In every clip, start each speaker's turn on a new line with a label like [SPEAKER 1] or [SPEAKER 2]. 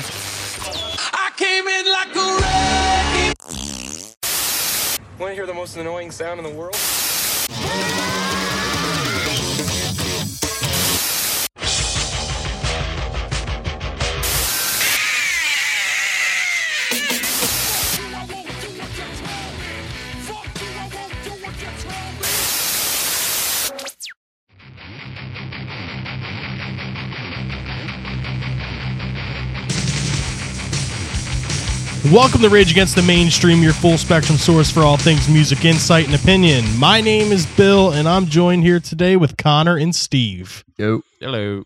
[SPEAKER 1] I came in like a wrecking.
[SPEAKER 2] Want to hear the most annoying sound in the world?
[SPEAKER 3] Welcome to Rage Against the Mainstream, your full spectrum source for all things music, insight, and opinion. My name is Bill, and I'm joined here today with Connor and Steve.
[SPEAKER 4] Yo.
[SPEAKER 5] Hello.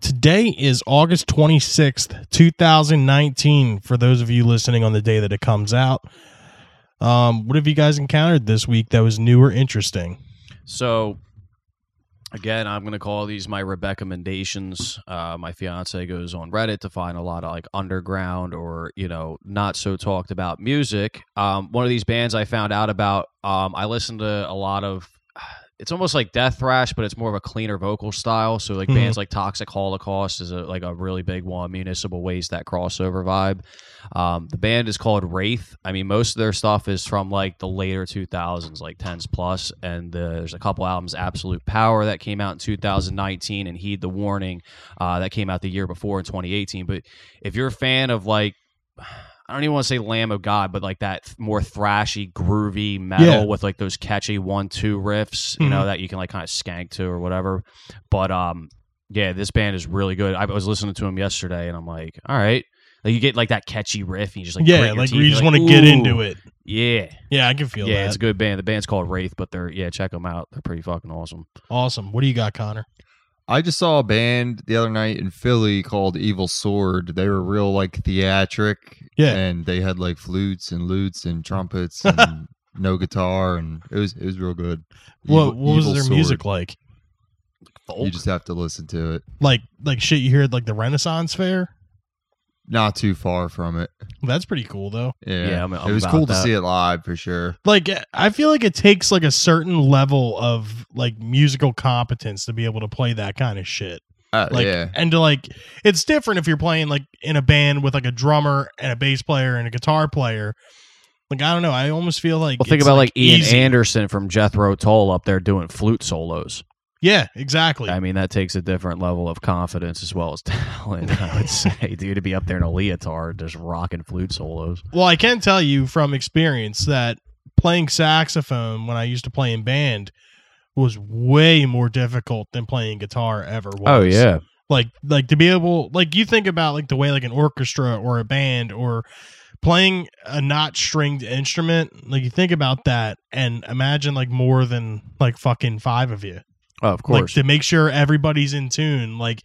[SPEAKER 3] Today is August 26th, 2019, for those of you listening on the day that it comes out. Um, what have you guys encountered this week that was new or interesting?
[SPEAKER 5] So, again, I'm going to call these my Rebecca Mendations. Uh, my fiance goes on Reddit to find a lot of like underground or, you know, not so talked about music. Um, one of these bands I found out about, um, I listened to a lot of. It's almost like death thrash, but it's more of a cleaner vocal style. So, like
[SPEAKER 3] Mhm.
[SPEAKER 5] bands like Toxic Holocaust is a, like a really big one. Municipal Waste, that crossover vibe. Um, the band is called Wraith. I mean, most of their stuff is from like the later 2000s, like 10s plus, and uh, there's a couple albums, Absolute Power, that came out in 2019, and Heed the Warning, uh, that came out the year before in 2018. But if you're a fan of like, I don't even want to say Lamb of God, but like that th- more thrashy, groovy metal
[SPEAKER 3] Yeah.
[SPEAKER 5] with like those catchy one-two riffs, you know, that you can like kind of skank to or whatever. But um, yeah, this band is really good. I was listening to them yesterday, and I'm like, all right. Like you get like that catchy riff, and you just like grit
[SPEAKER 3] yeah,
[SPEAKER 5] your
[SPEAKER 3] like
[SPEAKER 5] teeth,
[SPEAKER 3] you
[SPEAKER 5] you're
[SPEAKER 3] just
[SPEAKER 5] like,
[SPEAKER 3] want to get
[SPEAKER 5] "Ooh."
[SPEAKER 3] into it.
[SPEAKER 5] Yeah,
[SPEAKER 3] Yeah, I can feel
[SPEAKER 5] yeah,
[SPEAKER 3] that.
[SPEAKER 5] it's a good band. The band's called Wraith, but they're yeah, check them out. They're pretty fucking awesome.
[SPEAKER 3] awesome. What do you got, Connor?
[SPEAKER 4] I just saw a band the other night in Philly called Evil Sword. They were real like theatric.
[SPEAKER 3] Yeah.
[SPEAKER 4] And they had like flutes and lutes and trumpets and no guitar and it was it was real good.
[SPEAKER 3] What,
[SPEAKER 4] Evil-
[SPEAKER 3] what was
[SPEAKER 4] Evil
[SPEAKER 3] their
[SPEAKER 4] Sword.
[SPEAKER 3] music like?
[SPEAKER 4] You just have to listen to it.
[SPEAKER 3] Like like shit you hear at like the Renaissance Fair?
[SPEAKER 4] Not too far from it.
[SPEAKER 3] That's pretty cool though.
[SPEAKER 4] Yeah.
[SPEAKER 5] Yeah, I'm- I'm
[SPEAKER 4] it was
[SPEAKER 5] about
[SPEAKER 4] cool to
[SPEAKER 5] that.
[SPEAKER 4] see it live for sure.
[SPEAKER 3] like i feel like it takes like a certain level of like musical competence to be able to play that kind of shit
[SPEAKER 4] Uh,
[SPEAKER 3] like
[SPEAKER 4] yeah.
[SPEAKER 3] and to like it's different if you're playing like in a band with like a drummer and a bass player and a guitar player like i don't know i almost feel like
[SPEAKER 5] Well, think
[SPEAKER 3] it's,
[SPEAKER 5] about like, Ian
[SPEAKER 3] easy.
[SPEAKER 5] Anderson from Jethro Tull up there doing flute solos.
[SPEAKER 3] Oh, yeah exactly
[SPEAKER 5] I mean, that takes a different level of confidence as well as talent. I would say, dude, to be up there in a leotard just rocking flute solos.
[SPEAKER 3] well i can tell you from experience that playing saxophone when i used to play in band was way more difficult than playing guitar ever was
[SPEAKER 5] Oh,
[SPEAKER 3] like like to be able like you think about like the way like an orchestra or a band or playing a not stringed instrument like you think about that and imagine like more than like fucking five of you
[SPEAKER 5] oh, of
[SPEAKER 3] like
[SPEAKER 5] course.
[SPEAKER 3] to make sure everybody's in tune like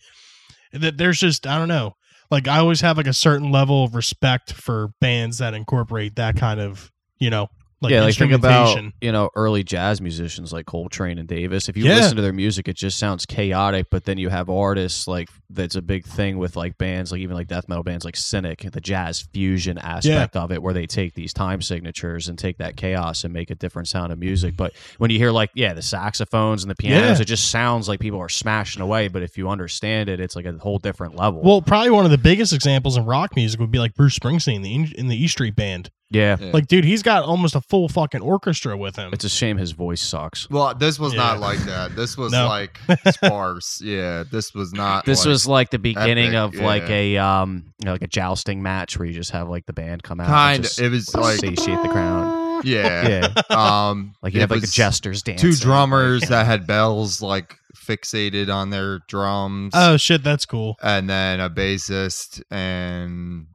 [SPEAKER 3] that there's just i don't know like i always have like a certain level of respect for bands that incorporate that kind of you know like
[SPEAKER 5] yeah, like think about
[SPEAKER 3] instrumentation
[SPEAKER 5] you know early jazz musicians like Coltrane and Davis. If you
[SPEAKER 3] Yeah.
[SPEAKER 5] listen to their music, it just sounds chaotic. But then you have artists like that's a big thing with like bands, like even like death metal bands like Cynic, the jazz fusion aspect of it, where they take these time signatures and take that chaos and make a different sound of music. But when you hear like yeah, the saxophones and the pianos,
[SPEAKER 3] Yeah.
[SPEAKER 5] it just sounds like people are smashing away. But if you understand it, it's like a whole different level.
[SPEAKER 3] well probably one of the biggest examples in rock music would be like bruce springsteen the in the e street band
[SPEAKER 5] yeah,
[SPEAKER 4] Yeah.
[SPEAKER 3] Like, dude, he's got almost a full fucking orchestra with him.
[SPEAKER 5] it's a shame his voice sucks.
[SPEAKER 4] Well, this was
[SPEAKER 3] Yeah.
[SPEAKER 4] not like that. This was
[SPEAKER 3] No.
[SPEAKER 4] like sparse. Yeah. This was not
[SPEAKER 5] This
[SPEAKER 4] like-
[SPEAKER 5] was like the beginning
[SPEAKER 4] epic,
[SPEAKER 5] of like a um you know, like a jousting match where you just have like the band come out
[SPEAKER 4] Kind
[SPEAKER 5] and
[SPEAKER 4] of-
[SPEAKER 5] just
[SPEAKER 4] it was like-
[SPEAKER 5] satiate the crowd.
[SPEAKER 4] yeah.
[SPEAKER 5] Yeah.
[SPEAKER 4] Um
[SPEAKER 5] Like you
[SPEAKER 4] it
[SPEAKER 5] have like the
[SPEAKER 4] was-
[SPEAKER 5] jesters dance.
[SPEAKER 4] two drummers that had bells like fixated on their drums
[SPEAKER 3] oh shit, that's cool.
[SPEAKER 4] and then a bassist and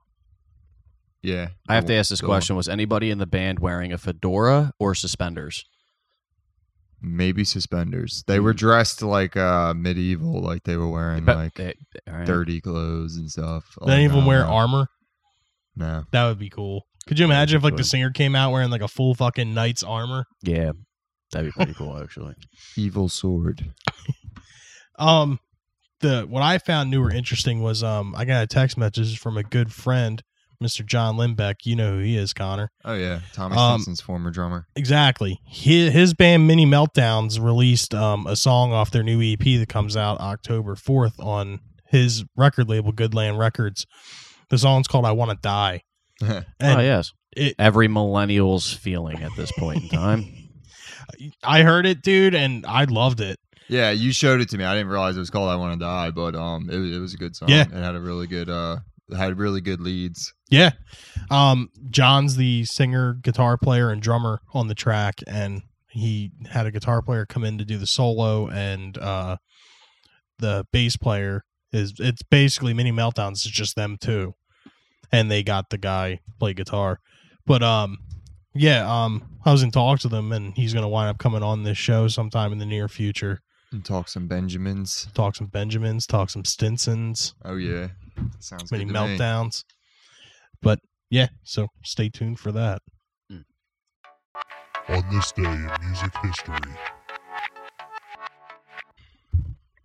[SPEAKER 4] yeah
[SPEAKER 5] I have to ask this
[SPEAKER 4] Go on.
[SPEAKER 5] question. Was anybody in the band wearing a fedora or suspenders?
[SPEAKER 4] maybe suspenders they were dressed like uh medieval like they were wearing
[SPEAKER 5] But-
[SPEAKER 4] like
[SPEAKER 5] eh, all right.
[SPEAKER 4] dirty clothes and stuff
[SPEAKER 3] Did any of them
[SPEAKER 4] Oh, no,
[SPEAKER 3] wear
[SPEAKER 4] no,
[SPEAKER 3] armor?
[SPEAKER 4] no
[SPEAKER 3] That would be cool. Could you imagine if like the
[SPEAKER 4] Good.
[SPEAKER 3] singer came out wearing like a full fucking knight's armor?
[SPEAKER 5] Yeah. That'd be pretty cool actually.
[SPEAKER 4] evil sword
[SPEAKER 3] Um, the what I found new or interesting was um I got a text message from a good friend Mr. John Limbeck. You know who he is, Connor.
[SPEAKER 4] Oh yeah, Tommy
[SPEAKER 3] Um,
[SPEAKER 4] Simpson's former drummer.
[SPEAKER 3] Exactly. His, his band Mini Meltdowns released um, a song off their new EP that comes out October 4th on his record label, Goodland Records. The song's called I Want to Die. And
[SPEAKER 5] oh yes,
[SPEAKER 3] it,
[SPEAKER 5] every millennial's feeling at this point in time.
[SPEAKER 3] I heard it, dude, and I loved it.
[SPEAKER 4] yeah, you showed it to me. I didn't realize it was called "I Want to Die," but um, it was, it was a good song.
[SPEAKER 3] Yeah.
[SPEAKER 4] it had a really good uh, it had really good leads.
[SPEAKER 3] Yeah. Um, John's the singer, guitar player, and drummer on the track, and he had a guitar player come in to do the solo, and uh, the bass player is it's basically mini meltdowns. It's just them two, and they got the guy play guitar, but um, yeah, um, I was in talks with him, and he's gonna wind up coming on this show sometime in the near future.
[SPEAKER 4] And talk some Benjamins.
[SPEAKER 3] Talk some Benjamins, talk some Stinsons.
[SPEAKER 4] Oh yeah, sounds
[SPEAKER 3] many
[SPEAKER 4] good to me.
[SPEAKER 3] meltdowns. But yeah, so stay tuned for that.
[SPEAKER 6] on this day in music history.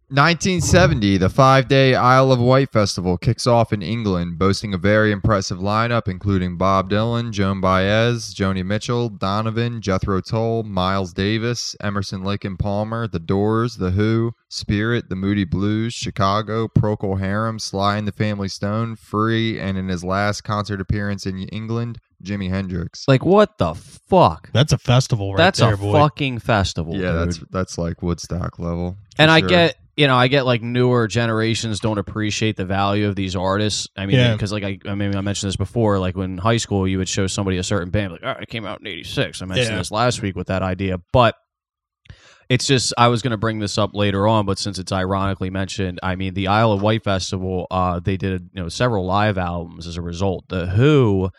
[SPEAKER 4] 1970, the five day Isle of Wight Festival kicks off in England, boasting a very impressive lineup including Bob Dylan, Joan Baez, Joni Mitchell, Donovan, Jethro Tull, Miles Davis, Emerson, Lake and Palmer, The Doors, The Who, Spirit, The Moody Blues, Chicago, Procol Harum, Sly and the Family Stone, Free, and in his last concert appearance in England, Jimi Hendrix.
[SPEAKER 5] Like what the fuck?
[SPEAKER 3] That's a festival right
[SPEAKER 5] that's
[SPEAKER 3] there,
[SPEAKER 5] a
[SPEAKER 3] boy.
[SPEAKER 5] fucking festival.
[SPEAKER 4] yeah,
[SPEAKER 5] dude.
[SPEAKER 4] that's that's like Woodstock level. for
[SPEAKER 5] and I
[SPEAKER 4] sure.
[SPEAKER 5] get you know I get like newer generations don't appreciate the value of these artists. I mean,
[SPEAKER 3] Yeah.
[SPEAKER 5] because like I, I mean I mentioned this before, like when in high school you would show somebody a certain band, like all right, it came out in '86. I mentioned
[SPEAKER 3] Yeah.
[SPEAKER 5] this last week with that idea, but it's just I was going to bring this up later on, but since it's ironically mentioned, I mean the Isle of Wight festival, uh, they did you know several live albums as a result. The Who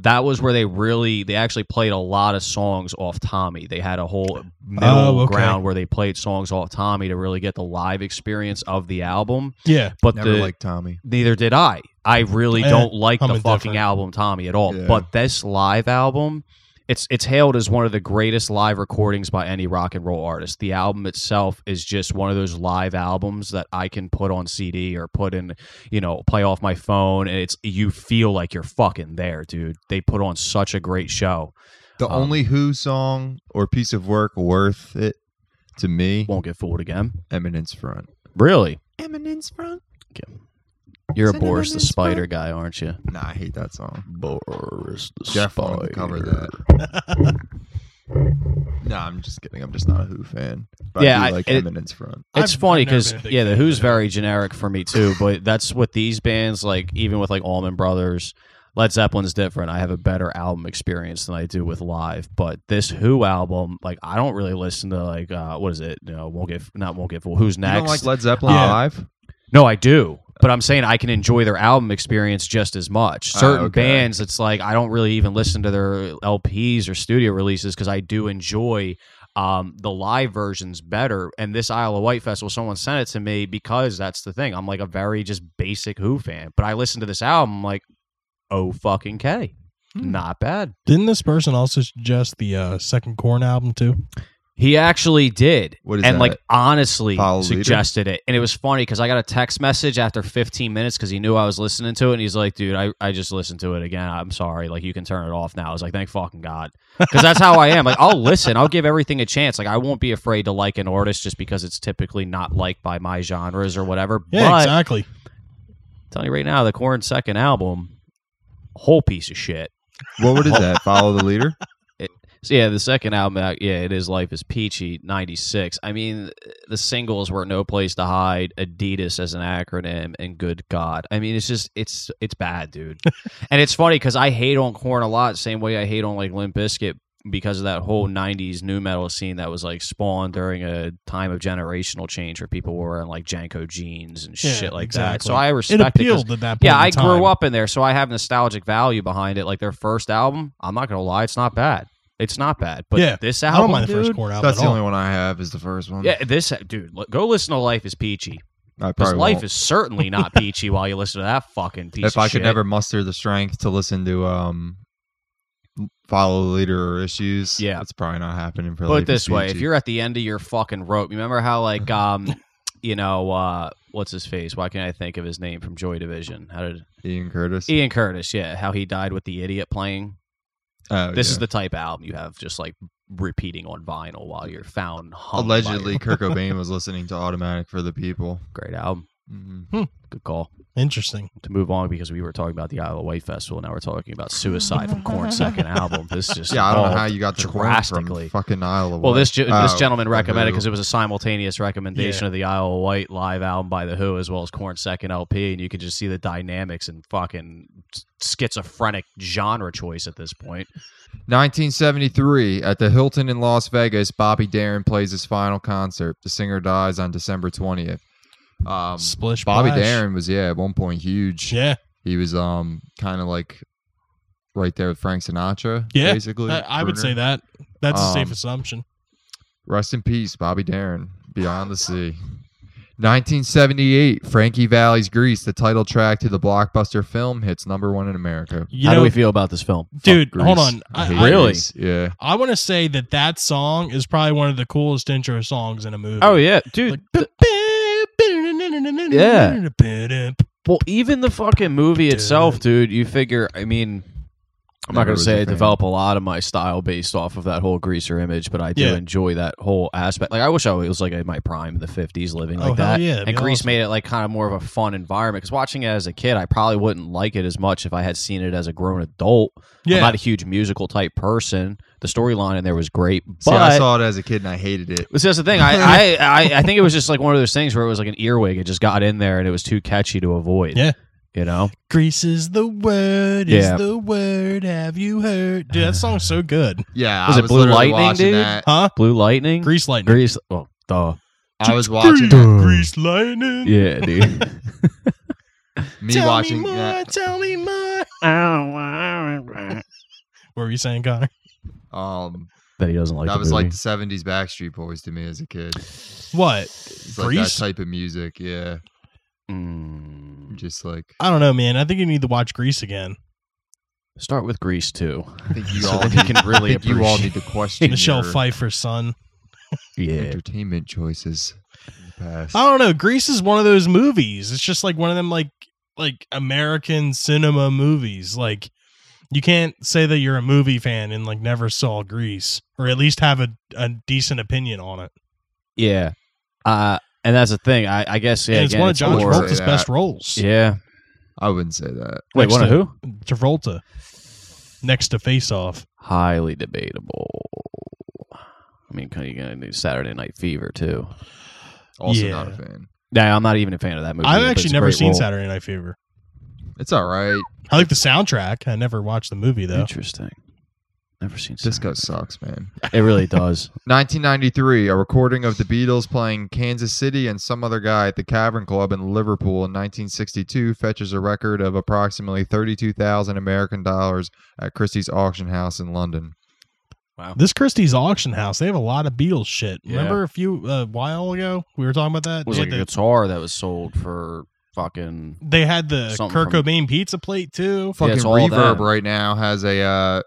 [SPEAKER 5] that was where they really they actually played a lot of songs off Tommy. They had a whole middle
[SPEAKER 3] Oh, okay.
[SPEAKER 5] ground where they played songs off Tommy to really get the live experience of the album.
[SPEAKER 3] Yeah.
[SPEAKER 5] But
[SPEAKER 4] never
[SPEAKER 5] the,
[SPEAKER 4] liked Tommy.
[SPEAKER 5] neither did I. I really
[SPEAKER 3] Eh,
[SPEAKER 5] don't like
[SPEAKER 3] I'm
[SPEAKER 5] the
[SPEAKER 3] indifferent.
[SPEAKER 5] fucking album Tommy at all.
[SPEAKER 4] Yeah.
[SPEAKER 5] But this live album, it's it's hailed as one of the greatest live recordings by any rock and roll artist. The album itself is just one of those live albums that I can put on CD or put in, you know, play off my phone and it's you feel like you're fucking there, dude. They put on such a great show.
[SPEAKER 4] The
[SPEAKER 5] Um,
[SPEAKER 4] only Who song or piece of work worth it to me,
[SPEAKER 5] Won't get fooled again.
[SPEAKER 4] Eminence Front.
[SPEAKER 5] Really?
[SPEAKER 4] Eminence Front?
[SPEAKER 5] You're a
[SPEAKER 4] Cinnamon
[SPEAKER 5] Boris the
[SPEAKER 4] is fun.
[SPEAKER 5] Spider guy, aren't you?
[SPEAKER 4] Nah, I hate that song.
[SPEAKER 5] Boris the
[SPEAKER 4] Jeff wanted to cover that. nah, I'm just kidding. I'm just not a Who fan. But
[SPEAKER 5] Yeah,
[SPEAKER 4] I
[SPEAKER 5] I-
[SPEAKER 4] do like
[SPEAKER 5] it-
[SPEAKER 4] Eminence Front.
[SPEAKER 5] It's
[SPEAKER 3] I've-
[SPEAKER 5] funny
[SPEAKER 3] I've never
[SPEAKER 5] 'cause funny
[SPEAKER 3] been a
[SPEAKER 5] because
[SPEAKER 3] big
[SPEAKER 5] yeah, the
[SPEAKER 3] fan
[SPEAKER 5] Who's
[SPEAKER 3] of that.
[SPEAKER 5] very generic for me too. But that's what these bands like. Even with like Allman Brothers, Led Zeppelin's different. I have a better album experience than I do with live. But this Who album, like I don't really listen to like uh, what is it? No, won't get not won't get fooled. Who's
[SPEAKER 4] You
[SPEAKER 5] next?
[SPEAKER 4] don't like Led Zeppelin
[SPEAKER 3] Yeah.
[SPEAKER 4] live?
[SPEAKER 5] No, I do. But I'm saying I can enjoy their album experience just as much.
[SPEAKER 4] Ah,
[SPEAKER 5] Certain
[SPEAKER 4] okay.
[SPEAKER 5] bands, it's like I don't really even listen to their LPs or studio releases because I do enjoy um, the live versions better. And this Isle of Wight Festival, someone sent it to me because that's the thing. I'm like a very just basic Who fan. But I listen to this album, I'm like, oh fucking K.
[SPEAKER 3] Hmm.
[SPEAKER 5] Not bad.
[SPEAKER 3] Didn't this person also suggest the uh, second Corn album too?
[SPEAKER 5] He actually did.
[SPEAKER 4] What is
[SPEAKER 5] and
[SPEAKER 4] that?
[SPEAKER 5] like honestly
[SPEAKER 4] Follow leader?
[SPEAKER 5] suggested it. And it was funny because I got a text message after 15 minutes because he knew I was listening to it. And he's like, dude, I, I just listened to it again. I'm sorry. Like, you can turn it off now. I was like, thank fucking God. Because that's how I am. Like, I'll listen, I'll give everything a chance. Like, I won't be afraid to like an artist just because it's typically not liked by my genres or whatever.
[SPEAKER 3] Yeah,
[SPEAKER 5] but
[SPEAKER 3] exactly.
[SPEAKER 5] I'm telling you right now, the Korn second album, whole piece of shit.
[SPEAKER 4] What what is that? Follow the leader?
[SPEAKER 5] So yeah, the second album, uh, yeah, it is Life is Peachy, 96. I mean, the singles were No Place to Hide, Adidas as an acronym, and Good God. I mean, it's just, it's it's bad, dude. and it's funny because I hate on Corn a lot, same way I hate on like Limp Bizkit because of that whole 90s new metal scene that was like spawned during a time of generational change where people were in like Janko jeans and
[SPEAKER 3] Yeah,
[SPEAKER 5] shit like that.
[SPEAKER 3] exactly.
[SPEAKER 5] So I
[SPEAKER 3] It
[SPEAKER 5] respect it 'cause-
[SPEAKER 3] appealed at that point.
[SPEAKER 5] yeah,
[SPEAKER 3] in
[SPEAKER 5] I
[SPEAKER 3] time.
[SPEAKER 5] grew up in there, so I have nostalgic value behind it. Like their first album, I'm not gonna lie, it's not bad. It's not bad. But
[SPEAKER 3] Yeah,
[SPEAKER 5] this
[SPEAKER 3] I
[SPEAKER 5] album,
[SPEAKER 3] don't mind the first
[SPEAKER 5] dude-
[SPEAKER 3] Corn album.
[SPEAKER 4] That's
[SPEAKER 3] at
[SPEAKER 4] the
[SPEAKER 3] all.
[SPEAKER 4] only one I have is the first one.
[SPEAKER 5] Yeah, this dude, look, go listen to Life is Peachy.
[SPEAKER 4] I
[SPEAKER 5] Because
[SPEAKER 4] probably
[SPEAKER 5] life
[SPEAKER 4] won't.
[SPEAKER 5] is certainly not peachy while you listen to that fucking piece.
[SPEAKER 4] if
[SPEAKER 5] of
[SPEAKER 4] I could
[SPEAKER 5] shit.
[SPEAKER 4] never muster the strength to listen to um follow the leader or issues,
[SPEAKER 5] Yeah.
[SPEAKER 4] it's probably not happening for
[SPEAKER 5] put
[SPEAKER 4] Life
[SPEAKER 5] it
[SPEAKER 4] is
[SPEAKER 5] this way, if
[SPEAKER 4] Peachy.
[SPEAKER 5] you're at the end of your fucking rope, you remember how like um you know, uh, what's his face? Why can't I think of his name from Joy Division? How did
[SPEAKER 4] Ian Curtis.
[SPEAKER 5] Ian Curtis? Yeah, how he died with the idiot playing.
[SPEAKER 4] Oh,
[SPEAKER 5] this
[SPEAKER 4] yeah.
[SPEAKER 5] is the type of album you have just like repeating on vinyl while you're found hung by your-
[SPEAKER 4] allegedly Kirk Cobain was listening to Automatic for the People.
[SPEAKER 5] great album.
[SPEAKER 4] Mhm.
[SPEAKER 5] Good call
[SPEAKER 3] Interesting.
[SPEAKER 5] to move on because we were talking about the Isle of Wight Festival. Now we're talking about Suicide from Corn's second album. This just
[SPEAKER 4] Yeah, I don't know
[SPEAKER 5] evolved
[SPEAKER 4] how you got the corn
[SPEAKER 5] drastically.
[SPEAKER 4] from fucking Isle of
[SPEAKER 5] Well, this
[SPEAKER 4] Wight.
[SPEAKER 5] ge- this
[SPEAKER 4] Oh,
[SPEAKER 5] gentleman
[SPEAKER 4] I
[SPEAKER 5] recommended
[SPEAKER 4] know.
[SPEAKER 5] because it was a simultaneous recommendation
[SPEAKER 3] Yeah.
[SPEAKER 5] of the Isle of Wight live album by the Who as well as Corn's second LP, and you can just see the dynamics and fucking s- schizophrenic genre choice at this point.
[SPEAKER 4] 1973 at the Hilton in Las Vegas. Bobby Darin plays his final concert. The singer dies on December 20th. Um,
[SPEAKER 3] Splish
[SPEAKER 4] Bobby
[SPEAKER 3] splash.
[SPEAKER 4] Darin was yeah at one point huge.
[SPEAKER 3] Yeah,
[SPEAKER 4] He was um kind of like right there with Frank Sinatra.
[SPEAKER 3] Yeah,
[SPEAKER 4] basically.
[SPEAKER 3] I, I would
[SPEAKER 4] Turner.
[SPEAKER 3] say that. That's a safe
[SPEAKER 4] Um,
[SPEAKER 3] assumption.
[SPEAKER 4] Rest in peace, Bobby Darin. Beyond the Sea. 1978, Frankie Valley's Grease, the title track to the blockbuster film, hits number one in America.
[SPEAKER 3] You
[SPEAKER 5] How
[SPEAKER 3] know,
[SPEAKER 5] do we feel about this film?
[SPEAKER 3] dude.
[SPEAKER 4] Grease.
[SPEAKER 3] Hold on.
[SPEAKER 4] I
[SPEAKER 3] I,
[SPEAKER 4] hate
[SPEAKER 3] I,
[SPEAKER 5] Really?
[SPEAKER 4] Grease. Yeah.
[SPEAKER 3] I want to say that that song is probably one of the coolest intro songs in a movie.
[SPEAKER 5] Oh yeah, dude.
[SPEAKER 3] Like,
[SPEAKER 5] th-
[SPEAKER 3] yeah.
[SPEAKER 5] well, even the fucking movie itself, dude. You figure, I mean. I'm not going
[SPEAKER 4] Never
[SPEAKER 5] to
[SPEAKER 4] was
[SPEAKER 5] say
[SPEAKER 4] a
[SPEAKER 5] I
[SPEAKER 4] fan.
[SPEAKER 5] develop a lot of my style based off of that whole greaser image, but I do
[SPEAKER 3] Yeah.
[SPEAKER 5] enjoy that whole aspect. Like I wish I was like in my prime in the 50s living like
[SPEAKER 3] Oh, hell
[SPEAKER 5] that.
[SPEAKER 3] yeah, that'd
[SPEAKER 5] and
[SPEAKER 3] be
[SPEAKER 5] Grease
[SPEAKER 3] awesome.
[SPEAKER 5] made it like kind of more of a fun environment cuz watching it as a kid, I probably wouldn't like it as much if I had seen it as a grown adult. I'm not a huge musical type person. The storyline in there was great, but
[SPEAKER 4] See, I saw it as a kid and I hated it.
[SPEAKER 5] See, that's the thing. I, I, I, I think it was just like one of those things where it was like an earwig. It just got in there and it was too catchy to avoid.
[SPEAKER 3] Yeah.
[SPEAKER 5] You know?
[SPEAKER 3] Grease is the word.
[SPEAKER 5] Yeah.
[SPEAKER 3] Is the word. Have you heard? Dude, that song's so good.
[SPEAKER 4] Yeah,
[SPEAKER 5] Was
[SPEAKER 4] I
[SPEAKER 5] it
[SPEAKER 4] was
[SPEAKER 5] Blue
[SPEAKER 4] literally
[SPEAKER 5] Lightning,
[SPEAKER 4] watching
[SPEAKER 5] dude?
[SPEAKER 4] That.
[SPEAKER 3] Huh?
[SPEAKER 5] Blue Lightning?
[SPEAKER 3] Grease lightning.
[SPEAKER 5] Grease. Oh, duh.
[SPEAKER 4] I was watching
[SPEAKER 3] Grease lightning.
[SPEAKER 5] Yeah, dude.
[SPEAKER 4] me
[SPEAKER 3] tell
[SPEAKER 4] watching
[SPEAKER 3] me more.
[SPEAKER 4] that.
[SPEAKER 3] Tell me more. what were you saying, Connor?
[SPEAKER 4] Um,
[SPEAKER 5] that he doesn't like.
[SPEAKER 4] that
[SPEAKER 5] the
[SPEAKER 4] was like
[SPEAKER 5] movie.
[SPEAKER 4] the '70s Backstreet Boys to me as a kid.
[SPEAKER 3] What?
[SPEAKER 4] It's like
[SPEAKER 3] Grease?
[SPEAKER 4] that type of music. Yeah,
[SPEAKER 5] Mm.
[SPEAKER 4] just like
[SPEAKER 3] I don't know, man. I think you need to watch Grease again.
[SPEAKER 5] Start with Grease too.
[SPEAKER 4] I think you
[SPEAKER 5] So
[SPEAKER 4] all
[SPEAKER 5] that
[SPEAKER 4] need,
[SPEAKER 5] you can really
[SPEAKER 4] I think you all
[SPEAKER 5] appreciate-
[SPEAKER 4] need to question
[SPEAKER 3] Michelle
[SPEAKER 4] your
[SPEAKER 3] Pfeiffer's son.
[SPEAKER 5] Yeah.
[SPEAKER 4] entertainment choices. in the past.
[SPEAKER 3] I don't know. Grease is one of those movies. It's just like one of them like like American cinema movies. Like you can't say that you're a movie fan and like never saw Grease or at least have a, a decent opinion on it.
[SPEAKER 5] Yeah. Uh, and that's the thing. I, I guess. Yeah.
[SPEAKER 3] and it's
[SPEAKER 5] again,
[SPEAKER 3] one of John
[SPEAKER 5] more- uh,
[SPEAKER 4] Travolta.
[SPEAKER 3] Travolta's
[SPEAKER 4] Yeah.
[SPEAKER 3] best roles.
[SPEAKER 5] Yeah.
[SPEAKER 4] I wouldn't say that.
[SPEAKER 5] Wait,
[SPEAKER 3] Next
[SPEAKER 5] one of
[SPEAKER 3] to-
[SPEAKER 5] who?
[SPEAKER 3] Travolta. Next to Face Off.
[SPEAKER 5] Highly debatable. I mean, you gonna do Saturday Night Fever too?
[SPEAKER 4] Also,
[SPEAKER 3] Yeah.
[SPEAKER 4] not a fan.
[SPEAKER 5] Nah, I'm not even a fan of that movie.
[SPEAKER 3] I've
[SPEAKER 5] Oh, but
[SPEAKER 3] actually
[SPEAKER 5] it's a
[SPEAKER 3] never
[SPEAKER 5] great
[SPEAKER 3] seen
[SPEAKER 5] role.
[SPEAKER 3] Saturday Night Fever.
[SPEAKER 4] It's all right.
[SPEAKER 3] I like the soundtrack. I never watched the movie though.
[SPEAKER 5] Interesting. Never seen
[SPEAKER 4] Disco sucks, man.
[SPEAKER 5] Saturday. It really does.
[SPEAKER 4] 1993, a recording of the Beatles playing Kansas City and some other guy at the Cavern Club in Liverpool in 1962 fetches a record of approximately 32,000 American dollars at Christie's auction house in London.
[SPEAKER 5] wow.
[SPEAKER 3] This Christie's auction house, they have a lot of Beatles shit.
[SPEAKER 5] Yeah.
[SPEAKER 3] Remember a few a while ago we were talking about that?
[SPEAKER 5] was
[SPEAKER 3] They
[SPEAKER 5] like
[SPEAKER 3] had
[SPEAKER 5] a
[SPEAKER 3] the-
[SPEAKER 5] guitar that was sold for fucking
[SPEAKER 3] They had the
[SPEAKER 5] Something
[SPEAKER 3] Kirk
[SPEAKER 5] from-
[SPEAKER 3] Cobain pizza plate too.
[SPEAKER 5] Yeah,
[SPEAKER 4] Fucking
[SPEAKER 5] it's all
[SPEAKER 4] Reverb
[SPEAKER 5] them.
[SPEAKER 4] right now has a uh,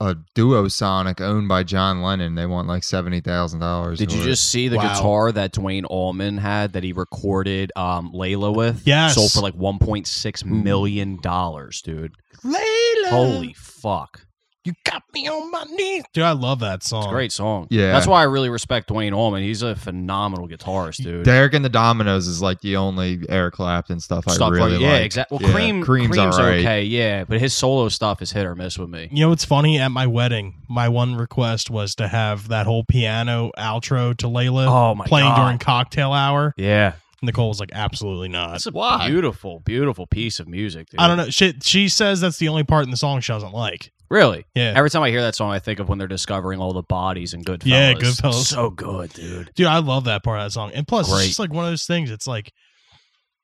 [SPEAKER 4] a duo Sonic owned by John Lennon. They want like $70,000.
[SPEAKER 5] Did you
[SPEAKER 4] for it.
[SPEAKER 5] just see the
[SPEAKER 3] Wow.
[SPEAKER 5] guitar that Dwayne Allman had that he recorded um, Layla with?
[SPEAKER 3] Yes. Hmm.
[SPEAKER 5] Sold for like $1.6 million, dollars, dude.
[SPEAKER 3] Layla,
[SPEAKER 5] Holy fuck.
[SPEAKER 3] you got me on my knees, dude. I love that song.
[SPEAKER 5] It's a great song.
[SPEAKER 4] Yeah.
[SPEAKER 5] That's why I really respect Dwayne Allman. He's a phenomenal guitarist, dude.
[SPEAKER 4] Derek and the Dominoes is like the only Eric Clapton stuff, I really
[SPEAKER 5] like,
[SPEAKER 4] like.
[SPEAKER 5] yeah, exactly. Well,
[SPEAKER 4] Yeah,
[SPEAKER 5] Cream,
[SPEAKER 4] Cream's
[SPEAKER 5] Cream's,
[SPEAKER 4] alright.
[SPEAKER 5] okay, yeah, but his solo stuff is hit or miss with me.
[SPEAKER 3] You know what's funny? At my wedding, my one request was to have that whole piano outro to Layla
[SPEAKER 5] Oh my
[SPEAKER 3] playing
[SPEAKER 5] God.
[SPEAKER 3] during cocktail hour.
[SPEAKER 5] Yeah,
[SPEAKER 3] Nicole was like, "Absolutely not."
[SPEAKER 5] that's a beautiful, beautiful piece of music. Dude.
[SPEAKER 3] I don't know. Shit, she says that's the only part in the song she doesn't like.
[SPEAKER 5] Really?
[SPEAKER 3] Yeah.
[SPEAKER 5] Every time I hear that song, I think of when they're discovering all the bodies in Goodfellas.
[SPEAKER 3] Yeah, Goodfellas.
[SPEAKER 5] So good, dude.
[SPEAKER 3] Dude, I love that part of that song. And plus,
[SPEAKER 5] Great.
[SPEAKER 3] it's just like one of those things. It's like,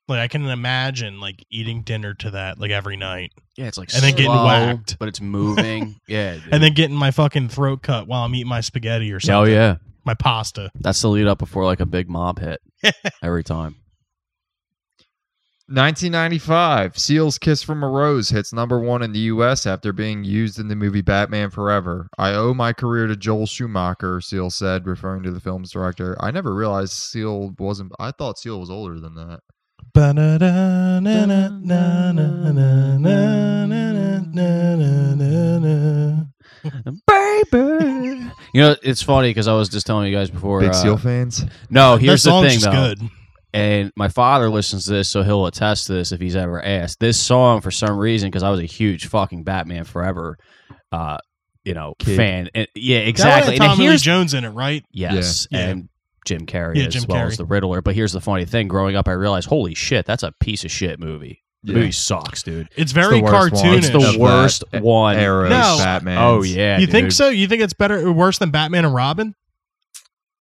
[SPEAKER 3] like I can imagine like eating dinner to that like every night,
[SPEAKER 5] Yeah, it's like
[SPEAKER 3] And then getting
[SPEAKER 5] slow,
[SPEAKER 3] whacked.
[SPEAKER 5] but it's moving. yeah, dude.
[SPEAKER 3] and then getting my fucking throat cut while I'm eating my spaghetti or
[SPEAKER 5] oh
[SPEAKER 3] something.
[SPEAKER 5] yeah,
[SPEAKER 3] my pasta.
[SPEAKER 5] that's the lead up before like a big mob hit every time.
[SPEAKER 4] 1995, Seal's Kiss from a Rose hits number one in the U.S. after being used in the movie Batman Forever. I owe my career to Joel Schumacher, Seal said, referring to the film's director. I never realized Seal wasn't. I thought Seal was older than that.
[SPEAKER 3] Baby.
[SPEAKER 5] baby. You know, it's funny because I was just telling you guys before.
[SPEAKER 4] Big
[SPEAKER 5] uh,
[SPEAKER 4] Seal fans.
[SPEAKER 5] No, here's
[SPEAKER 3] that
[SPEAKER 5] the
[SPEAKER 3] song's
[SPEAKER 5] thing
[SPEAKER 3] just
[SPEAKER 5] though,
[SPEAKER 3] good.
[SPEAKER 5] and my father listens to this, so he'll attest to this if he's ever asked. This song, for some reason, because I was a huge fucking Batman Forever, uh, you know,
[SPEAKER 4] Kid.
[SPEAKER 5] fan. And, yeah,
[SPEAKER 3] That
[SPEAKER 5] exactly.
[SPEAKER 3] one had
[SPEAKER 5] And
[SPEAKER 3] Tommy Lee
[SPEAKER 5] here's-
[SPEAKER 3] Jones in it, right?
[SPEAKER 5] Yes,
[SPEAKER 3] Yeah.
[SPEAKER 5] and Jim Carrey
[SPEAKER 3] Yeah,
[SPEAKER 5] as
[SPEAKER 3] Jim
[SPEAKER 5] well
[SPEAKER 3] Carrey.
[SPEAKER 5] as the Riddler. But here's the funny thing: growing up, I realized, holy shit, that's a piece of shit movie. The
[SPEAKER 4] Yeah.
[SPEAKER 5] movie sucks, dude.
[SPEAKER 3] It's very
[SPEAKER 4] the worst one.
[SPEAKER 3] cartoonish.
[SPEAKER 5] It's
[SPEAKER 4] Of
[SPEAKER 5] the
[SPEAKER 4] that
[SPEAKER 5] worst
[SPEAKER 4] e-
[SPEAKER 5] one.
[SPEAKER 4] Arrows,
[SPEAKER 3] No.
[SPEAKER 4] Batman.
[SPEAKER 5] Oh yeah,
[SPEAKER 3] you
[SPEAKER 5] dude.
[SPEAKER 3] think so? You think it's better, or worse than Batman and Robin?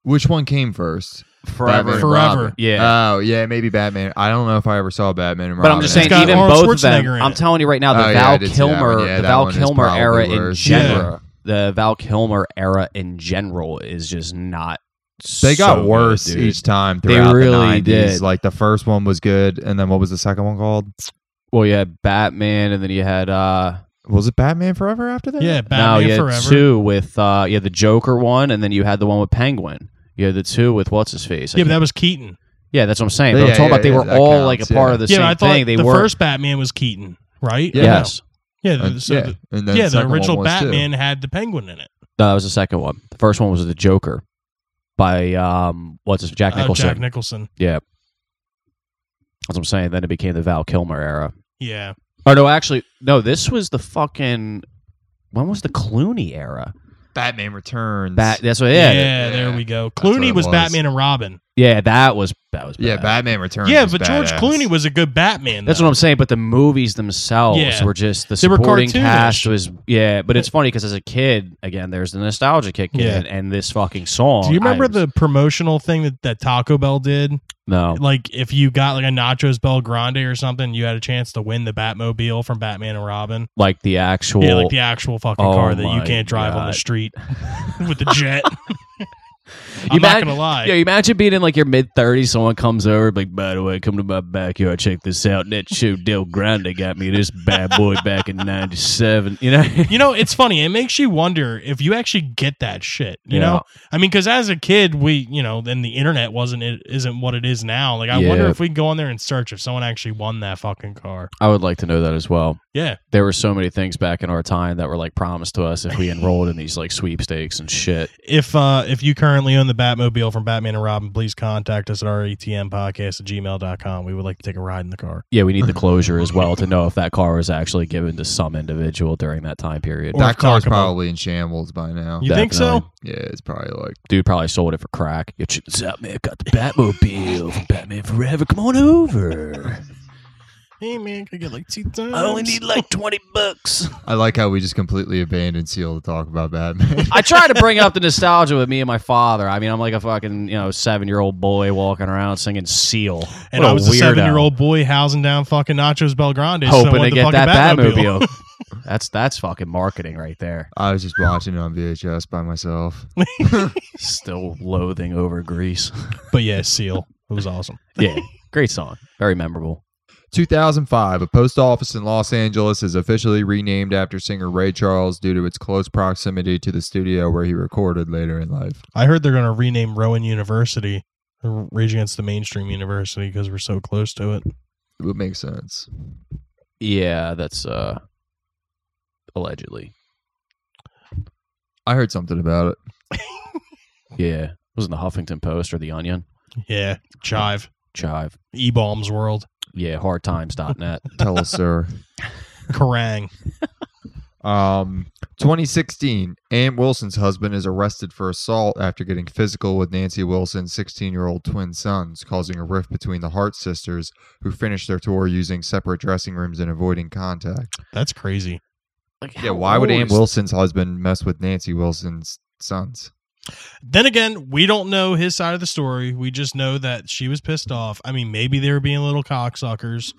[SPEAKER 4] Which one came first?
[SPEAKER 5] Forever,
[SPEAKER 4] Batman and
[SPEAKER 3] Forever.
[SPEAKER 4] Robin.
[SPEAKER 5] Yeah.
[SPEAKER 4] Oh yeah, maybe Batman. I don't know if I ever saw Batman. And
[SPEAKER 5] But I'm
[SPEAKER 4] Robin.
[SPEAKER 5] just saying,
[SPEAKER 3] It's got
[SPEAKER 5] even
[SPEAKER 3] Arnold
[SPEAKER 5] both of them.
[SPEAKER 3] Schwarzenegger in
[SPEAKER 5] I'm
[SPEAKER 3] it.
[SPEAKER 5] telling you right now, the
[SPEAKER 4] Oh, yeah, I
[SPEAKER 5] Val
[SPEAKER 4] did see that
[SPEAKER 5] Kilmer,
[SPEAKER 4] one. Yeah,
[SPEAKER 5] the
[SPEAKER 4] that
[SPEAKER 5] Val
[SPEAKER 4] one is
[SPEAKER 5] Kilmer
[SPEAKER 4] probably
[SPEAKER 5] era in
[SPEAKER 4] worse.
[SPEAKER 5] general, the Val Kilmer era in general is just not.
[SPEAKER 4] They got
[SPEAKER 5] so good,
[SPEAKER 4] worse
[SPEAKER 5] dude.
[SPEAKER 4] each time
[SPEAKER 5] They
[SPEAKER 4] throughout
[SPEAKER 5] really
[SPEAKER 4] the 90s.
[SPEAKER 5] did.
[SPEAKER 4] Like the first one was good, and then what was the second one called?
[SPEAKER 5] Well, you had Batman, and then you had uh,
[SPEAKER 4] Was it Batman Forever after that?
[SPEAKER 3] Yeah,
[SPEAKER 5] now
[SPEAKER 3] Batman
[SPEAKER 5] you had
[SPEAKER 3] Forever.
[SPEAKER 5] two with uh, you had the Joker one, and then you had the one with Penguin. You had the two with what's his face. I
[SPEAKER 3] yeah, but
[SPEAKER 5] can't-
[SPEAKER 3] that was Keaton.
[SPEAKER 5] yeah, that's what I'm saying. But
[SPEAKER 4] Yeah,
[SPEAKER 5] I'm talking
[SPEAKER 4] yeah,
[SPEAKER 5] about they
[SPEAKER 4] yeah,
[SPEAKER 5] were
[SPEAKER 4] that
[SPEAKER 5] all
[SPEAKER 4] counts,
[SPEAKER 5] like a
[SPEAKER 4] yeah.
[SPEAKER 5] part of the
[SPEAKER 3] yeah,
[SPEAKER 5] same
[SPEAKER 3] I thought
[SPEAKER 5] thing. They
[SPEAKER 3] the
[SPEAKER 5] were
[SPEAKER 3] first Batman was Keaton, right?
[SPEAKER 4] Yeah.
[SPEAKER 5] yes.
[SPEAKER 3] Yeah,
[SPEAKER 4] And-
[SPEAKER 3] the, so
[SPEAKER 4] Uh, yeah.
[SPEAKER 3] the-
[SPEAKER 4] and then
[SPEAKER 3] yeah, the
[SPEAKER 4] second one
[SPEAKER 3] original
[SPEAKER 4] was too.
[SPEAKER 3] Batman had the Penguin in it.
[SPEAKER 5] No, that was the second one. The first one was the Joker by um, what's his Jack
[SPEAKER 3] Uh,
[SPEAKER 5] Nicholson.
[SPEAKER 3] Jack Nicholson.
[SPEAKER 5] Yeah. That's what I'm saying. Then it became the Val Kilmer era.
[SPEAKER 3] Yeah,
[SPEAKER 5] Or no, actually, no, this was the fucking. When was the Clooney era?
[SPEAKER 4] Batman Returns.
[SPEAKER 5] That that's what
[SPEAKER 3] yeah,
[SPEAKER 5] yeah, yeah.
[SPEAKER 3] There we go.
[SPEAKER 4] what
[SPEAKER 3] Clooney
[SPEAKER 4] it
[SPEAKER 3] was,
[SPEAKER 4] was.
[SPEAKER 3] Batman and Robin.
[SPEAKER 5] that was that was
[SPEAKER 4] yeah,
[SPEAKER 5] bad.
[SPEAKER 4] Batman Returns.
[SPEAKER 3] yeah,
[SPEAKER 4] was
[SPEAKER 3] but George
[SPEAKER 4] badass.
[SPEAKER 3] Clooney was a good Batman.
[SPEAKER 5] That's
[SPEAKER 3] though.
[SPEAKER 5] what I'm saying. But the movies themselves
[SPEAKER 3] Yeah.
[SPEAKER 5] were just the
[SPEAKER 3] They were
[SPEAKER 5] supporting
[SPEAKER 3] cartoonish.
[SPEAKER 5] cast was yeah. But it's funny because as a kid, again, there's the nostalgia kick in,
[SPEAKER 3] Yeah.
[SPEAKER 5] and, this fucking song.
[SPEAKER 3] Do you remember
[SPEAKER 5] I-
[SPEAKER 3] the promotional thing that, that Taco Bell did?
[SPEAKER 5] no?
[SPEAKER 3] Like, if you got like a Nachos Bel Grande or something, you had a chance to win the Batmobile from Batman and Robin.
[SPEAKER 5] Like the actual
[SPEAKER 3] yeah, like the actual fucking
[SPEAKER 5] Oh
[SPEAKER 3] car that you
[SPEAKER 5] my
[SPEAKER 3] can't drive on the
[SPEAKER 5] God.
[SPEAKER 3] street with the jet. I'm
[SPEAKER 5] You
[SPEAKER 3] not
[SPEAKER 5] imag-
[SPEAKER 3] gonna lie.
[SPEAKER 5] Yeah, you imagine being in like your mid 30s, someone comes over, like, by the way, come to my backyard, check this out. That shoe Del Grande got me this bad boy back in 97. You know?
[SPEAKER 3] you know, it's funny. It makes you wonder if you actually get that shit. You
[SPEAKER 5] Yeah.
[SPEAKER 3] know, I mean, because as a kid, we, you know, then the internet wasn't it isn't what it is now. Like, I wonder
[SPEAKER 5] Yeah.
[SPEAKER 3] if we can go on there and search if someone actually won that fucking car.
[SPEAKER 5] I would like to know that as well.
[SPEAKER 3] Yeah,
[SPEAKER 5] There were so many things back in our time that were like promised to us if we enrolled in these like sweepstakes and shit.
[SPEAKER 3] if uh if you currently own the Batmobile from Batman and Robin, please contact us at our ATM podcast at gmail.com. We would like to take a ride in the car.
[SPEAKER 5] Yeah, we need the closure as well to know if that car was actually given to some individual during that time period.
[SPEAKER 3] Or-
[SPEAKER 4] That car's
[SPEAKER 3] Taco Bell.
[SPEAKER 4] probably in shambles by now.
[SPEAKER 3] You think
[SPEAKER 5] Definitely.
[SPEAKER 3] so?
[SPEAKER 4] Yeah, it's probably like
[SPEAKER 5] Dude probably sold it for crack. Yo, check this out, man. Got the Batmobile from Batman Forever. Come on over.
[SPEAKER 3] Hey man, could get like two times.
[SPEAKER 5] I only need like 20 bucks.
[SPEAKER 4] I like how we just completely abandoned Seal to talk about Batman.
[SPEAKER 5] I try to bring up the nostalgia with me and my father. I mean, I'm like a fucking, you know, seven year old boy walking around singing Seal.
[SPEAKER 3] and
[SPEAKER 5] What
[SPEAKER 3] I was a
[SPEAKER 5] weirdo.
[SPEAKER 3] seven year old boy housing down fucking nachos Belgrande. so I
[SPEAKER 5] hoping
[SPEAKER 3] wanted the
[SPEAKER 5] to get
[SPEAKER 3] fucking
[SPEAKER 5] that Batmobile. that's that's fucking marketing right there.
[SPEAKER 4] I was just watching it on VHS by myself.
[SPEAKER 5] Still loathing over Greece.
[SPEAKER 3] But yeah, Seal. It was awesome.
[SPEAKER 5] Yeah, great song, very memorable.
[SPEAKER 4] 2005, a post office in Los Angeles is officially renamed after singer Ray Charles due to its close proximity to the studio where he recorded later in life.
[SPEAKER 3] I heard they're going to rename Rowan University R- Rage Against the Mainstream University because we're so close to it.
[SPEAKER 4] It would make sense.
[SPEAKER 5] Yeah, that's uh allegedly.
[SPEAKER 4] I heard something about it.
[SPEAKER 5] Yeah, it was in the Huffington Post or the Onion.
[SPEAKER 3] Yeah, Chive,
[SPEAKER 5] Chive.
[SPEAKER 3] E Bombs World,
[SPEAKER 5] Yeah, hardtimes.net.
[SPEAKER 4] Tell us, sir.
[SPEAKER 3] Kerrang.
[SPEAKER 4] Um, 2016, Ann Wilson's husband is arrested for assault after getting physical with Nancy Wilson's 16 year old twin sons, causing a rift between the Hart sisters, who finished their tour using separate dressing rooms and avoiding contact.
[SPEAKER 3] That's crazy.
[SPEAKER 5] Like,
[SPEAKER 4] Yeah,
[SPEAKER 5] how
[SPEAKER 4] why would
[SPEAKER 5] old
[SPEAKER 4] Ann
[SPEAKER 5] is-
[SPEAKER 4] Wilson's husband mess with Nancy Wilson's sons?
[SPEAKER 3] Then again, we don't know his side of the story. We just know that she was pissed off. I mean, maybe they were being little cocksuckers.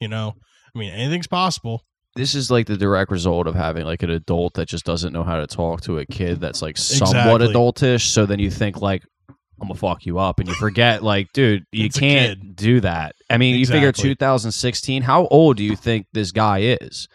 [SPEAKER 3] You know, I mean, anything's possible.
[SPEAKER 5] this is like the direct result of having like an adult that just doesn't know how to talk to a kid that's like somewhat
[SPEAKER 3] Exactly.
[SPEAKER 5] adultish. So then you think like, I'm gonna fuck you up, and you forget, like, dude, you
[SPEAKER 3] It's a
[SPEAKER 5] can't
[SPEAKER 3] kid.
[SPEAKER 5] do that. I mean, you figure
[SPEAKER 3] Exactly.
[SPEAKER 5] 2016. How old do you think this guy is?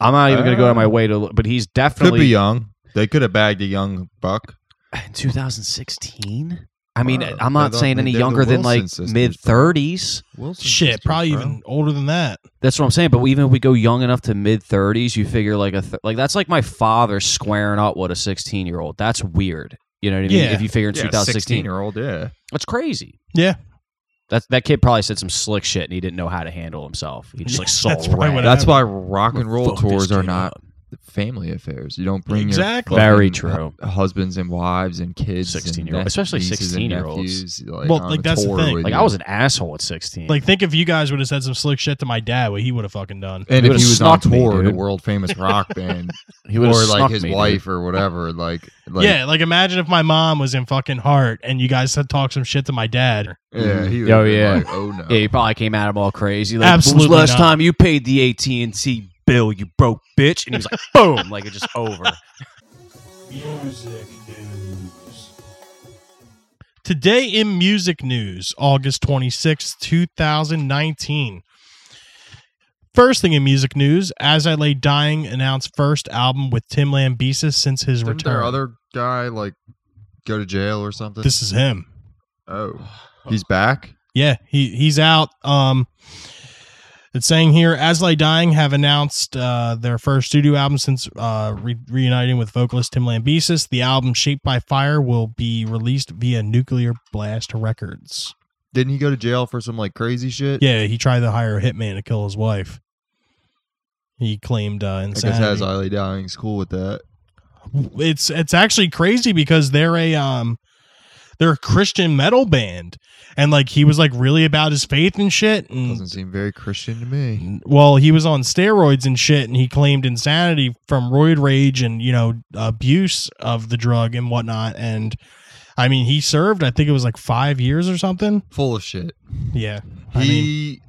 [SPEAKER 5] I'm not even gonna go out of my way to, look, but he's
[SPEAKER 4] Uh, Could be
[SPEAKER 5] definitely
[SPEAKER 4] young. They could have bagged a young buck.
[SPEAKER 5] 2016. I mean,
[SPEAKER 4] Wow.
[SPEAKER 5] I'm
[SPEAKER 4] They're
[SPEAKER 5] not
[SPEAKER 4] the-
[SPEAKER 5] saying any
[SPEAKER 4] they're the
[SPEAKER 5] younger than like
[SPEAKER 4] Wilson sisters,
[SPEAKER 5] mid 30s.
[SPEAKER 4] Wilson
[SPEAKER 3] Shit, probably
[SPEAKER 4] sisters, bro.
[SPEAKER 3] even older than that.
[SPEAKER 5] That's what I'm saying. But even if we go young enough to mid 30s, you figure like a th- like that's like my father squaring up with a 16 year old. That's weird. You know what I mean?
[SPEAKER 3] Yeah.
[SPEAKER 5] If you figure in
[SPEAKER 4] yeah, 16
[SPEAKER 5] 2016,
[SPEAKER 4] year old. Yeah,
[SPEAKER 5] that's crazy.
[SPEAKER 3] Yeah,
[SPEAKER 5] That that kid probably said some slick shit and he didn't know how to handle himself. He just like saw
[SPEAKER 3] That's probably
[SPEAKER 5] red.
[SPEAKER 3] what
[SPEAKER 4] that's
[SPEAKER 3] happened.
[SPEAKER 4] why rock and roll
[SPEAKER 5] Fuck this
[SPEAKER 4] tours are
[SPEAKER 5] kid
[SPEAKER 4] not
[SPEAKER 5] up.
[SPEAKER 4] family affairs. You don't bring
[SPEAKER 3] Exactly.
[SPEAKER 4] your
[SPEAKER 5] Very
[SPEAKER 4] fucking
[SPEAKER 5] true.
[SPEAKER 4] hu- husbands and wives and kids, and
[SPEAKER 5] 16-year-old,
[SPEAKER 4] nep-
[SPEAKER 5] especially
[SPEAKER 4] nieces and
[SPEAKER 5] 16-year-olds.
[SPEAKER 4] nephews, Like,
[SPEAKER 3] Well,
[SPEAKER 4] on
[SPEAKER 3] like,
[SPEAKER 4] a
[SPEAKER 3] that's the
[SPEAKER 4] tour
[SPEAKER 3] thing.
[SPEAKER 4] with
[SPEAKER 5] Like
[SPEAKER 4] you.
[SPEAKER 5] I was an asshole at 16.
[SPEAKER 3] like think if you guys would have said some slick shit to my dad, what he would have fucking done.
[SPEAKER 4] and
[SPEAKER 5] he
[SPEAKER 4] if
[SPEAKER 5] would've
[SPEAKER 4] he was on
[SPEAKER 5] snuck me,
[SPEAKER 4] tour in a
[SPEAKER 5] dude.
[SPEAKER 4] world famous rock band,
[SPEAKER 5] he
[SPEAKER 4] or
[SPEAKER 5] would've
[SPEAKER 4] like
[SPEAKER 5] snuck
[SPEAKER 4] his
[SPEAKER 5] me, dude.
[SPEAKER 4] wife or whatever, like, like
[SPEAKER 3] yeah, like imagine if my mom was in fucking heart and you guys had talked some shit to my dad.
[SPEAKER 4] yeah, he
[SPEAKER 5] Mhm.
[SPEAKER 4] would
[SPEAKER 5] Oh,
[SPEAKER 4] have been
[SPEAKER 5] yeah.
[SPEAKER 4] like, oh no,
[SPEAKER 5] Yeah, he probably came at him all crazy. Like, Absolutely.
[SPEAKER 3] Absolutely
[SPEAKER 5] When was the last
[SPEAKER 3] not.
[SPEAKER 5] time you paid the AT and T bill, you broke bitch, and he was like, boom, like it's just over.
[SPEAKER 3] Today in music news, August 26th, 2019. First thing in music news, As I Lay Dying announced first album with Tim Lambesis since his
[SPEAKER 4] Didn't
[SPEAKER 3] return.
[SPEAKER 4] their other guy like go to jail or something?
[SPEAKER 3] this is him.
[SPEAKER 4] oh, he's back.
[SPEAKER 3] Yeah, he he's out. Um, it's saying here, As Lay Dying have announced uh, their first studio album since uh, re- reuniting with vocalist Tim Lambesis. The album Shaped by Fire will be released via Nuclear Blast Records.
[SPEAKER 4] Didn't he go to jail for some like crazy shit?
[SPEAKER 3] Yeah, he tried to hire a hitman to kill his wife. He claimed uh,
[SPEAKER 4] I guess as
[SPEAKER 3] insanity.
[SPEAKER 4] I lay dying, he's cool with that.
[SPEAKER 3] it's it's actually crazy because they're a um they're a Christian metal band, and like he was like really about his faith and shit. And
[SPEAKER 4] Doesn't seem very Christian to
[SPEAKER 3] Mm.
[SPEAKER 4] me.
[SPEAKER 3] well, he was on steroids and shit, and he claimed insanity from roid rage and you know abuse of the drug and whatnot. And I mean, he served, I think it was like five years or something.
[SPEAKER 4] Full of shit.
[SPEAKER 3] Yeah,
[SPEAKER 4] He
[SPEAKER 3] I mean,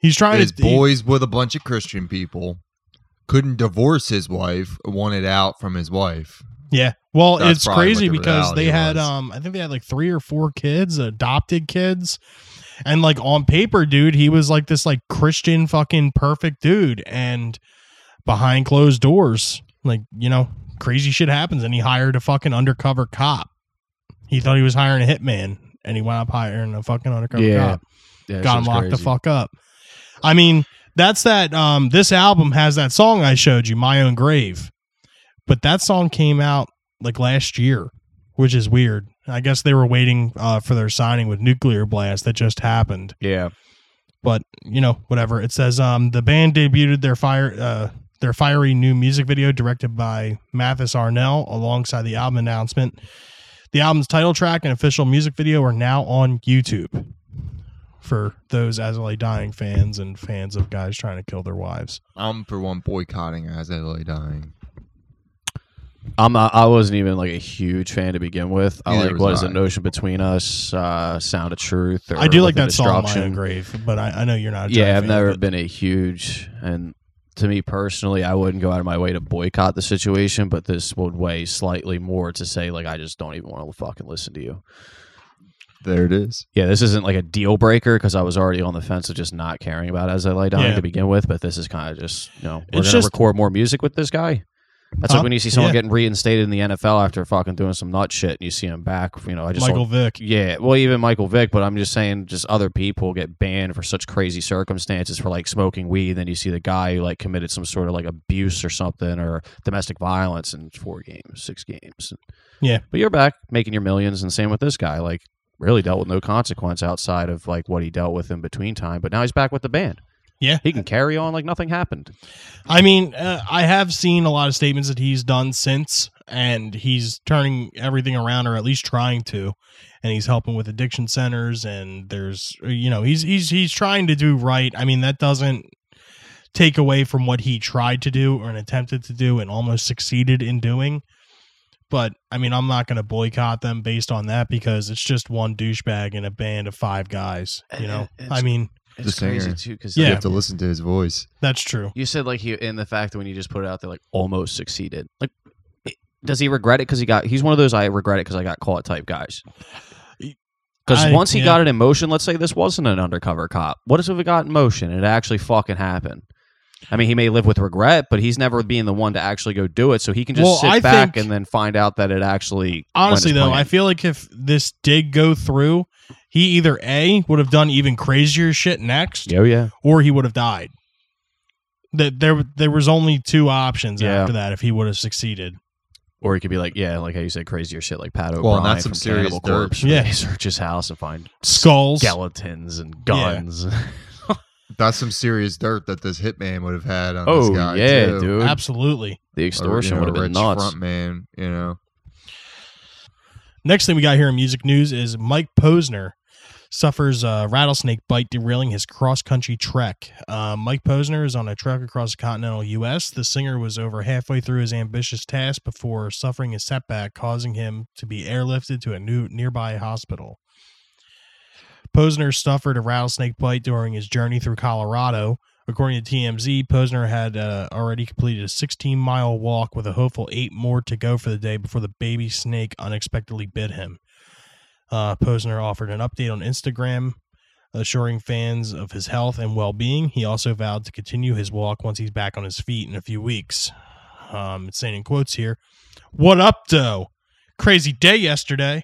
[SPEAKER 3] he's trying
[SPEAKER 4] is
[SPEAKER 3] to he-
[SPEAKER 4] boys with a bunch of Christian people. Couldn't divorce his wife. Wanted out from his wife.
[SPEAKER 3] Yeah. Well,
[SPEAKER 4] That's
[SPEAKER 3] it's
[SPEAKER 4] probably what
[SPEAKER 3] crazy
[SPEAKER 4] the
[SPEAKER 3] because they
[SPEAKER 4] reality
[SPEAKER 3] had
[SPEAKER 4] was.
[SPEAKER 3] um I think they had like 3 or 4 kids, adopted kids. And like on paper, dude, he was like this like Christian fucking perfect dude and behind closed doors, like, you know, crazy shit happens and he hired a fucking undercover cop. He thought he was hiring a hitman and he went up hiring a fucking undercover
[SPEAKER 5] Yeah.
[SPEAKER 3] cop. Got him locked the fuck up. I mean, that's that um this album has that song I showed you, My Own Grave. But that song came out like last year, which is weird. I guess they were waiting uh, for their signing with Nuclear Blast that just happened.
[SPEAKER 5] Yeah.
[SPEAKER 3] But, you know, whatever. It says um the band debuted their fire uh their fiery new music video directed by Mathis Arnell alongside the album announcement. The album's title track and official music video are now on YouTube for those as LA dying fans and fans of guys trying to kill their wives.
[SPEAKER 4] I'm for one boycotting as I lay dying.
[SPEAKER 5] I'm not, I wasn't even like a huge fan to begin with. I
[SPEAKER 4] Neither
[SPEAKER 5] like
[SPEAKER 4] was
[SPEAKER 5] what is
[SPEAKER 4] I.
[SPEAKER 5] it? Notion between us, uh, Sound of Truth. Or
[SPEAKER 3] I do like
[SPEAKER 5] Within
[SPEAKER 3] that song My Own
[SPEAKER 5] Destruction.
[SPEAKER 3] Grave, but I, I know you're not a Giant
[SPEAKER 5] Yeah, I've
[SPEAKER 3] fan,
[SPEAKER 5] never
[SPEAKER 3] but
[SPEAKER 5] been a huge and to me personally, I wouldn't go out of my way to boycott the situation, but this would weigh slightly more to say like I just don't even want to fucking listen to you.
[SPEAKER 4] There it is.
[SPEAKER 5] Yeah, this isn't like a deal breaker because I was already on the fence of just not caring about as I lay down
[SPEAKER 3] Yeah.
[SPEAKER 5] to begin with. But this is kind of just you know we're
[SPEAKER 3] It's
[SPEAKER 5] gonna
[SPEAKER 3] just-
[SPEAKER 5] record more music with this guy. That's
[SPEAKER 3] Huh?
[SPEAKER 5] like when you see someone
[SPEAKER 3] Yeah.
[SPEAKER 5] getting reinstated in the NFL after fucking doing some nut shit, and you see him back. You know, I just
[SPEAKER 3] Michael Vick.
[SPEAKER 5] yeah, well, even Michael Vick, but I'm just saying, just other people get banned for such crazy circumstances for like smoking weed. Then you see the guy who like committed some sort of like abuse or something or domestic violence in four games, six games.
[SPEAKER 3] Yeah.
[SPEAKER 5] but you're back making your millions, and same with this guy. Like, really dealt with no consequence outside of like what he dealt with in between time. But now he's back with the band.
[SPEAKER 3] Yeah.
[SPEAKER 5] he can carry on like nothing happened.
[SPEAKER 3] I mean, uh, I have seen a lot of statements that he's done since, and he's turning everything around, or at least trying to. And he's helping with addiction centers, and there's, you know, he's he's he's trying to do right. I mean, that doesn't take away from what he tried to do or attempted to do and almost succeeded in doing. But I mean, I'm not going to boycott them based on that because it's just one douchebag in a band of five guys. You know,
[SPEAKER 5] It's-
[SPEAKER 3] I mean,
[SPEAKER 4] It's The crazy, singer.
[SPEAKER 5] too because
[SPEAKER 3] Yeah.
[SPEAKER 4] You have to listen to his voice.
[SPEAKER 3] that's true.
[SPEAKER 5] You said like he in the fact that when you just put it out there, like almost succeeded. Like it- does he regret it because he got? He's one of those I regret it because I got caught type guys. Because
[SPEAKER 3] I-
[SPEAKER 5] once he
[SPEAKER 3] yeah.
[SPEAKER 5] got it in motion, let's say this wasn't an undercover cop. What if it got in motion? and It actually fucking happened. I mean, he may live with regret, but he's never being the one to actually go do it. So he can just
[SPEAKER 3] Well,
[SPEAKER 5] sit
[SPEAKER 3] I
[SPEAKER 5] back
[SPEAKER 3] think-
[SPEAKER 5] and then find out that it actually. went
[SPEAKER 3] Honestly,
[SPEAKER 5] as
[SPEAKER 3] though, I
[SPEAKER 5] planned.
[SPEAKER 3] feel like if this did go through, he either A, would have done even crazier shit next,
[SPEAKER 5] Oh yeah.
[SPEAKER 3] or he would have died. That there, there was only two options
[SPEAKER 5] Yeah.
[SPEAKER 3] after that if he would have succeeded.
[SPEAKER 5] Or he could be like, yeah, like how you said, crazier shit, like Pat O'Brien
[SPEAKER 4] Well, and that's some
[SPEAKER 5] from
[SPEAKER 4] serious
[SPEAKER 5] Cannibal
[SPEAKER 4] dirt.
[SPEAKER 5] Corpse. where
[SPEAKER 3] Yeah.
[SPEAKER 5] they search his house and find
[SPEAKER 3] Skulls.
[SPEAKER 5] skeletons and guns.
[SPEAKER 4] That's some serious dirt that this hitman would have had on
[SPEAKER 5] oh
[SPEAKER 4] this guy.
[SPEAKER 5] yeah,
[SPEAKER 4] too.
[SPEAKER 5] dude.
[SPEAKER 3] Absolutely.
[SPEAKER 5] The
[SPEAKER 4] Or,
[SPEAKER 5] extortion
[SPEAKER 4] you know,
[SPEAKER 5] would have
[SPEAKER 4] a
[SPEAKER 5] been
[SPEAKER 4] rich
[SPEAKER 5] nuts.
[SPEAKER 4] Front man, you know.
[SPEAKER 3] Next thing we got here in music news is Mike Posner suffers a rattlesnake bite derailing his cross country trek. Uh, Mike Posner is on a trek across the continental U.S. The singer was over halfway through his ambitious task before suffering a setback, causing him to be airlifted to a new nearby hospital. Posner suffered a rattlesnake bite during his journey through Colorado. According to TMZ, Posner had uh, already completed a 16 mile walk with a hopeful eight more to go for the day before the baby snake unexpectedly bit him. Uh, Posner offered an update on Instagram, assuring fans of his health and well being. He also vowed to continue his walk once he's back on his feet in a few weeks. Um, it's saying in quotes here What up, though? Crazy day yesterday.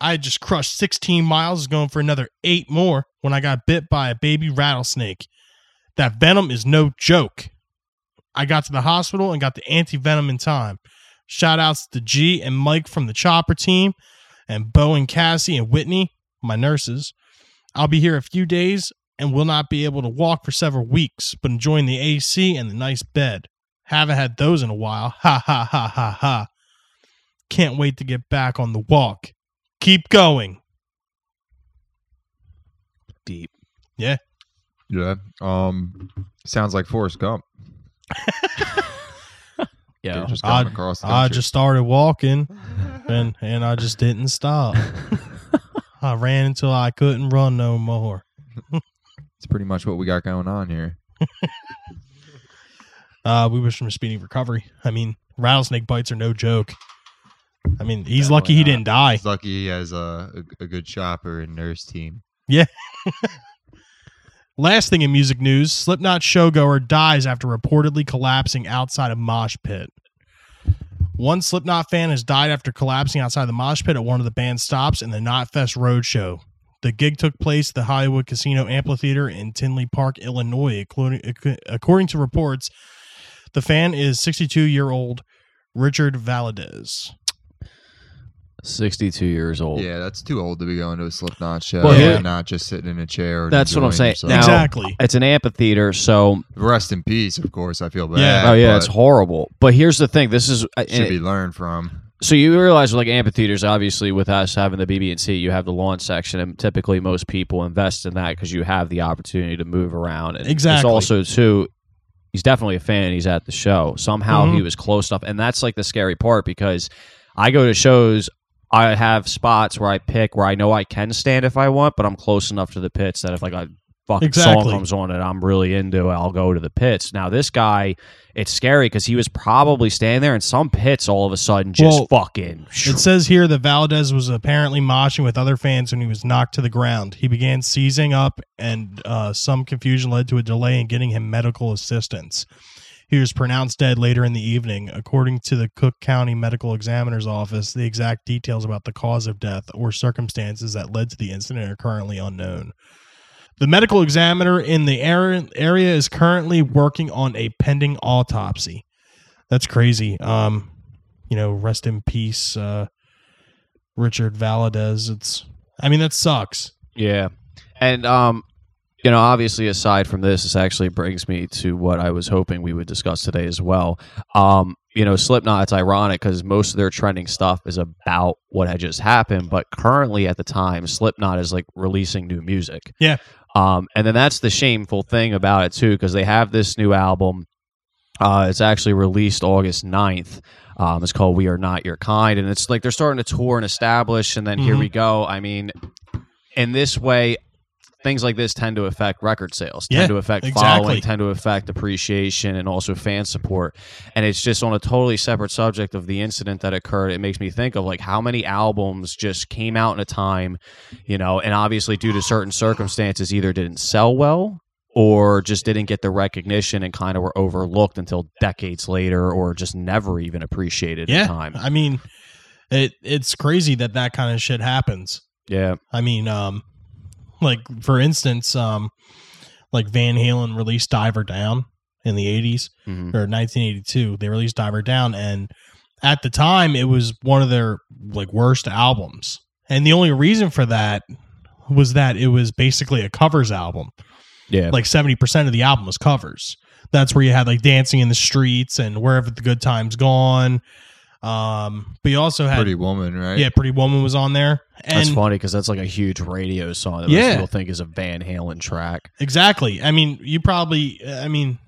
[SPEAKER 3] I had just crushed 16 miles, going for another eight more when I got bit by a baby rattlesnake. That venom is no joke. I got to the hospital and got the anti venom in time. Shout outs to G and Mike from the chopper team, and Bo and Cassie and Whitney, my nurses. I'll be here a few days and will not be able to walk for several weeks, but enjoying the AC and the nice bed. Haven't had those in a while. Ha ha ha ha ha. Can't wait to get back on the walk. Keep going.
[SPEAKER 5] Deep.
[SPEAKER 4] Yeah. Um sounds like Forrest Gump.
[SPEAKER 5] Yeah.
[SPEAKER 4] Dude, just
[SPEAKER 3] I-
[SPEAKER 4] going across the
[SPEAKER 3] I
[SPEAKER 4] country.
[SPEAKER 3] just started walking and and I just didn't stop. I ran until I couldn't run no more.
[SPEAKER 4] It's pretty much what we got going on here.
[SPEAKER 3] Uh, we wish him a speedy recovery. I mean, rattlesnake bites are no joke. I mean, he's lucky he
[SPEAKER 4] not.
[SPEAKER 3] didn't die.
[SPEAKER 4] He's lucky he has a, a, a good shopper and nurse team.
[SPEAKER 3] Last thing in music news Slipknot showgoer dies after reportedly collapsing outside a mosh pit. One Slipknot fan has died after collapsing outside the mosh pit at one of the band's stops in the Knotfest Roadshow. The gig took place at the Hollywood Casino Amphitheater in Tinley Park, Illinois. According, ac- according to reports, the fan is 62 year old Richard Valadez.
[SPEAKER 5] 62 years old.
[SPEAKER 4] Yeah, that's too old to be going to a Slipknot show
[SPEAKER 5] Well,
[SPEAKER 3] here-
[SPEAKER 4] and not just sitting in a chair. and
[SPEAKER 5] That's what I'm
[SPEAKER 4] enjoying
[SPEAKER 5] saying.
[SPEAKER 4] yourself.
[SPEAKER 5] Now-
[SPEAKER 3] exactly.
[SPEAKER 5] It's an amphitheater, so
[SPEAKER 4] Rest in peace, of course. I feel bad.
[SPEAKER 3] Yeah.
[SPEAKER 5] oh yeah,
[SPEAKER 4] but
[SPEAKER 5] it's horrible. But here's the thing: this is uh,
[SPEAKER 4] should be learned from.
[SPEAKER 5] so you realize like amphitheaters obviously with us having the bb&c you have the lawn section and typically most people invest in that because you have the opportunity to move around and it's
[SPEAKER 3] Exactly.
[SPEAKER 5] also too he's definitely a fan and he's at the show somehow he
[SPEAKER 3] Mhm.
[SPEAKER 5] was close enough and that's like the scary part because i go to shows i have spots where i pick where i know i can stand if i want but i'm close enough to the pits that if like a fucking
[SPEAKER 3] Exactly.
[SPEAKER 5] song comes on and i'm really into it i'll go to the pits now this guy it's scary because he was probably standing there and some pits all of a sudden just
[SPEAKER 3] Well,
[SPEAKER 5] fucking
[SPEAKER 3] It says here that Valdez was apparently moshing with other fans when he was knocked to the ground. He began seizing up, and uh, some confusion led to a delay in getting him medical assistance. He was pronounced dead later in the evening. According to the Cook County Medical Examiner's Office, the exact details about the cause of death or circumstances that led to the incident are currently unknown. The medical examiner in the ar- area is currently working on a pending autopsy. That's crazy. Um, you know, rest in peace, uh, Richard Valadez. It's, I mean, that sucks.
[SPEAKER 5] yeah and um you know obviously aside from this this actually brings me to what i was hoping we would discuss today as well um you know slipknot it's ironic because most of their trending stuff is about what had just happened but currently at the time slipknot is like releasing new music
[SPEAKER 3] Yeah.
[SPEAKER 5] um and then that's the shameful thing about it too because they have this new album uh it's actually released august 9th um, it's called "We Are Not Your Kind," and it's like they're starting to tour and establish, and then here
[SPEAKER 3] Mhm.
[SPEAKER 5] we go. I mean, in this way, things like this tend to affect record sales,
[SPEAKER 3] Yeah,
[SPEAKER 5] tend to affect
[SPEAKER 3] exactly.
[SPEAKER 5] following, tend to affect appreciation and also fan support. And it's just on a totally separate subject of the incident that occurred. It makes me think of like how many albums just came out in a time, you know, and obviously due to certain circumstances either didn't sell well or just didn't get the recognition and kind of were overlooked until decades later or just never even appreciated
[SPEAKER 3] yeah.
[SPEAKER 5] at the time.
[SPEAKER 3] I mean, it it's crazy that that kind of shit happens.
[SPEAKER 5] Yeah.
[SPEAKER 3] I mean, um, like for instance, um, like Van Halen released "Diver Down" in the '80s
[SPEAKER 5] Mhm.
[SPEAKER 3] or 1982. They released "Diver Down," and at the time, it was one of their like worst albums. And the only reason for that was that it was basically a covers album.
[SPEAKER 5] Yeah.
[SPEAKER 3] Like 70% of the album was covers. That's where you had like "Dancing in the Streets" and "Wherever the Good Time's Gone." Um, but you also had
[SPEAKER 4] Pretty woman, right?
[SPEAKER 3] yeah, "Pretty Woman" was on there. And
[SPEAKER 5] that's funny because that's like a huge radio song that
[SPEAKER 3] Yeah.
[SPEAKER 5] most people think is a Van Halen track.
[SPEAKER 3] Exactly. I mean, you probably. I mean,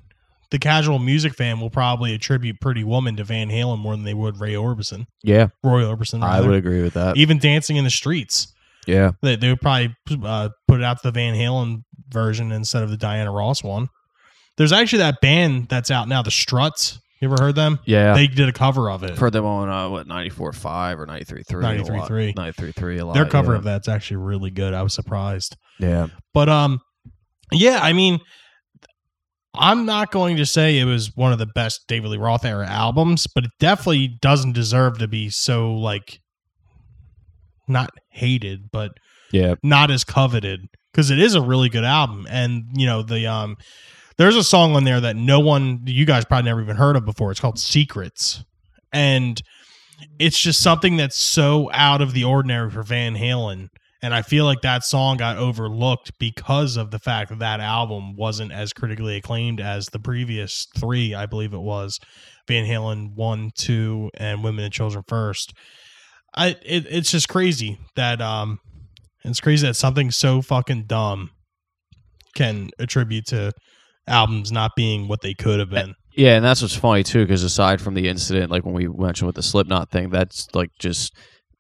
[SPEAKER 3] the casual music fan will probably attribute "Pretty Woman" to Van Halen more than they would Ray Orbison,
[SPEAKER 5] Yeah,
[SPEAKER 3] Roy Orbison.
[SPEAKER 5] I
[SPEAKER 3] rather.
[SPEAKER 5] would agree with that.
[SPEAKER 3] Even "Dancing in the Streets,"
[SPEAKER 5] Yeah,
[SPEAKER 3] they, they would probably uh, put out the Van Halen version instead of the Diana Ross one. There's actually that band that's out now, the Struts. You ever heard them?
[SPEAKER 5] yeah.
[SPEAKER 3] They did a cover of it.
[SPEAKER 5] Heard them on uh, what ninety four five or ninety three three
[SPEAKER 3] 93.3.
[SPEAKER 5] ninety three three a lot.
[SPEAKER 3] Their cover
[SPEAKER 5] yeah.
[SPEAKER 3] of that's actually really good. I was surprised.
[SPEAKER 5] Yeah,
[SPEAKER 3] But um, yeah, I mean, I'm not going to say it was one of the best David Lee Roth era albums, but it definitely doesn't deserve to be so like not hated, but
[SPEAKER 5] yeah,
[SPEAKER 3] not as coveted because it is a really good album. And you know the um, there's a song on there that no one you guys probably never even heard of before. It's called Secrets, and it's just something that's so out of the ordinary for Van Halen. And I feel like that song got overlooked because of the fact that that album wasn't as critically acclaimed as the previous three. I believe it was Van Halen one, two, and Women and Children First. I it, it's just crazy that um, it's crazy that something so fucking dumb can attribute to albums not being what they could have been.
[SPEAKER 5] yeah. And that's what's funny too, because aside from the incident, like when we mentioned with the Slipknot thing, that's like just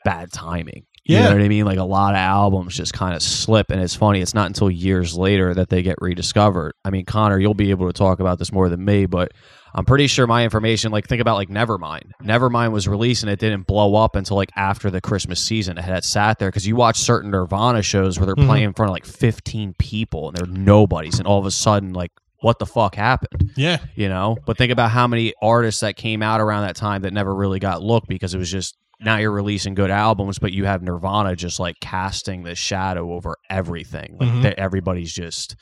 [SPEAKER 5] bad timing. You
[SPEAKER 3] Yeah.
[SPEAKER 5] know what I mean? Like a lot of albums just kind of slip, and it's funny. It's not until years later that they get rediscovered. I mean, Connor, you'll be able to talk about this more than me, but I'm pretty sure my information. Like, think about like Nevermind. Nevermind was released and it didn't blow up until like after the Christmas season. It had sat there because you watch certain Nirvana shows where they're
[SPEAKER 3] Mhm.
[SPEAKER 5] playing in front of like 15 people and they're nobodies, and all of a sudden, like, what the fuck happened?
[SPEAKER 3] Yeah.
[SPEAKER 5] you know but think about how many artists that came out around that time that never really got looked because it was just now you're releasing good albums but you have nirvana just like casting the shadow over everything like
[SPEAKER 3] Mhm.
[SPEAKER 5] that everybody's just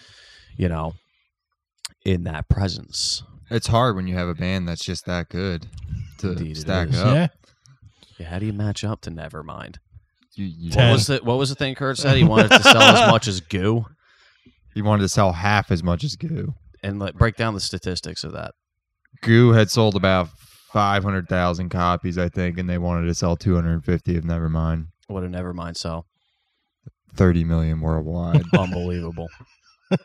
[SPEAKER 5] you know in that presence
[SPEAKER 4] It's hard when you have a band that's just that good to
[SPEAKER 5] Indeed it
[SPEAKER 4] stack
[SPEAKER 5] is.
[SPEAKER 4] up.
[SPEAKER 3] Yeah.
[SPEAKER 5] yeah, how do you match up to nevermind
[SPEAKER 4] You, you-
[SPEAKER 3] Ten.
[SPEAKER 5] what was the what was the thing kurt said he wanted to sell as much as goo
[SPEAKER 4] you wanted to sell half as much as Goo.
[SPEAKER 5] and like break down the statistics of that
[SPEAKER 4] Goo had sold about 500,000 copies, I think, and they wanted to sell 250 of Nevermind.
[SPEAKER 5] what did nevermind sell
[SPEAKER 4] 30 million worldwide.
[SPEAKER 5] unbelievable.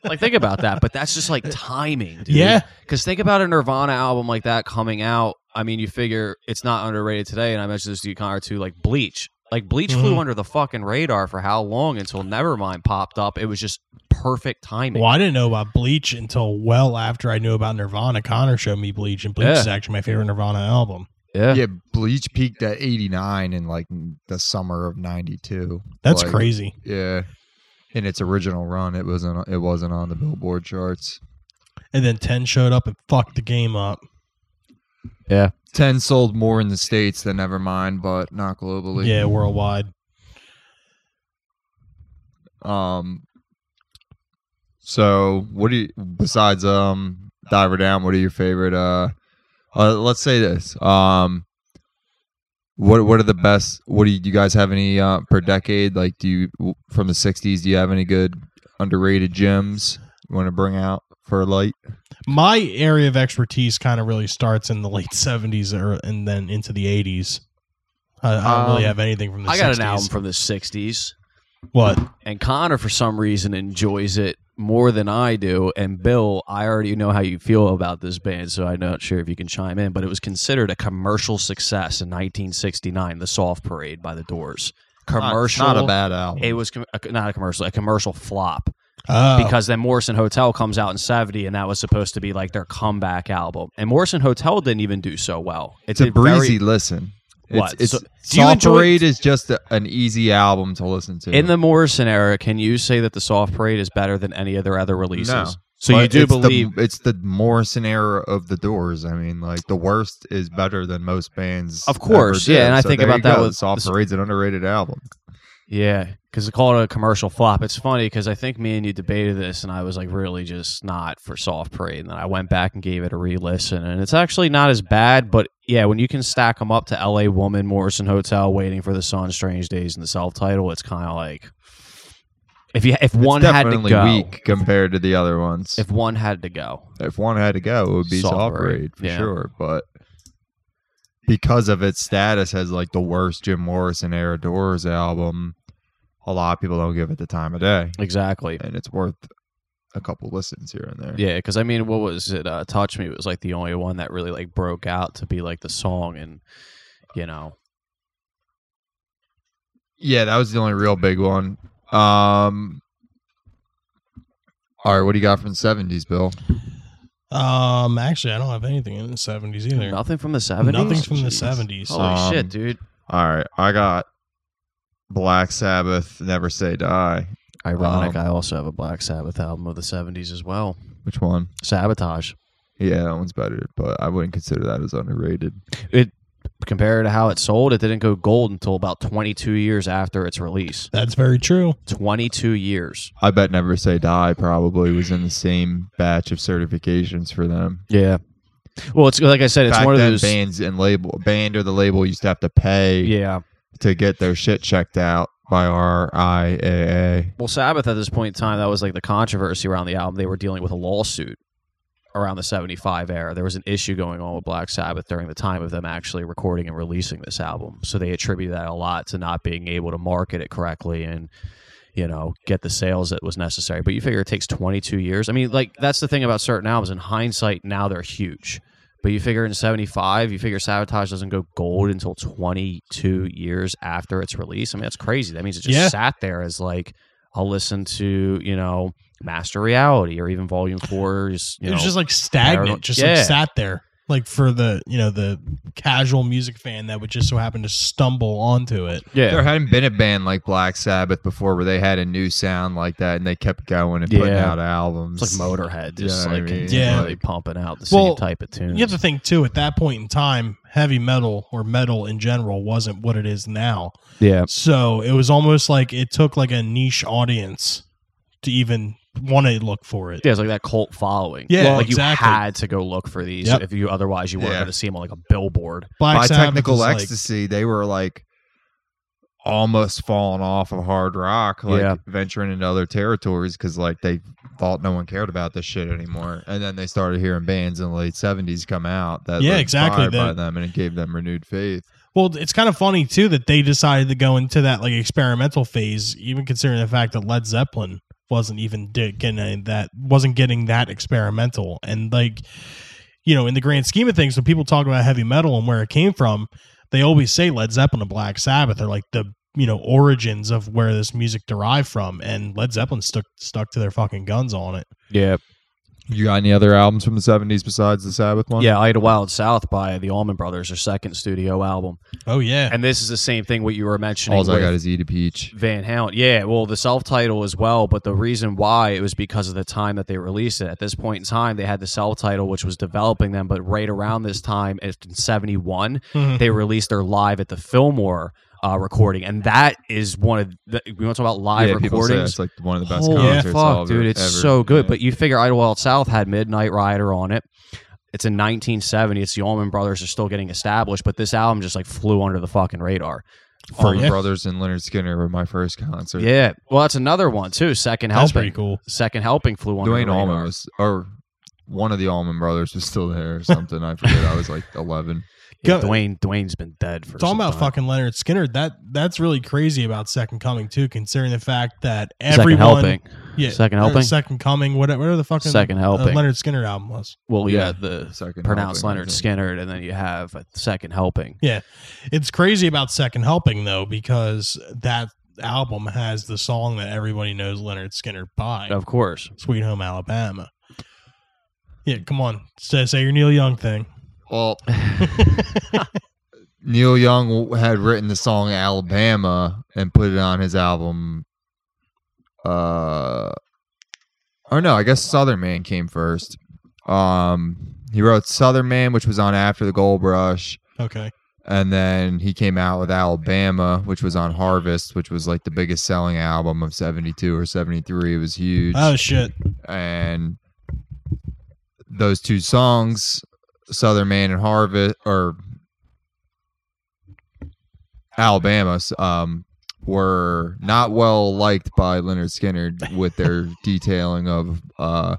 [SPEAKER 5] like think about that, but that's just like timing, dude.
[SPEAKER 3] Yeah.
[SPEAKER 5] Because think about a Nirvana album like that coming out. I mean, you figure it's not underrated today, and I mentioned this to you, Connor, too. Like Bleach, like Bleach flew
[SPEAKER 3] Mhm.
[SPEAKER 5] under the fucking radar for how long until Nevermind popped up. It was just perfect timing.
[SPEAKER 3] Well, I didn't know about Bleach until well after I knew about Nirvana. Connor showed me Bleach, and Bleach
[SPEAKER 5] Yeah.
[SPEAKER 3] is actually my favorite Nirvana album.
[SPEAKER 4] yeah, Bleach peaked at 89 in like the summer of 92.
[SPEAKER 3] That's
[SPEAKER 4] Like,
[SPEAKER 3] crazy.
[SPEAKER 4] Yeah. In its original run, it wasn't it wasn't on the Billboard charts.
[SPEAKER 3] And then Ten showed up and fucked the game up.
[SPEAKER 4] 10 sold more in the states than Nevermind, but not globally.
[SPEAKER 3] Yeah, worldwide.
[SPEAKER 4] Um. So, what do you besides um Diver Down? What are your favorite? Uh, uh let's say this. Um, what what are the best? What do you, do you guys have any uh, per decade? Like, do you from the '60s? Do you have any good underrated gems you want to bring out for light?
[SPEAKER 3] My area of expertise kind of really starts in the late '70s, or and then into the '80s. I, I don't really
[SPEAKER 4] Um,
[SPEAKER 3] have anything from the.
[SPEAKER 5] I got
[SPEAKER 3] 60s.
[SPEAKER 5] an album from the '60s.
[SPEAKER 3] What?
[SPEAKER 5] and Connor for some reason enjoys it more than I do. And Bill, I already know how you feel about this band, so I'm not sure if you can chime in. But it was considered a commercial success in 1969, "The Soft Parade" by The Doors.
[SPEAKER 4] Not-
[SPEAKER 5] Commercial,
[SPEAKER 4] Not, a bad album.
[SPEAKER 5] It was com- a- not a commercial, a commercial flop.
[SPEAKER 3] Oh,
[SPEAKER 5] because then Morrison Hotel comes out in 70 and that was supposed to be like their comeback album. And Morrison Hotel didn't even do so well.
[SPEAKER 4] It's a
[SPEAKER 5] did very-
[SPEAKER 4] breezy listen.
[SPEAKER 5] What?
[SPEAKER 4] It's,
[SPEAKER 5] So-
[SPEAKER 4] it's,
[SPEAKER 5] do you
[SPEAKER 4] Soft
[SPEAKER 5] enjoy-
[SPEAKER 4] Parade is just a, an easy album to listen to.
[SPEAKER 5] in the Morrison era, can you say that the Soft Parade is better than any of their other releases?
[SPEAKER 4] No.
[SPEAKER 5] So you
[SPEAKER 4] But
[SPEAKER 5] do
[SPEAKER 4] it's the-
[SPEAKER 5] believe
[SPEAKER 4] it's the Morrison era of the Doors. I mean, like the worst is better than most bands.
[SPEAKER 5] Of course,
[SPEAKER 4] ever did.
[SPEAKER 5] yeah, and I
[SPEAKER 4] So
[SPEAKER 5] think
[SPEAKER 4] there
[SPEAKER 5] about
[SPEAKER 4] you
[SPEAKER 5] that
[SPEAKER 4] go.
[SPEAKER 5] with-
[SPEAKER 4] Soft Parade's an underrated album.
[SPEAKER 5] Yeah, because they call it a commercial flop. It's funny because I think me and you debated this, and I was like really just not for Soft Parade, and then I went back and gave it a re-listen, and it's actually not as bad. But yeah, when you can stack them up to L.A. Woman, Morrison Hotel, Waiting for the Sun, Strange Days, and the self-title, it's kind of like if you if
[SPEAKER 4] It's
[SPEAKER 5] one had to
[SPEAKER 4] definitely
[SPEAKER 5] go,
[SPEAKER 4] weak compared to the other ones. If,
[SPEAKER 5] if one had to go,
[SPEAKER 4] one had to go, it would be
[SPEAKER 5] Soft
[SPEAKER 4] Soft
[SPEAKER 5] Parade,
[SPEAKER 4] Parade for
[SPEAKER 5] yeah.
[SPEAKER 4] sure. But because of its status as like the worst Jim Morrison era Doors album, a lot of people don't give it the time of day,
[SPEAKER 5] exactly.
[SPEAKER 4] and it's worth a couple listens here and there.
[SPEAKER 5] Yeah, because I mean, what was it? Uh, Touch Me was like the only one that really like broke out to be like the song, and you know,
[SPEAKER 4] Yeah, that was the only real big one. Um, all right, what do you got from the seventies, Bill?
[SPEAKER 3] um, actually, I don't have anything in the seventies either.
[SPEAKER 5] nothing from the seventies.
[SPEAKER 3] Nothing from the
[SPEAKER 5] Jeez.
[SPEAKER 3] seventies.
[SPEAKER 5] Holy
[SPEAKER 4] Um,
[SPEAKER 5] shit, dude!
[SPEAKER 4] All right, I got Black Sabbath, Never Say Die.
[SPEAKER 5] Ironic.
[SPEAKER 4] um,
[SPEAKER 5] I also have a Black Sabbath album of the seventies as well.
[SPEAKER 4] Which one?
[SPEAKER 5] Sabotage.
[SPEAKER 4] Yeah, that one's better, but I wouldn't consider that as underrated.
[SPEAKER 5] It compared to how it sold, it didn't go gold until about twenty-two years after its release.
[SPEAKER 3] That's very true.
[SPEAKER 5] Twenty-two years.
[SPEAKER 4] I bet Never Say Die probably was in the same batch of certifications for them.
[SPEAKER 5] Yeah. Well, it's like I said, it's
[SPEAKER 4] Back
[SPEAKER 5] one of
[SPEAKER 4] then,
[SPEAKER 5] those.
[SPEAKER 4] bands and label band or the label used to have to pay
[SPEAKER 5] Yeah.
[SPEAKER 4] to get their shit checked out by RIAA.
[SPEAKER 5] Well, Sabbath at this point in time, that was like the controversy around the album. They were dealing with a lawsuit around the 75 era. There was an issue going on with Black Sabbath during the time of them actually recording and releasing this album. So they attribute that a lot to not being able to market it correctly and you know, get the sales that was necessary. But you figure it takes 22 years. I mean, like that's the thing about certain albums in hindsight now they're huge. But you figure in 75, you figure Sabotage doesn't go gold until 22 years after its release. I mean, that's crazy. That means it just
[SPEAKER 3] Yeah.
[SPEAKER 5] sat there as like I'll listen to, you know, Master Reality or even Volume 4 is, you
[SPEAKER 3] it
[SPEAKER 5] know,
[SPEAKER 3] was just like stagnant,
[SPEAKER 5] parano-
[SPEAKER 3] just
[SPEAKER 5] Yeah.
[SPEAKER 3] like sat there, like for the you know the casual music fan that would just so happen to stumble onto it.
[SPEAKER 5] yeah.
[SPEAKER 4] There hadn't been a band like Black Sabbath before where they had a new sound like that and they kept going and putting
[SPEAKER 5] Yeah.
[SPEAKER 4] out albums.
[SPEAKER 5] It's like Motorhead,
[SPEAKER 4] You
[SPEAKER 5] just
[SPEAKER 4] know what I
[SPEAKER 5] like
[SPEAKER 4] mean?
[SPEAKER 5] continually
[SPEAKER 3] Yeah.
[SPEAKER 5] pumping out the same
[SPEAKER 3] Well,
[SPEAKER 5] type of tunes.
[SPEAKER 3] You have to think too. At that point in time, heavy metal or metal in general wasn't what it is now.
[SPEAKER 5] yeah,
[SPEAKER 3] So it was almost like it took like a niche audience to even want to look for it.
[SPEAKER 5] yeah, it's like that cult following.
[SPEAKER 3] Yeah,
[SPEAKER 5] like
[SPEAKER 3] exactly.
[SPEAKER 5] you had to go look for these.
[SPEAKER 3] Yep.
[SPEAKER 5] If you otherwise, you weren't
[SPEAKER 4] Yeah.
[SPEAKER 5] going to see them on like a billboard.
[SPEAKER 3] Black
[SPEAKER 4] By
[SPEAKER 3] Sabbath
[SPEAKER 4] technical
[SPEAKER 3] is, like-
[SPEAKER 4] ecstasy, they were like almost falling off of hard rock, like
[SPEAKER 5] Yeah.
[SPEAKER 4] venturing into other territories because like they thought no one cared about this shit anymore. And then they started hearing bands in the late seventies come out that
[SPEAKER 3] Yeah,
[SPEAKER 4] were
[SPEAKER 3] exactly,
[SPEAKER 4] inspired by
[SPEAKER 3] that-
[SPEAKER 4] them and it gave them renewed faith.
[SPEAKER 3] Well, it's kind of funny too that they decided to go into that like experimental phase, even considering the fact that Led Zeppelin wasn't even di- getting any of that wasn't getting that experimental, and like you know, in the grand scheme of things, when people talk about heavy metal and where it came from, they always say Led Zeppelin and Black Sabbath are like the you know origins of where this music derived from, and Led Zeppelin stuck stuck to their fucking guns on it.
[SPEAKER 5] Yeah,
[SPEAKER 4] You got any other albums from the seventies besides the Sabbath one?
[SPEAKER 5] yeah. Ida Wild South by the Allman Brothers, their second studio album,
[SPEAKER 3] Oh yeah,
[SPEAKER 5] and this is the same thing what you were mentioning.
[SPEAKER 4] All I
[SPEAKER 5] with-
[SPEAKER 4] got is Eat a Peach.
[SPEAKER 5] Van Halen. Yeah, well, the self title as well, but the reason why it was because of the time that they released it. At this point in time, they had the self title, which was developing them, but right around this time, it's in 71,
[SPEAKER 4] Mm-hmm.
[SPEAKER 3] Mhm.
[SPEAKER 5] they released their live at the Fillmore uh, recording. And that is one of the, we want to talk about live
[SPEAKER 4] yeah, people say
[SPEAKER 5] recordings.
[SPEAKER 4] it's like one of the best
[SPEAKER 5] Holy
[SPEAKER 4] concerts.
[SPEAKER 5] fuck,
[SPEAKER 4] I've
[SPEAKER 5] dude,
[SPEAKER 4] ever-
[SPEAKER 5] it's
[SPEAKER 4] ever
[SPEAKER 5] so good.
[SPEAKER 4] been.
[SPEAKER 5] But you figure Idlewild South had Midnight Rider on it. It's in 1970. It's the Allman Brothers are still getting established, but this album just like flew under the fucking radar.
[SPEAKER 4] For
[SPEAKER 3] Oh, yeah.
[SPEAKER 4] Brothers and Leonard Skinner were my first concert.
[SPEAKER 5] Yeah. Well, that's another one too. Second
[SPEAKER 3] that's
[SPEAKER 5] helping.
[SPEAKER 3] pretty cool.
[SPEAKER 5] Second helping flew on.
[SPEAKER 4] Dwayne Allman was, or one of the Allman brothers was still there or something. I forget. I was like 11.
[SPEAKER 5] Yeah,
[SPEAKER 3] Go-
[SPEAKER 5] Dwayne. Dwayne's been dead for.
[SPEAKER 3] Talking
[SPEAKER 5] some
[SPEAKER 3] about
[SPEAKER 5] time.
[SPEAKER 3] fucking Leonard Skinner, that that's really crazy about Second Coming too, considering the fact that
[SPEAKER 5] Second
[SPEAKER 3] everyone,
[SPEAKER 5] helping.
[SPEAKER 3] yeah,
[SPEAKER 5] Second
[SPEAKER 3] or
[SPEAKER 5] Helping?
[SPEAKER 3] Second Coming, whatever, whatever the fucking
[SPEAKER 5] Second
[SPEAKER 3] uh,
[SPEAKER 5] helping.
[SPEAKER 3] Leonard Skinner album was.
[SPEAKER 5] Well, yeah,
[SPEAKER 4] Yeah.
[SPEAKER 5] the
[SPEAKER 4] Second
[SPEAKER 5] pronounced
[SPEAKER 4] helping, I
[SPEAKER 5] Leonard
[SPEAKER 4] think.
[SPEAKER 5] Skinner, and then you have a second helping.
[SPEAKER 3] Yeah, it's crazy about Second Helping though because that album has the song that everybody knows Leonard Skinner by,
[SPEAKER 5] Of course.
[SPEAKER 3] "Sweet Home Alabama." Yeah, come on, say, say your Neil Young thing.
[SPEAKER 4] Well, Neil Young w- had written the song Alabama and put it on his album. Uh, or no, I guess Southern Man came first. Um, he wrote Southern Man, which was on after the Gold Rush,
[SPEAKER 3] okay,
[SPEAKER 4] and then he came out with Alabama, which was on Harvest, which was like the biggest selling album of '72 or '73. It was huge
[SPEAKER 3] oh shit,
[SPEAKER 4] and those two songs, Southern Man and Harvest, or Alabama, um, were not well liked by Leonard Skinner with their detailing of uh,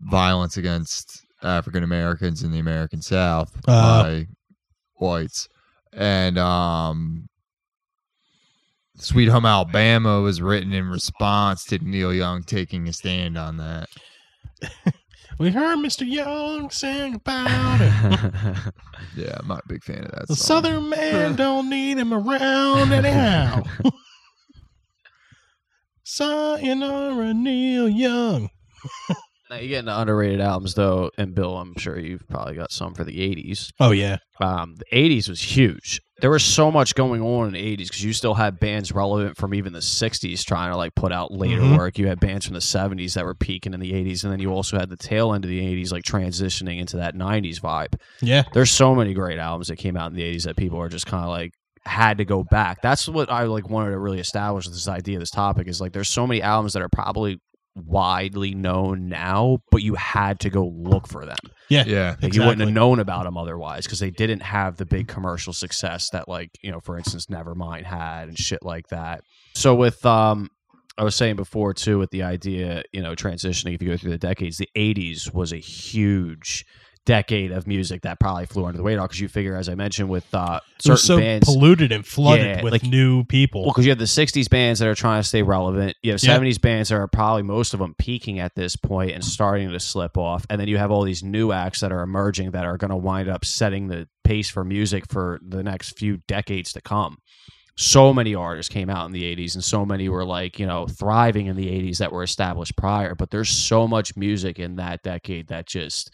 [SPEAKER 4] violence against African Americans in the American South
[SPEAKER 3] Uh.
[SPEAKER 4] by whites, and um, Sweet Home Alabama was written in response to Neil Young taking a stand on that.
[SPEAKER 3] we heard Mr. Young sing about it.
[SPEAKER 4] Yeah, I'm not a big fan of that.
[SPEAKER 3] The
[SPEAKER 4] song.
[SPEAKER 5] uh,
[SPEAKER 3] Southern man don't need him around anyhow. Sayonara, Neil Young.
[SPEAKER 5] Now you get into underrated albums though, and Bill, I'm sure you've probably got some for the '80s.
[SPEAKER 3] Oh yeah,
[SPEAKER 5] Um, the '80s was huge. There was so much going on in the '80s because you still had bands relevant from even the '60s trying to like put out later
[SPEAKER 3] Mhm.
[SPEAKER 5] work. You had bands from the '70s that were peaking in the '80s, and then you also had the tail end of the '80s like transitioning into that '90s vibe.
[SPEAKER 3] yeah.
[SPEAKER 5] there's so many great albums that came out in the 80s that people are just kind of like had to go back that's what i like wanted to really establish with this idea this topic is like there's so many albums that are probably widely known now but you had to go look for them
[SPEAKER 4] Yeah,
[SPEAKER 5] like you wouldn't have known about them otherwise because they didn't have the big commercial success that like you know for instance nevermind had and shit like that so with um i was saying before too with the idea you know transitioning if you go through the decades the 80s was a huge decade of music that probably flew under the radar because you figure as i mentioned with uh
[SPEAKER 3] It
[SPEAKER 5] certain
[SPEAKER 3] was so
[SPEAKER 5] bands
[SPEAKER 3] polluted and flooded
[SPEAKER 5] Yeah,
[SPEAKER 3] with
[SPEAKER 5] like-
[SPEAKER 3] new people.
[SPEAKER 5] well, because you have the '60s bands that are trying to stay relevant. You have
[SPEAKER 3] Yeah.
[SPEAKER 5] '70s bands that are probably most of them peaking at this point and starting to slip off, and then you have all these new acts that are emerging that are going to wind up setting the pace for music for the next few decades to come. So many artists came out in the '80s, and so many were like you know thriving in the '80s that were established prior. But there's so much music in that decade that just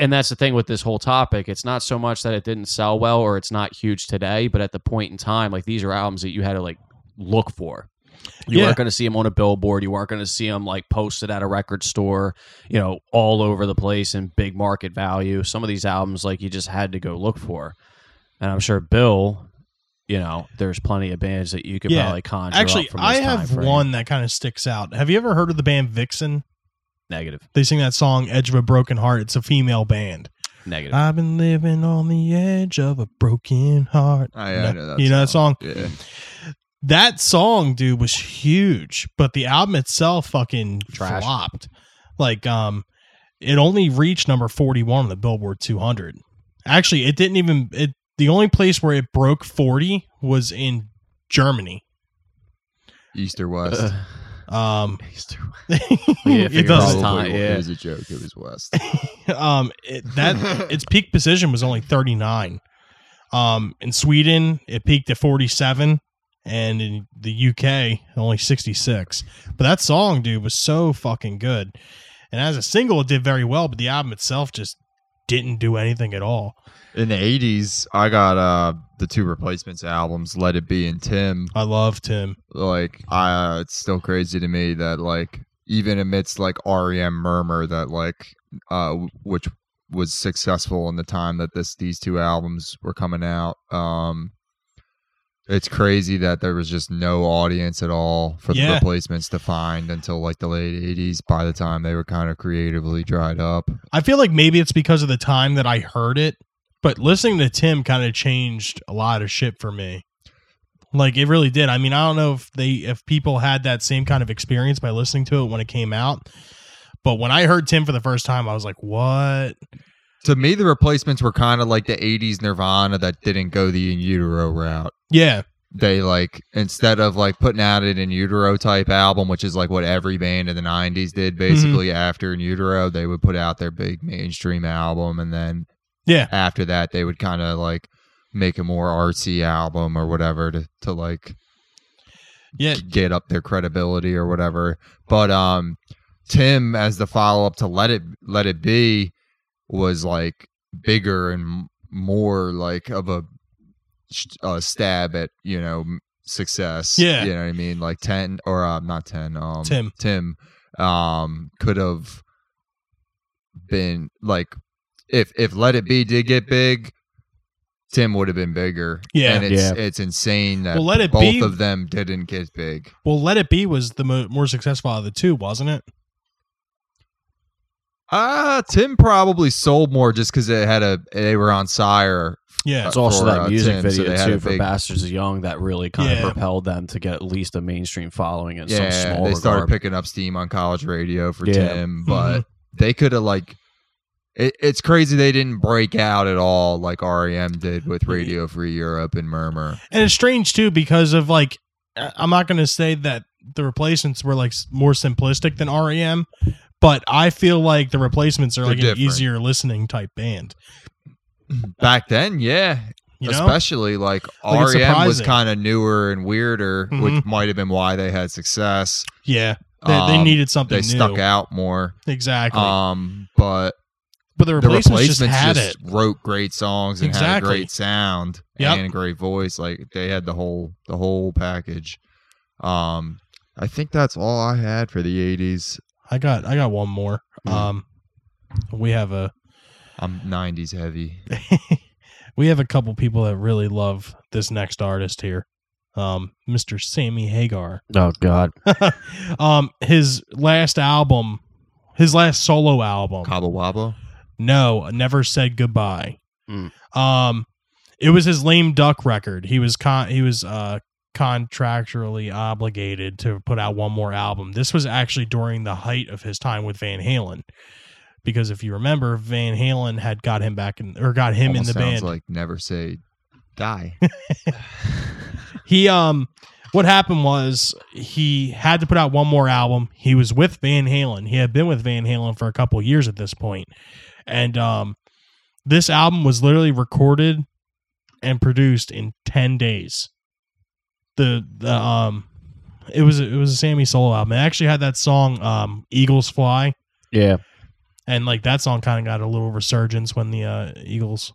[SPEAKER 5] and that's the thing with this whole topic. It's not so much that it didn't sell well or it's not huge today, but at the point in time, like these are albums that you had to like look for. You
[SPEAKER 3] Yeah.
[SPEAKER 5] weren't going to see them on a billboard. You weren't going to see them like posted at a record store, you know, all over the place in big market value. Some of these albums, like you just had to go look for. And I'm sure Bill, you know, there's plenty of bands that you could
[SPEAKER 3] Yeah.
[SPEAKER 5] probably conjure. up
[SPEAKER 3] Actually,
[SPEAKER 5] from
[SPEAKER 3] I
[SPEAKER 5] this
[SPEAKER 3] have
[SPEAKER 5] time frame.
[SPEAKER 3] one that kind of sticks out. Have you ever heard of the band Vixen?
[SPEAKER 5] negative,
[SPEAKER 3] They sing that song "Edge of a Broken Heart." It's a female band.
[SPEAKER 5] negative.
[SPEAKER 3] I've been living on the edge of a broken heart.
[SPEAKER 4] I, Oh, I know that.
[SPEAKER 3] you know that song.
[SPEAKER 4] Yeah,
[SPEAKER 3] That song, dude, was huge, but the album itself fucking
[SPEAKER 5] Trash.
[SPEAKER 3] flopped. Like, um, it only reached number forty-one on the Billboard 200. Actually, it didn't even. It the only place where it broke forty was in Germany.
[SPEAKER 4] East or West.
[SPEAKER 5] Uh,
[SPEAKER 3] Um,
[SPEAKER 5] figure
[SPEAKER 3] it
[SPEAKER 5] it
[SPEAKER 3] doesn't.
[SPEAKER 5] out.
[SPEAKER 4] Probably
[SPEAKER 5] time,
[SPEAKER 4] it
[SPEAKER 5] yeah.
[SPEAKER 4] was a joke. It was West.
[SPEAKER 3] um it, that its peak position was only 39 um in sweden it peaked at 47 and in the uk only 66 but that song dude was so fucking good and as a single it did very well but the album itself just didn't do anything at all
[SPEAKER 4] In the '80s, I got uh the two replacements albums, Let It Be and Tim.
[SPEAKER 3] i loved him
[SPEAKER 4] Like, I it's still crazy to me that like even amidst like REM Murmur that like uh w- which was successful in the time that this these two albums were coming out. Um it's crazy that there was just no audience at all for
[SPEAKER 3] Yeah.
[SPEAKER 4] the replacements to find until like the late 80s by the time they were kind of creatively dried up.
[SPEAKER 3] i feel like maybe it's because of the time that i heard it but listening to tim kind of changed a lot of shit for me like it really did i mean i don't know if they if people had that same kind of experience by listening to it when it came out but when i heard tim for the first time i was like what
[SPEAKER 4] To me the replacements were kind of like the 80s Nirvana that didn't go the in utero route.
[SPEAKER 3] yeah
[SPEAKER 4] they like instead of like putting out an in utero type album, which is like what every band in the '90s did
[SPEAKER 3] Mm-hmm.
[SPEAKER 4] basically after in utero, they would put out their big mainstream album, and then
[SPEAKER 3] yeah
[SPEAKER 4] after that, they would kind of like make a more artsy album or whatever to to like
[SPEAKER 3] Yeah.
[SPEAKER 4] get up their credibility or whatever. But um, Tim as the follow up to Let It Let It Be was like bigger and m- more like of a, sh- a stab at you know m- success.
[SPEAKER 3] Yeah.
[SPEAKER 4] you know what I mean. Like ten or uh, not ten. Um,
[SPEAKER 3] Tim.
[SPEAKER 4] Tim um could have been like if if Let It Be did get big. Tim would have been bigger.
[SPEAKER 3] Yeah.
[SPEAKER 4] and it's
[SPEAKER 5] Yeah.
[SPEAKER 4] it's insane that
[SPEAKER 3] Well, Let It
[SPEAKER 4] both
[SPEAKER 3] Be-
[SPEAKER 4] of them didn't get big.
[SPEAKER 3] Well, Let It Be was the mo- more successful out of the two, wasn't it?
[SPEAKER 4] Ah, Tim probably sold more just because it had a they were on Sire.
[SPEAKER 3] Yeah.
[SPEAKER 5] It's
[SPEAKER 4] Uh,
[SPEAKER 5] also
[SPEAKER 4] for,
[SPEAKER 5] that
[SPEAKER 4] uh,
[SPEAKER 5] music
[SPEAKER 4] Tim, so
[SPEAKER 5] video
[SPEAKER 4] they had
[SPEAKER 5] too
[SPEAKER 4] a
[SPEAKER 5] for
[SPEAKER 4] big-
[SPEAKER 5] Bastards of Young that really kind
[SPEAKER 3] Yeah.
[SPEAKER 5] of propelled them to get at least a mainstream following in
[SPEAKER 4] yeah,
[SPEAKER 5] some small
[SPEAKER 4] they started
[SPEAKER 5] regard.
[SPEAKER 4] picking up steam on college radio for
[SPEAKER 5] Yeah.
[SPEAKER 4] Tim,
[SPEAKER 3] Mm-hmm.
[SPEAKER 4] but they could have like. It, it's crazy they didn't break out at all like REM did with Radio Free Europe and Murmur.
[SPEAKER 3] And it's strange too because of like I- I'm not going to say that the replacements were like s- more simplistic than REM, but I feel like the replacements are
[SPEAKER 4] They're
[SPEAKER 3] like
[SPEAKER 4] different.
[SPEAKER 3] an easier listening type band.
[SPEAKER 4] Back then, yeah,
[SPEAKER 3] You know,
[SPEAKER 4] especially like,
[SPEAKER 3] Like, it's
[SPEAKER 4] REM was
[SPEAKER 3] surprising.
[SPEAKER 4] kind of newer and weirder, which
[SPEAKER 3] Mhm.
[SPEAKER 4] might have been why they had success.
[SPEAKER 3] yeah, they, they
[SPEAKER 4] Um,
[SPEAKER 3] needed something.
[SPEAKER 4] they
[SPEAKER 3] new.
[SPEAKER 4] stuck out more.
[SPEAKER 3] exactly.
[SPEAKER 4] Um, but
[SPEAKER 3] but the
[SPEAKER 4] the
[SPEAKER 3] replacements,
[SPEAKER 4] replacements
[SPEAKER 3] just had
[SPEAKER 4] just,
[SPEAKER 3] it.
[SPEAKER 4] wrote great songs and had a
[SPEAKER 3] Exactly.
[SPEAKER 4] great sound
[SPEAKER 3] Yep.
[SPEAKER 4] and a great voice. Like they had the whole the whole package. Um, I think that's all I had for the '80s.
[SPEAKER 3] I got I got one more.
[SPEAKER 4] Hmm.
[SPEAKER 3] Um, we have a
[SPEAKER 4] I'm '90s heavy.
[SPEAKER 3] we have a couple people that really love this next artist here, um, Mr. Sammy Hagar.
[SPEAKER 5] Oh God,
[SPEAKER 3] um, his last album, his last solo album.
[SPEAKER 4] Cabo Wabo.
[SPEAKER 3] No, never said goodbye.
[SPEAKER 4] Hmm.
[SPEAKER 5] Mm.
[SPEAKER 3] Um, it was his lame duck record. He was con- he was uh contractually obligated to put out one more album. This was actually during the height of his time with Van Halen, because if you remember, Van Halen had got him back in or got him
[SPEAKER 4] Almost
[SPEAKER 3] in the
[SPEAKER 4] sounds
[SPEAKER 3] band.
[SPEAKER 4] like never say die.
[SPEAKER 3] he um what happened was he had to put out one more album he was with van halen he had been with van halen for a couple years at this point and um this album was literally recorded and produced in 10 days the the um it was it was a sammy solo album it actually had that song um eagles fly
[SPEAKER 5] yeah,
[SPEAKER 3] and like that song kind of got a little resurgence when the uh, Eagles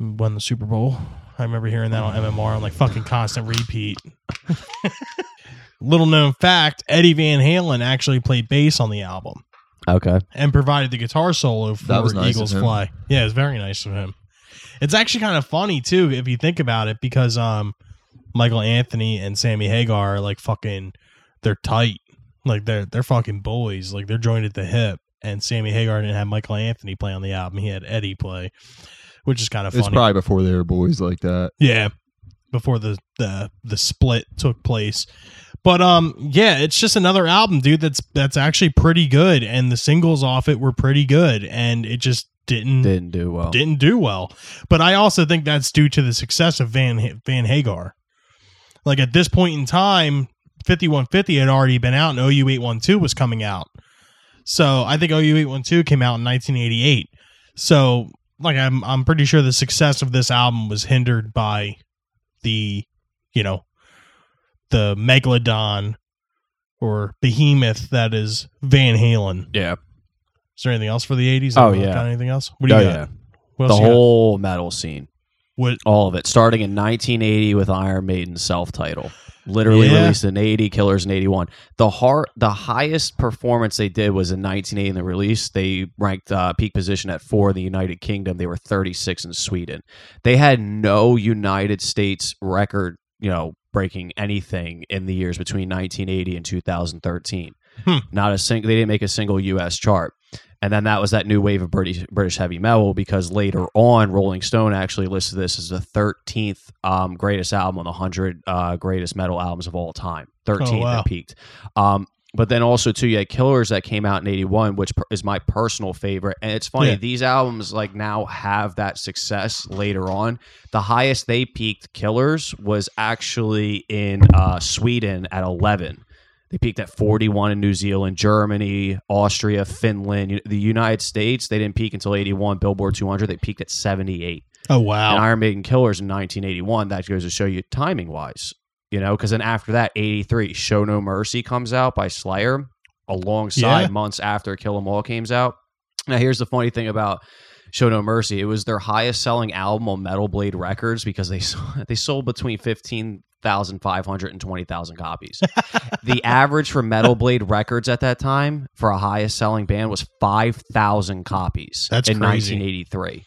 [SPEAKER 3] won the Super Bowl. I remember hearing that on MMR on like fucking constant repeat. little known fact: Eddie Van Halen actually played bass on the album
[SPEAKER 5] okay.
[SPEAKER 3] and provided the guitar solo for
[SPEAKER 4] That was nice of
[SPEAKER 3] Eagles
[SPEAKER 4] him.
[SPEAKER 3] Fly. Yeah, it's very nice of him. It's actually kind of funny too if you think about it because um Michael Anthony and Sammy Hagar are like fucking they're tight. Like they're they're fucking boys. Like they're joined at the hip. And Sammy Hagar didn't have Michael Anthony play on the album. He had Eddie play, which is kind of
[SPEAKER 4] it's
[SPEAKER 3] funny.
[SPEAKER 4] probably before they were boys like that.
[SPEAKER 3] Yeah, before the the the split took place. But um, yeah, it's just another album, dude. That's that's actually pretty good, and the singles off it were pretty good, and it just didn't
[SPEAKER 5] Didn't do well.
[SPEAKER 3] didn't do well. But I also think that's due to the success of Van Ha- Van Hagar. Like at this point in time, 5150 had already been out and OU812 was coming out. So I think OU812 came out in 1988. So like I'm I'm pretty sure the success of this album was hindered by the you know the megalodon or behemoth that is Van Halen.
[SPEAKER 5] yeah.
[SPEAKER 3] Is there anything else for the 80s?
[SPEAKER 5] Oh,
[SPEAKER 3] Got
[SPEAKER 5] yeah.
[SPEAKER 3] anything else? What do you
[SPEAKER 5] oh
[SPEAKER 3] got?
[SPEAKER 5] yeah.
[SPEAKER 3] What
[SPEAKER 5] The
[SPEAKER 3] else you got?
[SPEAKER 5] whole metal scene,
[SPEAKER 3] What
[SPEAKER 5] all of it, starting in 1980 with Iron Maiden's self-title. Literally
[SPEAKER 3] Yeah.
[SPEAKER 5] released in 80, Killers in 81. The heart, the highest performance they did was in 1980 in the release. They ranked uh, peak position at four in the United Kingdom. They were 36 in Sweden. They had no United States record, you know, breaking anything in the years between 1980 and 2013.
[SPEAKER 3] Hmm.
[SPEAKER 5] Not a single. They didn't make a single U.S. chart. And then that was that new wave of British British heavy metal because later on, Rolling Stone actually listed this as the 13th um, greatest album on the 100 uh, greatest metal albums of all time. 13th
[SPEAKER 3] Oh, wow.
[SPEAKER 5] that peaked. Um, but then also too, you had Killers that came out in '81, which per- is my personal favorite. And it's funny;
[SPEAKER 3] Yeah.
[SPEAKER 5] these albums like now have that success later on. The highest they peaked, Killers, was actually in uh, Sweden at 11. They peaked at 41 in New Zealand, Germany, Austria, Finland, U- the United States. They didn't peak until 81. Billboard 200, they peaked at 78.
[SPEAKER 3] Oh
[SPEAKER 5] And
[SPEAKER 3] wow!
[SPEAKER 5] Iron Maiden Killers in 1981. That goes to show you timing wise. you know, because then after that, 83, Show No Mercy comes out by Slayer alongside
[SPEAKER 3] Yeah.
[SPEAKER 5] months after Kill 'Em All came out. Now, here's the funny thing about Show No Mercy. It was their highest selling album on Metal Blade Records because they sold, they sold between 15,500 and 20,000 copies. the average for Metal Blade Records at that time for a highest selling band was 5,000 copies
[SPEAKER 3] That's
[SPEAKER 5] in
[SPEAKER 3] crazy.
[SPEAKER 5] 1983.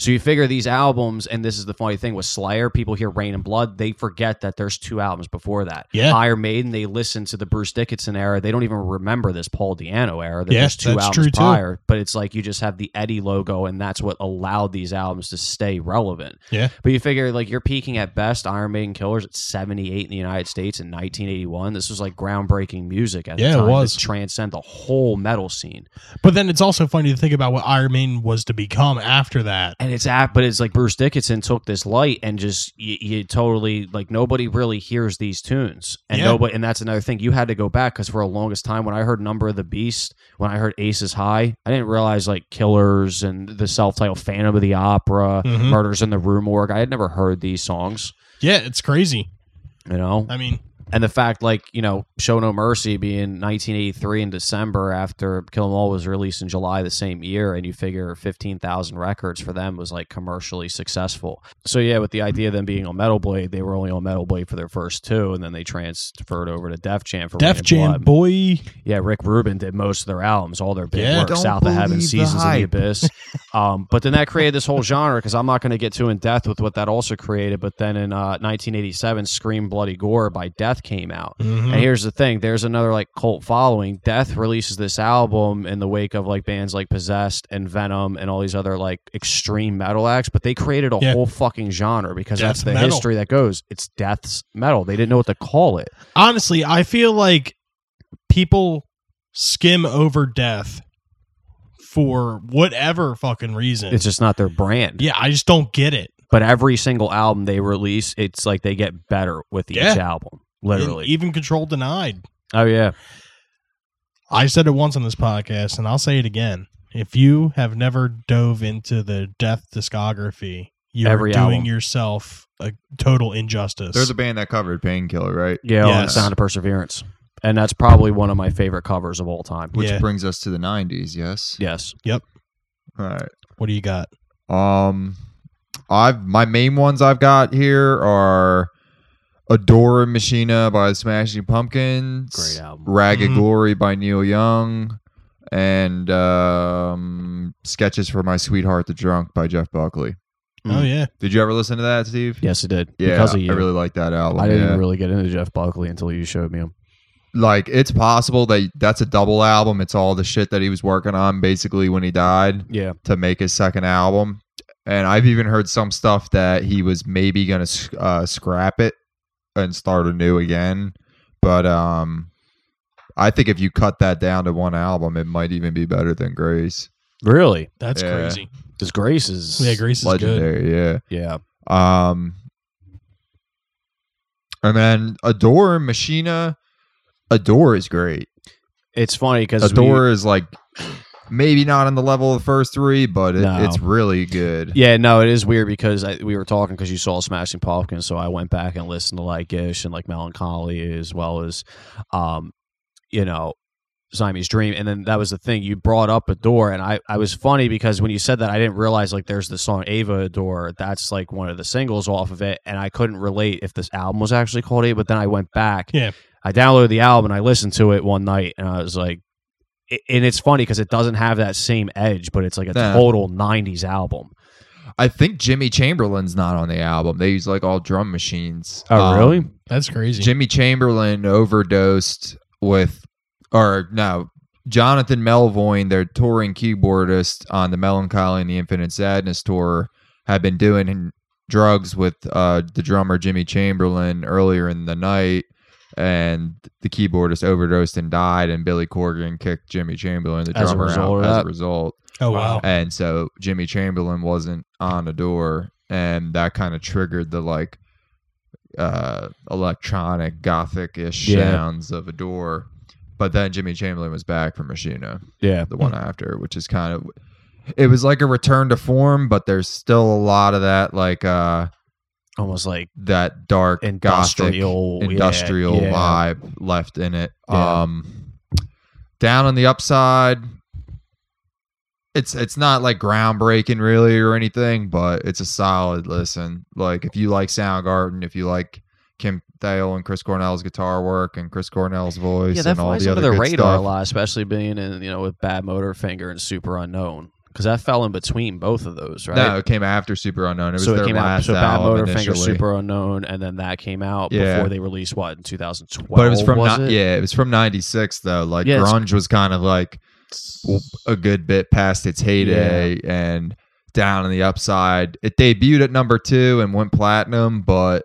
[SPEAKER 5] So you figure these albums, and this is the funny thing with Slayer, people hear Rain and Blood, they forget that there's two albums before that.
[SPEAKER 3] Yeah.
[SPEAKER 5] Higher Maiden, they listen to the Bruce Dickinson era. They don't even remember this Paul Deano era. That
[SPEAKER 3] Yeah,
[SPEAKER 5] there's two
[SPEAKER 3] that's
[SPEAKER 5] albums
[SPEAKER 3] true, too.
[SPEAKER 5] prior. But it's like you just have the Eddie logo, and that's what allowed these albums to stay relevant.
[SPEAKER 3] Yeah.
[SPEAKER 5] But you figure like you're peaking at best Iron Maiden Killers at 78 in the United States in 1981. This was like groundbreaking music at
[SPEAKER 3] Yeah, it
[SPEAKER 5] the time. to
[SPEAKER 3] was.
[SPEAKER 5] transcend the whole metal scene.
[SPEAKER 3] But then it's also funny to think about what Iron Maiden was to become after that.
[SPEAKER 5] and it's at but it's like bruce dickinson took this light and just you, you totally like nobody really hears these tunes and
[SPEAKER 3] Yeah.
[SPEAKER 5] nobody and that's another thing you had to go back because for a longest time when i heard number of the beast when i heard aces high i didn't realize like killers and the self-titled phantom of the opera
[SPEAKER 3] Mhm.
[SPEAKER 5] murders in the room org i had never heard these songs
[SPEAKER 3] Yeah, it's crazy.
[SPEAKER 5] you know
[SPEAKER 3] I mean,
[SPEAKER 5] and the fact like you know show no mercy being 1983 in december after kill 'em all was released in july the same year and you figure 15000 records for them was like commercially successful so yeah with the idea of them being on metal blade they were only on metal blade for their first two and then they transferred over to def jam for Rain
[SPEAKER 3] Def
[SPEAKER 5] and
[SPEAKER 3] Jam
[SPEAKER 5] Oh, Blood.
[SPEAKER 3] boy.
[SPEAKER 5] Yeah, Rick Rubin did most of their albums, all their big
[SPEAKER 3] Yeah.
[SPEAKER 5] work,
[SPEAKER 4] Don't
[SPEAKER 5] South of Heaven,
[SPEAKER 4] believe the
[SPEAKER 5] Seasons of the
[SPEAKER 4] hype.
[SPEAKER 5] Abyss. Um, but then that created this whole genre because I'm not going to get too in depth with what that also created. But then in uh, 1987, Scream Bloody Gore by Death came out.
[SPEAKER 3] Mm-hmm. Hmm.
[SPEAKER 5] And here's the thing there's another like cult following. Death releases this album in the wake of like bands like Possessed and Venom and all these other like extreme metal acts, but they created a
[SPEAKER 3] Yeah.
[SPEAKER 5] whole fucking genre because
[SPEAKER 3] Death
[SPEAKER 5] that's the
[SPEAKER 3] metal.
[SPEAKER 5] history that goes. It's Death's metal. They didn't know what to call it.
[SPEAKER 3] Honestly, I feel like people skim over death for whatever fucking reason.
[SPEAKER 5] It's just not their brand.
[SPEAKER 3] yeah, I just don't get it.
[SPEAKER 5] but every single album they release, it's like they get better with each
[SPEAKER 3] Yeah.
[SPEAKER 5] album, literally.
[SPEAKER 3] And even Control Denied.
[SPEAKER 5] oh yeah,
[SPEAKER 3] I said it once on this podcast, and I'll say it again. If you have never dove into the death discography, you're
[SPEAKER 5] Every
[SPEAKER 3] doing
[SPEAKER 5] album.
[SPEAKER 3] yourself a total injustice.
[SPEAKER 4] They're the band that covered Painkiller, right?
[SPEAKER 5] yeah, on
[SPEAKER 3] Yes.
[SPEAKER 5] Sound of Perseverance, and that's probably one of my favorite covers of all time.
[SPEAKER 4] Which
[SPEAKER 3] Yeah.
[SPEAKER 4] brings us to the 90s, yes?
[SPEAKER 5] Yes,
[SPEAKER 4] All right.
[SPEAKER 3] what do you got?
[SPEAKER 4] Um, I've my main ones I've got here are "Adora Machina" by Smashing Pumpkins,
[SPEAKER 5] Great album.
[SPEAKER 4] "Ragged
[SPEAKER 3] Mhm.
[SPEAKER 4] Glory" by Neil Young, and um, "Sketches for My Sweetheart the Drunk" by Jeff Buckley. Hmm.
[SPEAKER 3] Oh
[SPEAKER 5] Mm.
[SPEAKER 3] yeah,
[SPEAKER 4] Did you ever listen to that, Steve?
[SPEAKER 5] yes, it did
[SPEAKER 4] Yeah,
[SPEAKER 5] because of you.
[SPEAKER 4] I really like that album.
[SPEAKER 5] I didn't
[SPEAKER 4] yeah.
[SPEAKER 5] even really get into Jeff Buckley until you showed me him.
[SPEAKER 4] like it's possible that that's a double album. It's all the shit that he was working on basically when he died.
[SPEAKER 5] Yeah,
[SPEAKER 4] to make his second album. And I've even heard some stuff that he was maybe going to uh, scrap it and start anew again. But um, I think if you cut that down to one album, it might even be better than Grace.
[SPEAKER 5] really,
[SPEAKER 3] that's
[SPEAKER 4] Yeah.
[SPEAKER 3] crazy.
[SPEAKER 5] because Grace is
[SPEAKER 3] Yeah, Grease is good.
[SPEAKER 4] Legendary,
[SPEAKER 5] Yeah,
[SPEAKER 4] yeah. Um, and then Adore Machina. Adore is great.
[SPEAKER 5] it's funny because
[SPEAKER 4] Adore is like maybe not on the level of the first three, but it,
[SPEAKER 5] No.
[SPEAKER 4] it's really good.
[SPEAKER 5] Yeah, no, it is weird because I, we were talking because you saw Smashing Pumpkins, so I went back and listened to like Ish and like Melancholy as well as, um, you know, Siamese Dream, and then that was the thing you brought up Adore, and I I was funny because when you said that I didn't realize like there's the song Ava Adore that's like one of the singles off of it, and I couldn't relate if this album was actually called Ava, but then I went back,
[SPEAKER 3] Yeah.
[SPEAKER 5] I downloaded the album and I listened to it one night, and I was like. i- And it's funny because it doesn't have that same edge, but it's like a
[SPEAKER 4] No.
[SPEAKER 5] total '90s album.
[SPEAKER 4] I think Jimmy Chamberlain's not on the album. They use like all drum machines.
[SPEAKER 5] Oh,
[SPEAKER 4] Um,
[SPEAKER 5] really?
[SPEAKER 3] That's crazy.
[SPEAKER 4] Jimmy Chamberlain overdosed with, or no, Jonathan Melvoin, their touring keyboardist on the Melancholy and the Infinite Sadness tour, had been doing drugs with uh, the drummer Jimmy Chamberlain earlier in the night. And the keyboardist overdosed and died, and Billy Corgan kicked Jimmy Chamberlain, the
[SPEAKER 5] As a
[SPEAKER 4] drummer,
[SPEAKER 5] result of
[SPEAKER 4] out as a
[SPEAKER 5] that?
[SPEAKER 4] result.
[SPEAKER 3] oh wow,
[SPEAKER 4] And so Jimmy Chamberlain wasn't on the door, and that kind of triggered the like uh electronic gothic ish
[SPEAKER 5] Yeah.
[SPEAKER 4] sounds of a door. But then Jimmy Chamberlain was back for Machina,
[SPEAKER 5] Yeah.
[SPEAKER 4] the one after, which is kind of it was like a return to form, but there's still a lot of that like uh
[SPEAKER 5] almost like
[SPEAKER 4] that dark
[SPEAKER 5] industrial, yeah,
[SPEAKER 4] gothic, industrial
[SPEAKER 5] yeah.
[SPEAKER 4] vibe left in it.
[SPEAKER 5] Yeah.
[SPEAKER 4] Um, down on the upside, it's it's not like groundbreaking really or anything, but it's a solid listen. Like if you like Soundgarden, if you like Kim Thale and Chris Cornell's guitar work and Chris Cornell's voice
[SPEAKER 5] Yeah, that
[SPEAKER 4] and all
[SPEAKER 5] flies
[SPEAKER 4] the
[SPEAKER 5] under
[SPEAKER 4] other
[SPEAKER 5] the
[SPEAKER 4] good
[SPEAKER 5] radar a
[SPEAKER 4] stuff.
[SPEAKER 5] lot, especially being in you know with Bad Motor Finger and Super Unknown because I fell in between both of those, right?
[SPEAKER 4] No, it came after Super Unknown. It was
[SPEAKER 5] so
[SPEAKER 4] their
[SPEAKER 5] it came out.
[SPEAKER 4] last
[SPEAKER 5] So Bad
[SPEAKER 4] album
[SPEAKER 5] Motor Finger,
[SPEAKER 4] initially.
[SPEAKER 5] Super Unknown, and then that came out
[SPEAKER 4] Yeah.
[SPEAKER 5] before they released what in 2012.
[SPEAKER 4] but it was from
[SPEAKER 5] was
[SPEAKER 4] ni-
[SPEAKER 5] it?
[SPEAKER 4] yeah, it was from '96 though. Like
[SPEAKER 5] Yeah, it's-
[SPEAKER 4] grunge was kind of like w- a good bit past its heyday and down on the upside. It debuted at number two and went platinum, but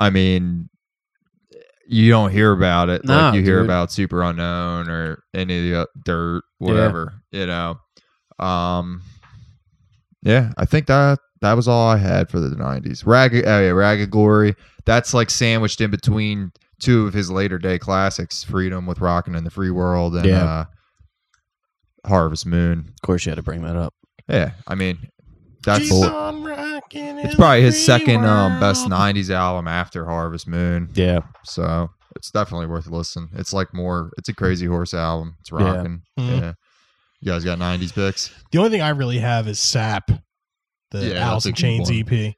[SPEAKER 4] I mean, you don't hear about it
[SPEAKER 5] Nah,
[SPEAKER 4] like you hear
[SPEAKER 5] dude.
[SPEAKER 4] about Super Unknown or any of the o- dirt, whatever you know. Um, yeah, I think that that was all I had for the '90s. Ragged, oh yeah, Ragged Glory. That's like sandwiched in between two of his later day classics, Freedom with Rockin' in the Free World and
[SPEAKER 5] Yeah.
[SPEAKER 4] uh, Harvest Moon.
[SPEAKER 5] Of course, you had to bring that up.
[SPEAKER 4] Yeah, I mean, that's
[SPEAKER 3] Keep on rocking in
[SPEAKER 4] it's probably his
[SPEAKER 3] the
[SPEAKER 4] second
[SPEAKER 3] free
[SPEAKER 4] um, best
[SPEAKER 3] world.
[SPEAKER 4] '90s album after Harvest Moon.
[SPEAKER 5] Yeah,
[SPEAKER 4] So it's definitely worth a listen. It's like more. It's a Crazy Horse album. It's
[SPEAKER 5] Yeah.
[SPEAKER 4] rocking. Yeah.
[SPEAKER 3] Mhm.
[SPEAKER 4] You guys got '90s picks.
[SPEAKER 3] The only thing I really have is Sap, the
[SPEAKER 4] Yeah,
[SPEAKER 3] Alice
[SPEAKER 4] that's a
[SPEAKER 3] in
[SPEAKER 4] good
[SPEAKER 3] Chains E
[SPEAKER 4] one.
[SPEAKER 3] EP.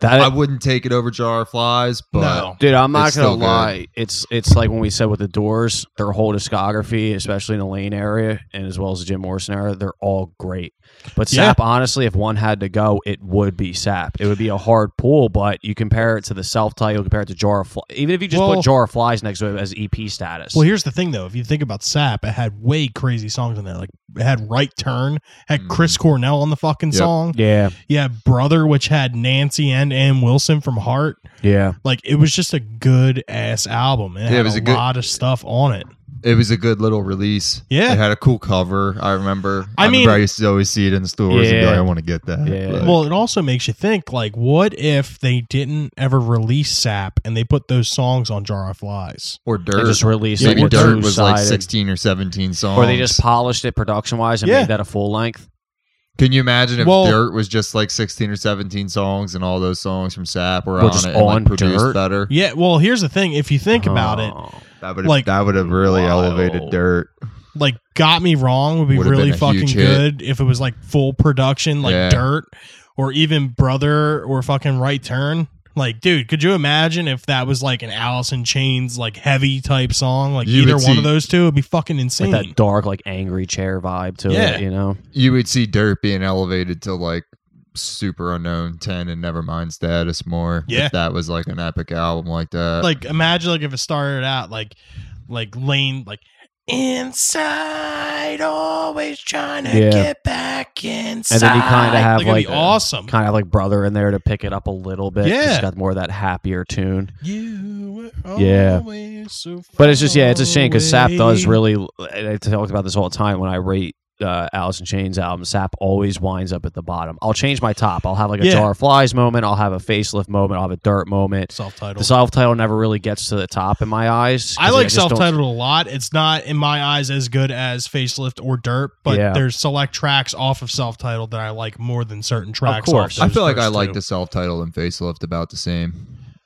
[SPEAKER 5] that
[SPEAKER 4] I wouldn't take it over Jar of Flies, but
[SPEAKER 3] no,
[SPEAKER 5] Dude, I'm not
[SPEAKER 4] It's
[SPEAKER 5] gonna
[SPEAKER 4] still good.
[SPEAKER 5] lie. It's it's like when we said with the Doors, their whole discography, especially in the Lane area, and as well as the Jim Morrison era, they're all great. But
[SPEAKER 3] Yeah.
[SPEAKER 5] Sap, honestly, if one had to go, it would be Sap. It would be a hard pull, but you compare it to the self-titled, compare it to Jar of Flies. Even if you just
[SPEAKER 3] Well-
[SPEAKER 5] put Jar of Flies next to it as EP status,
[SPEAKER 3] Well, here's the thing, though. If you think about Sap, it had way crazy songs in there. Like, it had Right Turn, had Chris Cornell on the fucking
[SPEAKER 4] Hmm. Yep.
[SPEAKER 3] song.
[SPEAKER 5] yeah,
[SPEAKER 3] You had Brother, which had Nancy and Ann Wilson from Heart.
[SPEAKER 5] yeah,
[SPEAKER 3] Like, it was just a good ass album. It had
[SPEAKER 4] it was
[SPEAKER 3] a,
[SPEAKER 4] a good-
[SPEAKER 3] lot of stuff on it.
[SPEAKER 4] it was a good little release.
[SPEAKER 3] Yeah.
[SPEAKER 4] it had a cool cover. I remember.
[SPEAKER 3] I mean-
[SPEAKER 4] remember I used to always see it in the stores and be
[SPEAKER 5] Yeah.
[SPEAKER 4] like, I want to get that.
[SPEAKER 5] Yeah.
[SPEAKER 4] But-
[SPEAKER 3] Well, it also makes you think, like, what if they didn't ever release Sap and they put those songs on Jar of Flies?
[SPEAKER 4] or
[SPEAKER 5] they
[SPEAKER 4] Dirt.
[SPEAKER 5] just released
[SPEAKER 4] Maybe
[SPEAKER 5] like,
[SPEAKER 4] Dirt was like
[SPEAKER 5] two-sided-
[SPEAKER 4] 16 or 17 songs.
[SPEAKER 5] or they just polished it production-wise and
[SPEAKER 3] Yeah.
[SPEAKER 5] made that a full length.
[SPEAKER 4] Can you imagine if
[SPEAKER 3] Well-
[SPEAKER 4] Dirt was just like 16 or 17 songs and all those songs from Sap were
[SPEAKER 5] Were
[SPEAKER 4] on
[SPEAKER 5] just
[SPEAKER 4] it and
[SPEAKER 5] on
[SPEAKER 4] like produced
[SPEAKER 5] Dirt?
[SPEAKER 4] better?
[SPEAKER 3] Yeah, well, here's the thing. If you think about it,
[SPEAKER 5] Oh.
[SPEAKER 4] That would
[SPEAKER 3] Like-
[SPEAKER 4] have that would have really
[SPEAKER 5] Wow.
[SPEAKER 4] elevated Dirt.
[SPEAKER 3] like Got Me Wrong would be
[SPEAKER 4] Would've
[SPEAKER 3] really
[SPEAKER 4] been a
[SPEAKER 3] fucking
[SPEAKER 4] huge hit.
[SPEAKER 3] good if it was like full production, like
[SPEAKER 4] Yeah.
[SPEAKER 3] Dirt or even Brother or fucking Right Turn. Like, dude, could you imagine if that was like an Alice in Chains like heavy type song? Like
[SPEAKER 4] You
[SPEAKER 3] either one
[SPEAKER 4] would see-
[SPEAKER 3] of those two would be fucking
[SPEAKER 5] With
[SPEAKER 3] insane.
[SPEAKER 5] that dark, like angry chair vibe to
[SPEAKER 3] Yeah.
[SPEAKER 5] it, you know.
[SPEAKER 4] You would see Dirt being elevated to like super unknown 10 and Nevermind status more.
[SPEAKER 3] Yeah.
[SPEAKER 4] If that was like an epic album like
[SPEAKER 5] Uh,
[SPEAKER 4] that.
[SPEAKER 3] like imagine like if it started out like like Lane like inside always trying to
[SPEAKER 5] Yeah.
[SPEAKER 3] get back inside.
[SPEAKER 5] and then you kind of have
[SPEAKER 3] like, it'd
[SPEAKER 5] like,
[SPEAKER 3] be awesome.
[SPEAKER 5] kind of like brother in there to pick it up a little bit.
[SPEAKER 3] Yeah.
[SPEAKER 5] it's got more of that happier tune.
[SPEAKER 3] You were
[SPEAKER 5] Yeah.
[SPEAKER 3] always so
[SPEAKER 5] But it's just yeah, it's a shame because Sap
[SPEAKER 3] far
[SPEAKER 5] does
[SPEAKER 3] away.
[SPEAKER 5] really. and I talked about this all the time when I rate uh, Alice in Chains album. Sap always winds up at the bottom. I'll change my top. I'll have like a
[SPEAKER 3] Yeah.
[SPEAKER 5] jar of flies moment. I'll have a facelift moment. I'll have a dirt moment.
[SPEAKER 3] self
[SPEAKER 5] The
[SPEAKER 3] titled.
[SPEAKER 5] self title never really gets to the top in my eyes. 'cause
[SPEAKER 3] I like
[SPEAKER 5] just don't-
[SPEAKER 3] self titled a lot. It's not in my eyes as good as Facelift or Dirt, but
[SPEAKER 5] Yeah.
[SPEAKER 3] there's select tracks off of self titled that I like more than certain tracks.
[SPEAKER 5] course.
[SPEAKER 3] off
[SPEAKER 4] I
[SPEAKER 3] those
[SPEAKER 4] feel like I
[SPEAKER 3] first
[SPEAKER 4] like
[SPEAKER 3] two.
[SPEAKER 4] the self titled and facelift about the same.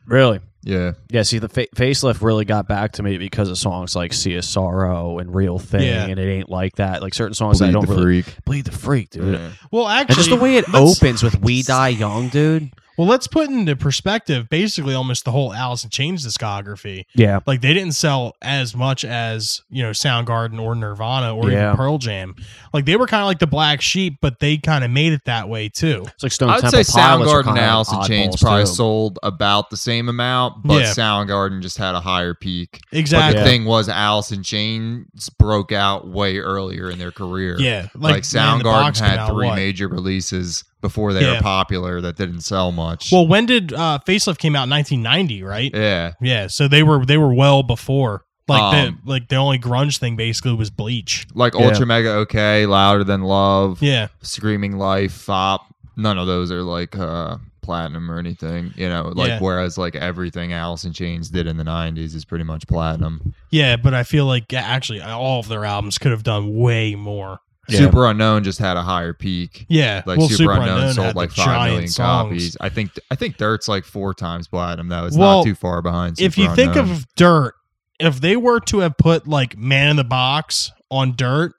[SPEAKER 5] Really,
[SPEAKER 4] Yeah.
[SPEAKER 5] Yeah, see, the fa- facelift really got back to me because of songs like "See a Sorrow" and "Real Thing,"
[SPEAKER 3] Yeah.
[SPEAKER 5] and it ain't like that. Like certain songs, that I
[SPEAKER 4] Bleed
[SPEAKER 5] don't
[SPEAKER 4] the
[SPEAKER 5] really
[SPEAKER 4] freak.
[SPEAKER 5] bleed the freak, dude.
[SPEAKER 4] Yeah.
[SPEAKER 3] Well, actually,
[SPEAKER 5] And just the way it
[SPEAKER 3] let's-
[SPEAKER 5] opens with "We Die Young," dude.
[SPEAKER 3] Well, let's put into perspective basically almost the whole Alice in Chains discography.
[SPEAKER 5] Yeah,
[SPEAKER 3] Like they didn't sell as much as you know Soundgarden or Nirvana or
[SPEAKER 5] Yeah.
[SPEAKER 3] even Pearl Jam. Like they were kind of like the black sheep, but they kind of made it that way too.
[SPEAKER 5] it's like Stone
[SPEAKER 4] I'd
[SPEAKER 5] Temple
[SPEAKER 4] say
[SPEAKER 5] Pilots were
[SPEAKER 4] Soundgarden
[SPEAKER 5] kinda
[SPEAKER 4] and Alice in
[SPEAKER 5] oddballs,
[SPEAKER 4] Chains probably
[SPEAKER 5] too.
[SPEAKER 4] sold about the same amount, but
[SPEAKER 3] Yeah.
[SPEAKER 4] Soundgarden just had a higher peak. But
[SPEAKER 3] Exactly.
[SPEAKER 4] the
[SPEAKER 5] Yeah.
[SPEAKER 4] thing was, Alice in Chains broke out way earlier in their career.
[SPEAKER 3] Yeah,
[SPEAKER 4] Like,
[SPEAKER 3] Man in the
[SPEAKER 4] Soundgarden
[SPEAKER 3] Box came
[SPEAKER 4] had
[SPEAKER 3] out,
[SPEAKER 4] three
[SPEAKER 3] what?
[SPEAKER 4] major releases before they
[SPEAKER 3] Yeah.
[SPEAKER 4] were popular that didn't sell much.
[SPEAKER 3] Well, when did uh, Facelift came out? in 1990, right?
[SPEAKER 4] yeah.
[SPEAKER 3] Yeah, so they were they were well before. Like
[SPEAKER 4] Um,
[SPEAKER 3] the like the only grunge thing basically was Bleach.
[SPEAKER 4] Like
[SPEAKER 5] Yeah.
[SPEAKER 4] Ultra Mega OK, Louder Than Love,
[SPEAKER 3] Yeah,
[SPEAKER 4] Screaming Life, Fop. None of those are like uh, platinum or anything, you know. Like
[SPEAKER 3] Yeah.
[SPEAKER 4] whereas like everything Alice in Chains did in the '90s is pretty much platinum.
[SPEAKER 3] yeah, but I feel like actually all of their albums could have done way more. Yeah.
[SPEAKER 4] Super Unknown just had a higher peak.
[SPEAKER 3] Yeah,
[SPEAKER 4] Like
[SPEAKER 3] well,
[SPEAKER 4] Super, Unknown, sold
[SPEAKER 3] had
[SPEAKER 4] like
[SPEAKER 3] the
[SPEAKER 4] five million
[SPEAKER 3] giant
[SPEAKER 4] copies. I think I think Dirt's like four times platinum though. It's
[SPEAKER 3] Well,
[SPEAKER 4] not too far behind.
[SPEAKER 3] if
[SPEAKER 4] Super
[SPEAKER 3] you think
[SPEAKER 4] Unknown.
[SPEAKER 3] of Dirt, if they were to have put like Man in the Box on Dirt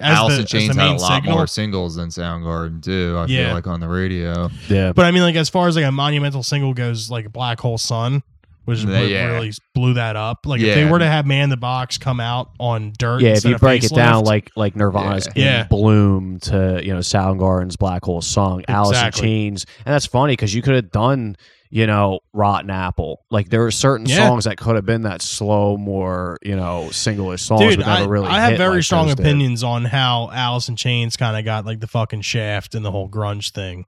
[SPEAKER 3] as
[SPEAKER 4] Alice
[SPEAKER 3] the,
[SPEAKER 4] in
[SPEAKER 3] as the
[SPEAKER 4] Chains had a
[SPEAKER 3] main
[SPEAKER 4] lot
[SPEAKER 3] signal,
[SPEAKER 4] more singles than Soundgarden do. I
[SPEAKER 3] Yeah.
[SPEAKER 4] feel like on the radio,
[SPEAKER 5] Yeah.
[SPEAKER 3] but I mean, like as far as like a monumental single goes, like Black Hole Sun, which is
[SPEAKER 4] Yeah,
[SPEAKER 3] what
[SPEAKER 4] yeah.
[SPEAKER 3] really blew that up. Like if they
[SPEAKER 4] Yeah.
[SPEAKER 3] were to have Man in the Box come out on Dirt,
[SPEAKER 5] Yeah, if
[SPEAKER 3] instead
[SPEAKER 5] you
[SPEAKER 3] of
[SPEAKER 5] break it down
[SPEAKER 3] Facelift,
[SPEAKER 5] like like Nirvana's
[SPEAKER 3] Yeah.
[SPEAKER 5] In
[SPEAKER 3] Yeah.
[SPEAKER 5] Bloom to you know Soundgarden's Black Hole Song, Alice in
[SPEAKER 3] Exactly.
[SPEAKER 5] Chains, and that's funny because you could have done you know Rotten Apple. Like there were certain
[SPEAKER 3] Yeah.
[SPEAKER 5] songs that could have been that slow, more you know singlish songs,
[SPEAKER 3] Dude,
[SPEAKER 5] but
[SPEAKER 3] I,
[SPEAKER 5] never really.
[SPEAKER 3] I have
[SPEAKER 5] hit
[SPEAKER 3] very
[SPEAKER 5] like
[SPEAKER 3] strong
[SPEAKER 5] those did.
[SPEAKER 3] opinions on how Alice in Chains kind of got like the fucking shaft and the whole grunge thing.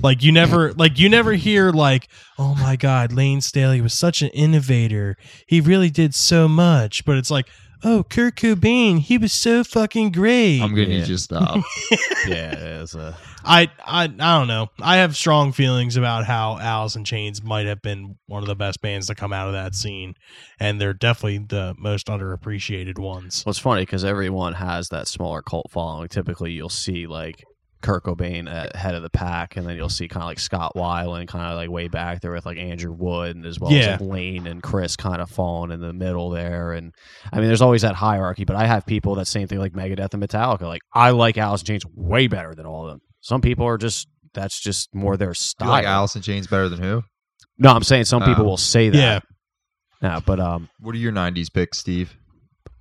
[SPEAKER 3] Like you never, like you never hear like, oh my god, Lane Staley was such an innovator. He really did so much. But it's like, oh, Kurt Cobain, he was so fucking great.
[SPEAKER 4] I'm gonna
[SPEAKER 5] Yeah.
[SPEAKER 4] need you uh, to stop.
[SPEAKER 5] Yeah, it's a,
[SPEAKER 3] I, I, I don't know. I have strong feelings about how Alice in Chains might have been one of the best bands to come out of that scene, and they're definitely the most underappreciated ones.
[SPEAKER 5] well, it's funny because everyone has that smaller cult following. Typically, you'll see like. Kurt Cobain at head of the pack, and then you'll see kind of like Scott Weiland, kind of like way back there with like Andrew Wood, and as well
[SPEAKER 3] Yeah.
[SPEAKER 5] as like Lane and Chris kind of falling in the middle there. And I mean, there's always that hierarchy, but I have people that same thing like Megadeth and Metallica. Like I like Alice in Chains way better than all of them. Some people are just that's just more their
[SPEAKER 4] Do
[SPEAKER 5] style.
[SPEAKER 4] you like Alice in Chains better than who?
[SPEAKER 5] no, I'm saying some people
[SPEAKER 4] Oh.
[SPEAKER 5] will say that.
[SPEAKER 3] Yeah,
[SPEAKER 5] No, but um,
[SPEAKER 4] What are your '90s picks, Steve?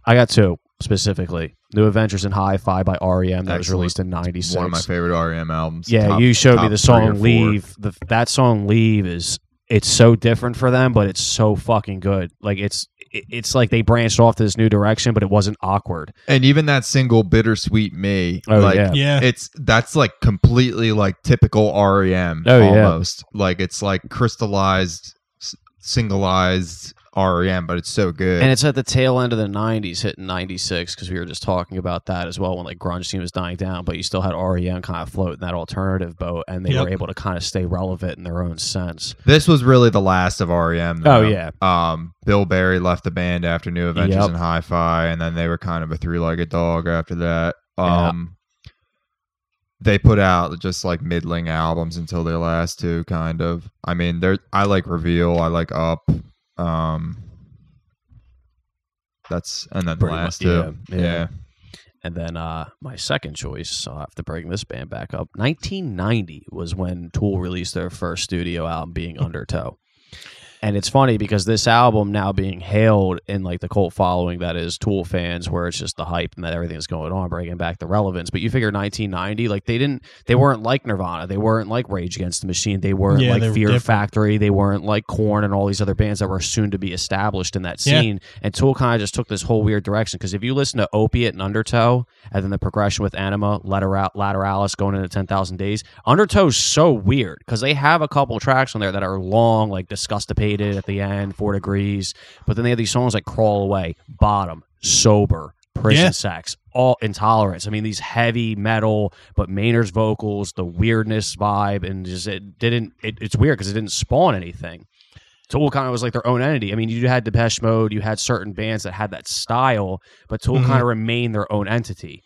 [SPEAKER 5] I got two specifically: New Adventures in Hi-Fi by REM that was
[SPEAKER 4] Excellent.
[SPEAKER 5] released in '96.
[SPEAKER 4] One of my favorite REM albums.
[SPEAKER 5] Yeah,
[SPEAKER 4] Top-
[SPEAKER 5] you showed me
[SPEAKER 4] top
[SPEAKER 5] the
[SPEAKER 4] three or
[SPEAKER 5] song
[SPEAKER 4] four.
[SPEAKER 5] "Leave." The, that song "Leave" is it's so different for them, but it's so fucking good. Like it's it- it's like they branched off to this new direction, but it wasn't awkward.
[SPEAKER 4] and even that single "Bittersweet Me."
[SPEAKER 5] Oh,
[SPEAKER 4] like,
[SPEAKER 5] yeah.
[SPEAKER 3] yeah.
[SPEAKER 4] It's that's like completely like typical REM.
[SPEAKER 5] Oh, yeah.
[SPEAKER 4] almost. Like it's like crystallized, s- singleized REM, but it's so good.
[SPEAKER 5] And it's at the tail end of the '90s, hitting '96, because we were just talking about that as well when like grunge scene was dying down, but you still had REM kind of floating that alternative boat, and they
[SPEAKER 3] Yep.
[SPEAKER 5] were able to kind of stay relevant in their own sense.
[SPEAKER 4] this was really the last of REM.
[SPEAKER 5] Oh,
[SPEAKER 4] Though.
[SPEAKER 5] yeah.
[SPEAKER 4] Um, Bill Berry left the band after New Adventures
[SPEAKER 5] Yep.
[SPEAKER 4] in Hi-Fi, and then they were kind of a three-legged dog after that.
[SPEAKER 5] Yeah.
[SPEAKER 4] Um, they put out just like middling albums until their last two. Kind of. I mean, there. I like Reveal. I like Up. Um, that's and then the
[SPEAKER 5] Pretty
[SPEAKER 4] last
[SPEAKER 5] much,
[SPEAKER 4] two.
[SPEAKER 5] yeah,
[SPEAKER 4] Yeah.
[SPEAKER 5] yeah. And then uh, my second choice, so I have to bring this band back up. 1990 was when Tool released their first studio album,
[SPEAKER 3] Hmm.
[SPEAKER 5] being Undertow. And it's funny because this album now being hailed in like the cult following that is Tool fans, where it's just the hype and that everything's going on, bringing back the relevance. But you figure 1990, like they didn't, they weren't like Nirvana, they weren't like Rage Against the Machine, they weren't
[SPEAKER 3] Yeah,
[SPEAKER 5] like
[SPEAKER 3] they were
[SPEAKER 5] Fear
[SPEAKER 3] different.
[SPEAKER 5] Factory, they weren't like Korn and all these other bands that were soon to be established in that
[SPEAKER 3] Yeah.
[SPEAKER 5] scene and Tool kind of just took this whole weird direction because if you listen to Opiate and Undertow, and then the progression with Anima, Lateral, Lateralis going into Ten Thousand Days, Undertow's so weird because they have a couple tracks on there that are long, like Disgustipated at the end, Four Degrees, but then they have these songs like Crawl Away, Bottom, Sober, Prison
[SPEAKER 3] Yeah.
[SPEAKER 5] Sex, all Intolerance. I mean, these heavy metal, but Maynard's vocals, the weirdness vibe, and just it didn't. It, it's weird because it didn't spawn anything. Tool kind of was like their own entity. I mean, you had Depeche Mode, you had certain bands that had that style, but Tool
[SPEAKER 4] Mm-hmm.
[SPEAKER 3] Mhm.
[SPEAKER 5] kind of remained their own entity.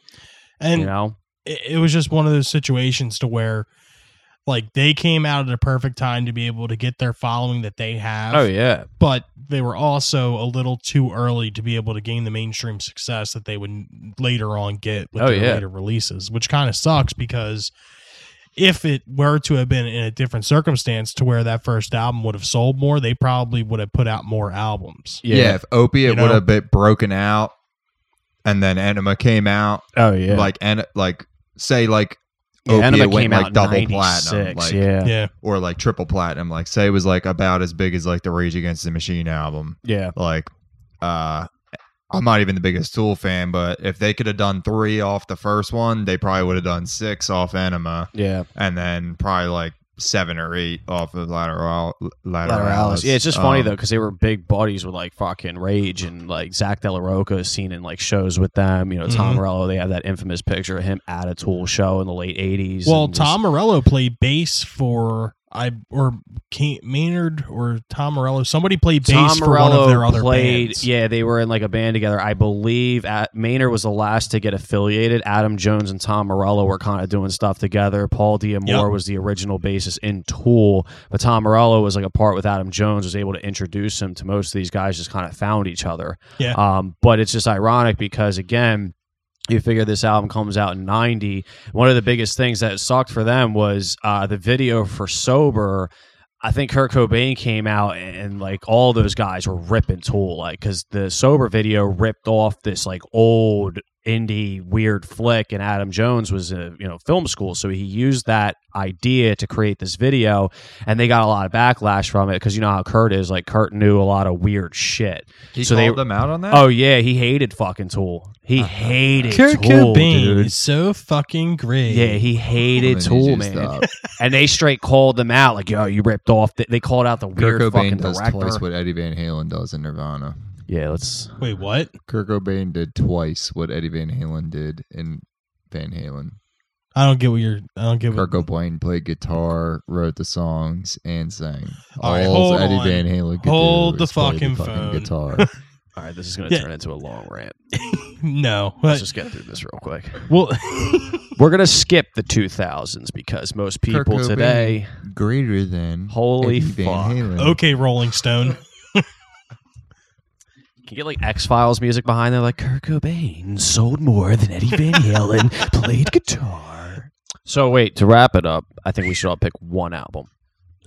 [SPEAKER 3] and
[SPEAKER 5] you know,
[SPEAKER 3] it, it was just one of those situations to where like they came out at the perfect time to be able to get their following that they have
[SPEAKER 5] Oh, yeah,
[SPEAKER 3] but they were also a little too early to be able to gain the mainstream success that they would later on get with
[SPEAKER 5] Oh,
[SPEAKER 3] their
[SPEAKER 5] yeah.
[SPEAKER 3] later releases which kind of sucks because if it were to have been in a different circumstance to where that first album would have sold more they probably would have put out more albums
[SPEAKER 4] Yeah, if Opiate
[SPEAKER 3] You know?
[SPEAKER 4] would have been broken out, and then Enema came out,
[SPEAKER 5] Oh yeah,
[SPEAKER 4] like and like say like
[SPEAKER 5] yeah,
[SPEAKER 4] Opiate
[SPEAKER 5] Enema
[SPEAKER 4] went
[SPEAKER 5] came
[SPEAKER 4] like
[SPEAKER 5] out in
[SPEAKER 4] double
[SPEAKER 5] 96,
[SPEAKER 4] platinum, like
[SPEAKER 5] yeah,
[SPEAKER 3] yeah
[SPEAKER 4] or like triple platinum. Like say it was like about as big as like the Rage Against the Machine album.
[SPEAKER 5] yeah,
[SPEAKER 4] Like, uh, I'm not even the biggest Tool fan, but if they could have done three off the first one, they probably would have done six off Enema,
[SPEAKER 5] yeah.
[SPEAKER 4] and then probably like seven or eight off of Lateral Lateralis.
[SPEAKER 5] Lateralis. Yeah, it's just funny
[SPEAKER 4] Um,
[SPEAKER 5] though because they were big buddies with like fucking Rage and like Zach De La Roca is seen in like shows with them. You know, Tom
[SPEAKER 3] Mhm.
[SPEAKER 5] Morello. They have that infamous picture of him at a Tool show in the late '80s.
[SPEAKER 3] well
[SPEAKER 5] and just-
[SPEAKER 3] tom morello played bass for I or Kent Maynard or Tom Morello. Somebody played bass
[SPEAKER 5] Tom
[SPEAKER 3] for one of their
[SPEAKER 5] Morello
[SPEAKER 3] other
[SPEAKER 5] played.
[SPEAKER 3] bands.
[SPEAKER 5] Yeah, they were in like a band together. I believe at, Maynard was the last to get affiliated. Adam Jones and Tom Morello were kind of doing stuff together. Paul Diamore
[SPEAKER 3] Yep.
[SPEAKER 5] was the original bassist in Tool, but Tom Morello was like a part with Adam Jones. Was able to introduce him to most of these guys. Just kind of found each other.
[SPEAKER 3] Yeah.
[SPEAKER 5] Um, but it's just ironic because again. You figure this album comes out in 90. One of the biggest things that sucked for them was uh, the video for Sober I think Kurt Cobain came out and, like all those guys were ripping Tool, like because the sober video ripped off this like old indie weird flick, and Adam Jones was in you know film school, so he used that idea to create this video, and they got a lot of backlash from it because you know how Kurt is, like Kurt knew a lot of weird shit.
[SPEAKER 4] He
[SPEAKER 5] So they-
[SPEAKER 4] called them out on that.
[SPEAKER 5] Oh yeah, he hated fucking Tool. He hated
[SPEAKER 3] Uh-huh. Kurt
[SPEAKER 5] Tool,
[SPEAKER 3] Cobain
[SPEAKER 5] dude.
[SPEAKER 3] is so fucking great.
[SPEAKER 5] Yeah, he
[SPEAKER 4] I
[SPEAKER 5] hated
[SPEAKER 4] need
[SPEAKER 5] Tool,
[SPEAKER 4] you to
[SPEAKER 5] man
[SPEAKER 4] stop.
[SPEAKER 5] and they straight called them out like, "Yo, you ripped off." The, they called out the
[SPEAKER 4] Kurt
[SPEAKER 5] weird fucking
[SPEAKER 4] Cobain does
[SPEAKER 5] director.
[SPEAKER 4] twice what Eddie Van Halen does in Nirvana.
[SPEAKER 5] yeah, let's.
[SPEAKER 3] Wait, what?
[SPEAKER 4] Kurt Cobain did twice what Eddie Van Halen did in Van Halen.
[SPEAKER 3] I don't get what you're. I don't get what.
[SPEAKER 4] Kurt Cobain played guitar, wrote the songs, and sang.
[SPEAKER 3] All right,
[SPEAKER 4] All
[SPEAKER 3] hold
[SPEAKER 4] Eddie
[SPEAKER 3] on.
[SPEAKER 4] Van Halen could
[SPEAKER 3] Hold
[SPEAKER 4] do
[SPEAKER 3] the
[SPEAKER 4] is play
[SPEAKER 3] fucking phone.
[SPEAKER 4] fucking guitar.
[SPEAKER 5] All right, this is gonna
[SPEAKER 3] Yeah.
[SPEAKER 5] turn into a long rant.
[SPEAKER 3] No, but,
[SPEAKER 5] Let's just get through this real quick.
[SPEAKER 3] well,
[SPEAKER 5] We're gonna skip the 2000s because most
[SPEAKER 4] Kurt
[SPEAKER 5] people
[SPEAKER 4] Cobain
[SPEAKER 5] today,
[SPEAKER 4] greater than
[SPEAKER 5] Holy
[SPEAKER 4] Eddie Van
[SPEAKER 5] fuck.
[SPEAKER 4] Halen.
[SPEAKER 3] okay, Rolling Stone.
[SPEAKER 5] can get like X Files music behind them, like Kurt Cobain sold more than Eddie Van Halen played guitar. So wait, to wrap it up, I think we should all pick one album.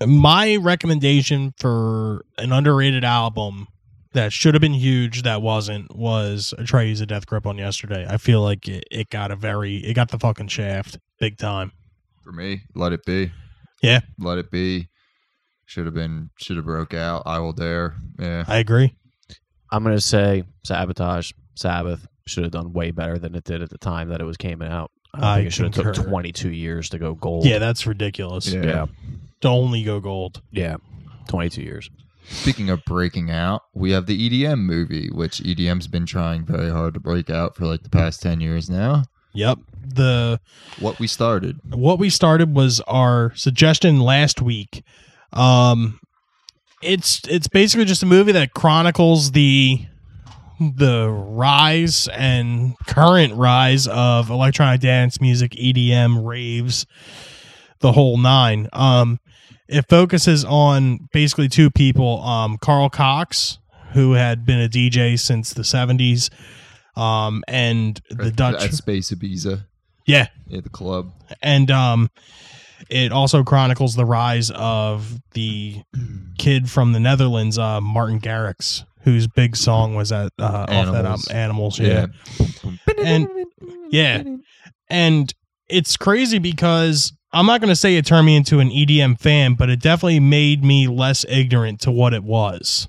[SPEAKER 3] My recommendation for an underrated album that should have been huge that wasn't was Atreus a Death Grip on yesterday. I feel like it, it got a very it got the fucking shaft big time.
[SPEAKER 4] For me, let it be.
[SPEAKER 3] Yeah.
[SPEAKER 4] Let it be. Should have been should have broke out. I will dare. Yeah.
[SPEAKER 3] I agree.
[SPEAKER 5] I'm gonna say Sabotage, Sabbath should have done way better than it did at the time that it was came out. I, don't
[SPEAKER 3] I
[SPEAKER 5] think it should have took
[SPEAKER 3] concur.
[SPEAKER 5] 22 years to go gold.
[SPEAKER 3] Yeah, that's ridiculous.
[SPEAKER 4] Yeah.
[SPEAKER 5] yeah,
[SPEAKER 3] To only go gold.
[SPEAKER 5] yeah. 22 years.
[SPEAKER 4] Speaking of breaking out, we have the EDM movie, which EDM's been trying very hard to break out for like the past 10 years now.
[SPEAKER 3] Yep. The
[SPEAKER 4] What we started.
[SPEAKER 3] what we started was our suggestion last week. Um, it's it's basically just a movie that chronicles the the rise and current rise of electronic dance music, EDM, raves, the whole nine. Um, it focuses on basically two people, um, Carl Cox, who had been a DJ since the seventies, um, and the
[SPEAKER 4] at-
[SPEAKER 3] Dutch.
[SPEAKER 4] at Space Ibiza
[SPEAKER 3] yeah,
[SPEAKER 4] at the club.
[SPEAKER 3] and um it also chronicles the rise of the kid from the Netherlands, uh, Martin Garrix, whose big song was that uh, off that album, Animals.
[SPEAKER 4] Animals.
[SPEAKER 3] Yeah. and yeah, and it's crazy because I'm not gonna say it turned me into an EDM fan, but it definitely made me less ignorant to what it was.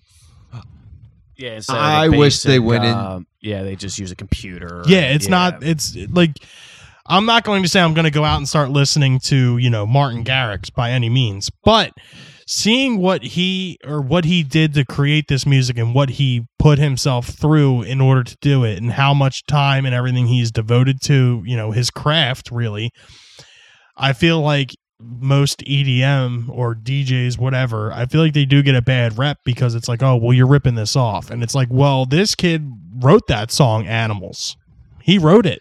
[SPEAKER 5] Yeah,
[SPEAKER 4] of the I wish they basic, went in- um,
[SPEAKER 5] yeah, they just use a computer.
[SPEAKER 3] Yeah, it's not. It's like I'm not going to say I'm going to go out and start listening to you know Martin Garrix by any means, but seeing what he or what he did to create this music and what he put himself through in order to do it and how much time and everything he's devoted to you know his craft really i feel like most edm or djs whatever i feel like they do get a bad rep because it's like oh well you're ripping this off and it's like well this kid wrote that song animals he wrote it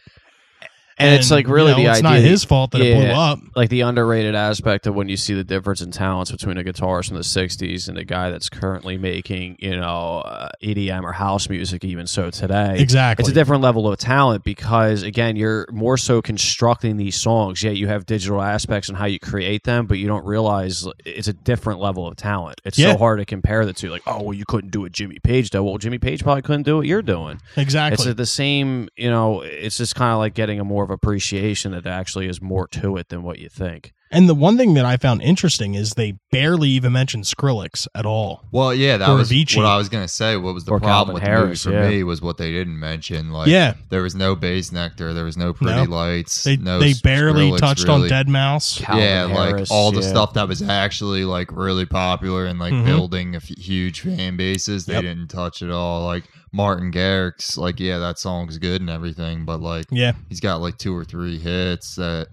[SPEAKER 5] and, it's like really
[SPEAKER 3] you know,
[SPEAKER 5] the
[SPEAKER 3] it's
[SPEAKER 5] idea.
[SPEAKER 3] not his fault that it blew
[SPEAKER 5] Yeah.
[SPEAKER 3] up
[SPEAKER 5] like the underrated aspect of when you see the difference in talents between a guitarist from the 60s and a guy that's currently making, you know, uh, EDM or house music even so today.
[SPEAKER 3] exactly
[SPEAKER 5] It's a different level of talent because again, you're more so constructing these songs. Yeah, you have digital aspects and how you create them, but you don't realize it's a different level of talent. It's
[SPEAKER 3] Yeah.
[SPEAKER 5] so hard to compare the two. Like, oh, well, you couldn't do what Jimmy Page did. Well, Jimmy Page probably couldn't do what you're doing.
[SPEAKER 3] exactly
[SPEAKER 5] It's at the same, you know. It's just kind of like getting a more of appreciation that there actually is more to it than what you think.
[SPEAKER 3] And the one thing that I found interesting is they barely even mentioned Skrillex at all.
[SPEAKER 4] Well, yeah, that
[SPEAKER 3] Or
[SPEAKER 4] was
[SPEAKER 3] Avicii.
[SPEAKER 4] what I was gonna say. What was the
[SPEAKER 5] Or Calvin
[SPEAKER 4] problem with
[SPEAKER 5] Harris,
[SPEAKER 4] the movie for
[SPEAKER 5] yeah.
[SPEAKER 4] me was what they didn't mention. Like,
[SPEAKER 3] yeah,
[SPEAKER 4] there was no bass nectar, there was no pretty lights.
[SPEAKER 3] they
[SPEAKER 4] no
[SPEAKER 3] they
[SPEAKER 4] Skrillex,
[SPEAKER 3] barely touched on
[SPEAKER 4] really.
[SPEAKER 3] Dead Mouse.
[SPEAKER 5] Calvin
[SPEAKER 4] yeah,
[SPEAKER 5] Harris,
[SPEAKER 4] like all the
[SPEAKER 5] yeah.
[SPEAKER 4] stuff that was actually like really popular and like
[SPEAKER 3] Mhm.
[SPEAKER 4] building a f- huge fan bases, they
[SPEAKER 3] Yep.
[SPEAKER 4] didn't touch at all. Like Martin Garrix, like yeah, that song's good and everything, but like
[SPEAKER 3] Yeah,
[SPEAKER 4] he's got like two or three hits that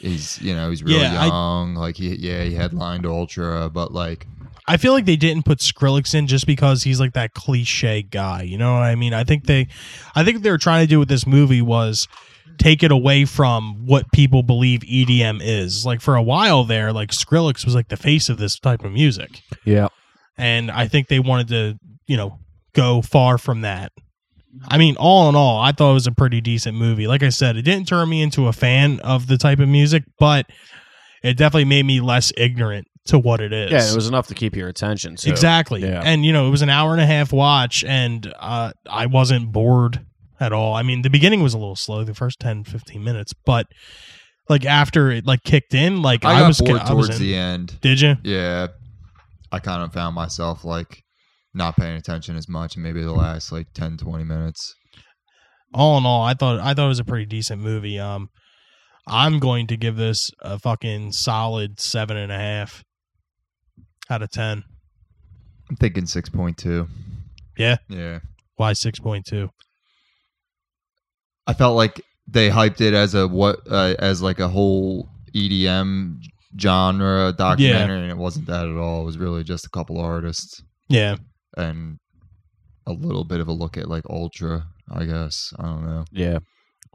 [SPEAKER 4] he's you know he's really
[SPEAKER 3] Yeah, I-
[SPEAKER 4] young. like he yeah he headlined Ultra, but like
[SPEAKER 3] I feel like they didn't put Skrillex in just because he's like that cliche guy. You know what I mean? I think they, I think what they were trying to do with this movie was take it away from what people believe EDM is. Like for a while there, like Skrillex was like the face of this type of music,
[SPEAKER 5] Yeah.
[SPEAKER 3] and I think they wanted to, you know, go far from that. I mean, all in all, I thought it was a pretty decent movie. Like I said, it didn't turn me into a fan of the type of music, but it definitely made me less ignorant to what it is.
[SPEAKER 5] Yeah, it was enough to keep your attention. So.
[SPEAKER 3] Exactly.
[SPEAKER 5] yeah.
[SPEAKER 3] And you know, it was an hour and a half watch and uh, I wasn't bored at all. I mean, the beginning was a little slow, the first 10 15 minutes, but like after it like kicked in, like
[SPEAKER 4] I
[SPEAKER 3] I,
[SPEAKER 4] got
[SPEAKER 3] was
[SPEAKER 4] bored
[SPEAKER 3] I was
[SPEAKER 4] towards
[SPEAKER 3] in.
[SPEAKER 4] the end.
[SPEAKER 3] Did you?
[SPEAKER 4] Yeah, I kind of found myself like not paying attention as much, and maybe the last like 10, 20 minutes.
[SPEAKER 3] All in all, I thought I thought it was a pretty decent movie. Um I'm going to give this a fucking solid seven and a half out of ten.
[SPEAKER 4] I'm thinking six point two.
[SPEAKER 3] Yeah.
[SPEAKER 4] Yeah.
[SPEAKER 3] Why six point two?
[SPEAKER 4] I felt like they hyped it as a what uh, as like a whole EDM genre documentary, and it wasn't that at all. It was really just a couple artists
[SPEAKER 3] Yeah.
[SPEAKER 4] and a little bit of a look at like Ultra. I guess I don't know.
[SPEAKER 5] Yeah.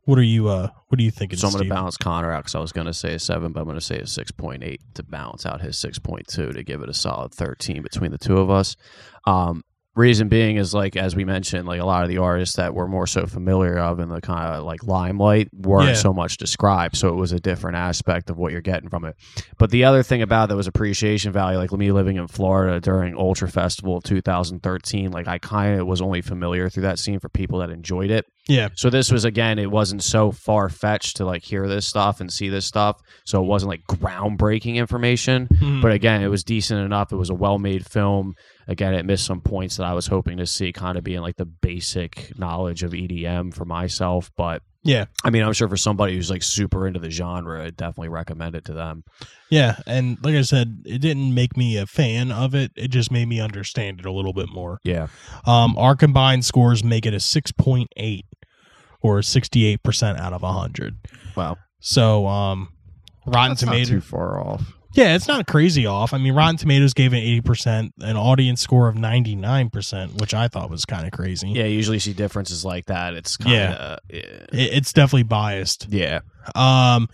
[SPEAKER 3] What are you uh what are you thinking?
[SPEAKER 5] So I'm going
[SPEAKER 3] Steve?
[SPEAKER 5] to balance Connor out because I was going to say a seven, but I'm going to say a 6.8 to balance out his 6.2 to give it a solid 13 between the two of us. Um, reason being is like as we mentioned, like a lot of the artists that we're more so familiar of in the kind of like limelight weren't
[SPEAKER 3] Yeah.
[SPEAKER 5] so much described, so it was a different aspect of what you're getting from it. But the other thing about that was appreciation value, like me living in Florida during Ultra Festival of 2013, like I kind of was only familiar through that scene for people that enjoyed it.
[SPEAKER 3] Yeah.
[SPEAKER 5] So this was again, it wasn't so far fetched to like hear this stuff and see this stuff. So it wasn't like groundbreaking information,
[SPEAKER 3] Mhm.
[SPEAKER 5] but again, it was decent enough. It was a well-made film. Again, it missed some points that I was hoping to see, kind of being like the basic knowledge of EDM for myself. But
[SPEAKER 3] Yeah.
[SPEAKER 5] I mean, I'm sure for somebody who's like super into the genre, I definitely recommend it to them.
[SPEAKER 3] Yeah, and like I said, it didn't make me a fan of it. It just made me understand it a little bit more.
[SPEAKER 5] Yeah,
[SPEAKER 3] Um, our combined scores make it a six point eight, or sixty eight percent out of hundred.
[SPEAKER 5] Wow.
[SPEAKER 3] So, um, Rotten
[SPEAKER 4] That's not too
[SPEAKER 3] Tomatoes.
[SPEAKER 4] far off.
[SPEAKER 3] Yeah, it's not crazy off. I mean, Rotten Tomatoes gave it eighty percent, an audience score of ninety nine percent, which I thought was kind of crazy.
[SPEAKER 5] yeah. You usually see differences like that. It's kind of yeah.
[SPEAKER 3] It- It's definitely biased.
[SPEAKER 5] yeah.
[SPEAKER 3] Um,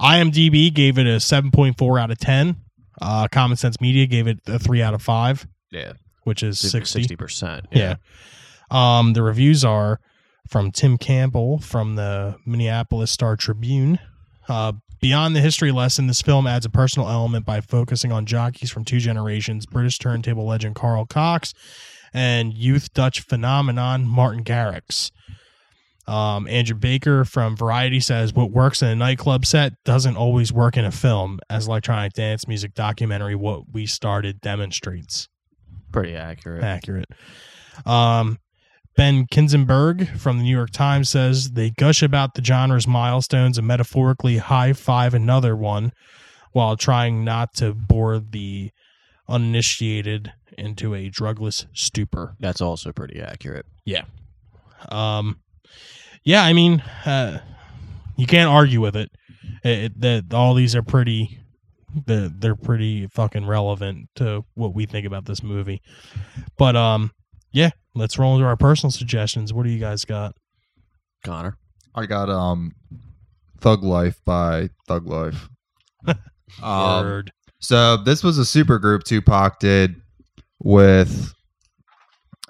[SPEAKER 3] IMDb gave it a 7.4 out of 10. Uh, Common Sense Media gave it a 3 out of 5.
[SPEAKER 5] Yeah.
[SPEAKER 3] Which is 60.
[SPEAKER 5] percent.
[SPEAKER 3] Yeah. Um, the reviews are from Tim Campbell from the Minneapolis Star Tribune. Uh, beyond the history lesson, this film adds a personal element by focusing on jockeys from two generations British turntable legend Carl Cox and youth Dutch phenomenon Martin Garrix. Um, Andrew Baker from Variety says, What works in a nightclub set doesn't always work in a film, as electronic dance music documentary What We Started demonstrates
[SPEAKER 5] Pretty accurate.
[SPEAKER 3] accurate. Um, ben Kinzenberg from the New York Times says they gush about the genre's milestones and metaphorically high five another one while trying not to bore the uninitiated into a drugless stupor.
[SPEAKER 5] That's also pretty accurate.
[SPEAKER 3] Um, yeah, I mean, uh, you can't argue with it. It- it- that all these are pretty. They're, they're pretty fucking relevant to what we think about this movie. But um, yeah, let's roll into our personal suggestions. What do you guys got?
[SPEAKER 5] Connor.
[SPEAKER 4] I got um, Thug Life by Thug Life. um,
[SPEAKER 3] Word.
[SPEAKER 4] So this was a super group Tupac did with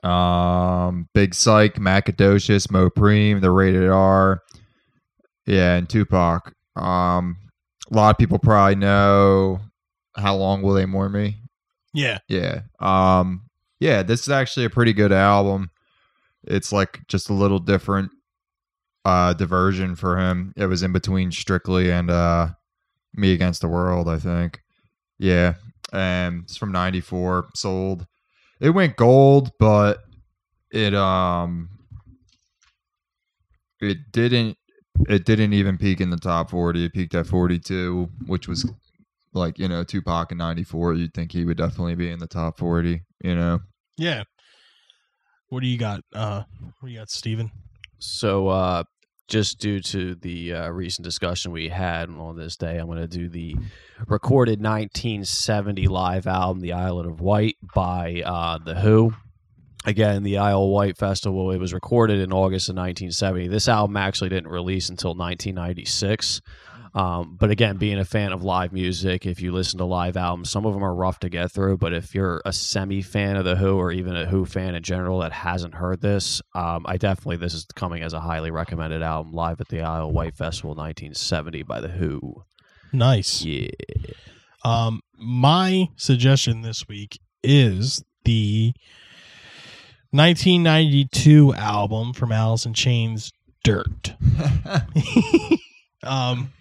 [SPEAKER 4] um Big Psych, Macadocious, Mopreem, the Rated R, yeah, and Tupac. Um a lot of people probably know how long will they mourn me?
[SPEAKER 3] Yeah,
[SPEAKER 4] Yeah. Um yeah, this is actually a pretty good album. It's like just a little different uh diversion for him. It was in between Strictly and uh Me Against the World, I think. Yeah. And it's from 94, sold. It went gold, but it um it didn't it didn't even peak in the top 40. It peaked at 42, which was like you know Tupac in '94, you'd think he would definitely be in the top forty. You know,
[SPEAKER 3] yeah. What do you got? Uh, what do you got, Steven?
[SPEAKER 5] So uh just due to the uh, recent discussion we had on this day, I'm going to do the recorded 1970 live album, The Island of Wight, by uh, The Who. Again, the Isle of Wight Festival, it was recorded in August of 1970. This album actually didn't release until 1996. Um, but again, being a fan of live music, if you listen to live albums, some of them are rough to get through. But if you're a semi fan of The Who or even a Who fan in general that hasn't heard this, um, I definitely, this is coming as a highly recommended album live at the Isle of Wight Festival 1970 by The Who.
[SPEAKER 3] Nice.
[SPEAKER 5] Yeah.
[SPEAKER 3] Um, my suggestion this week is the 1992 album from Alice in Chains, Dirt. um,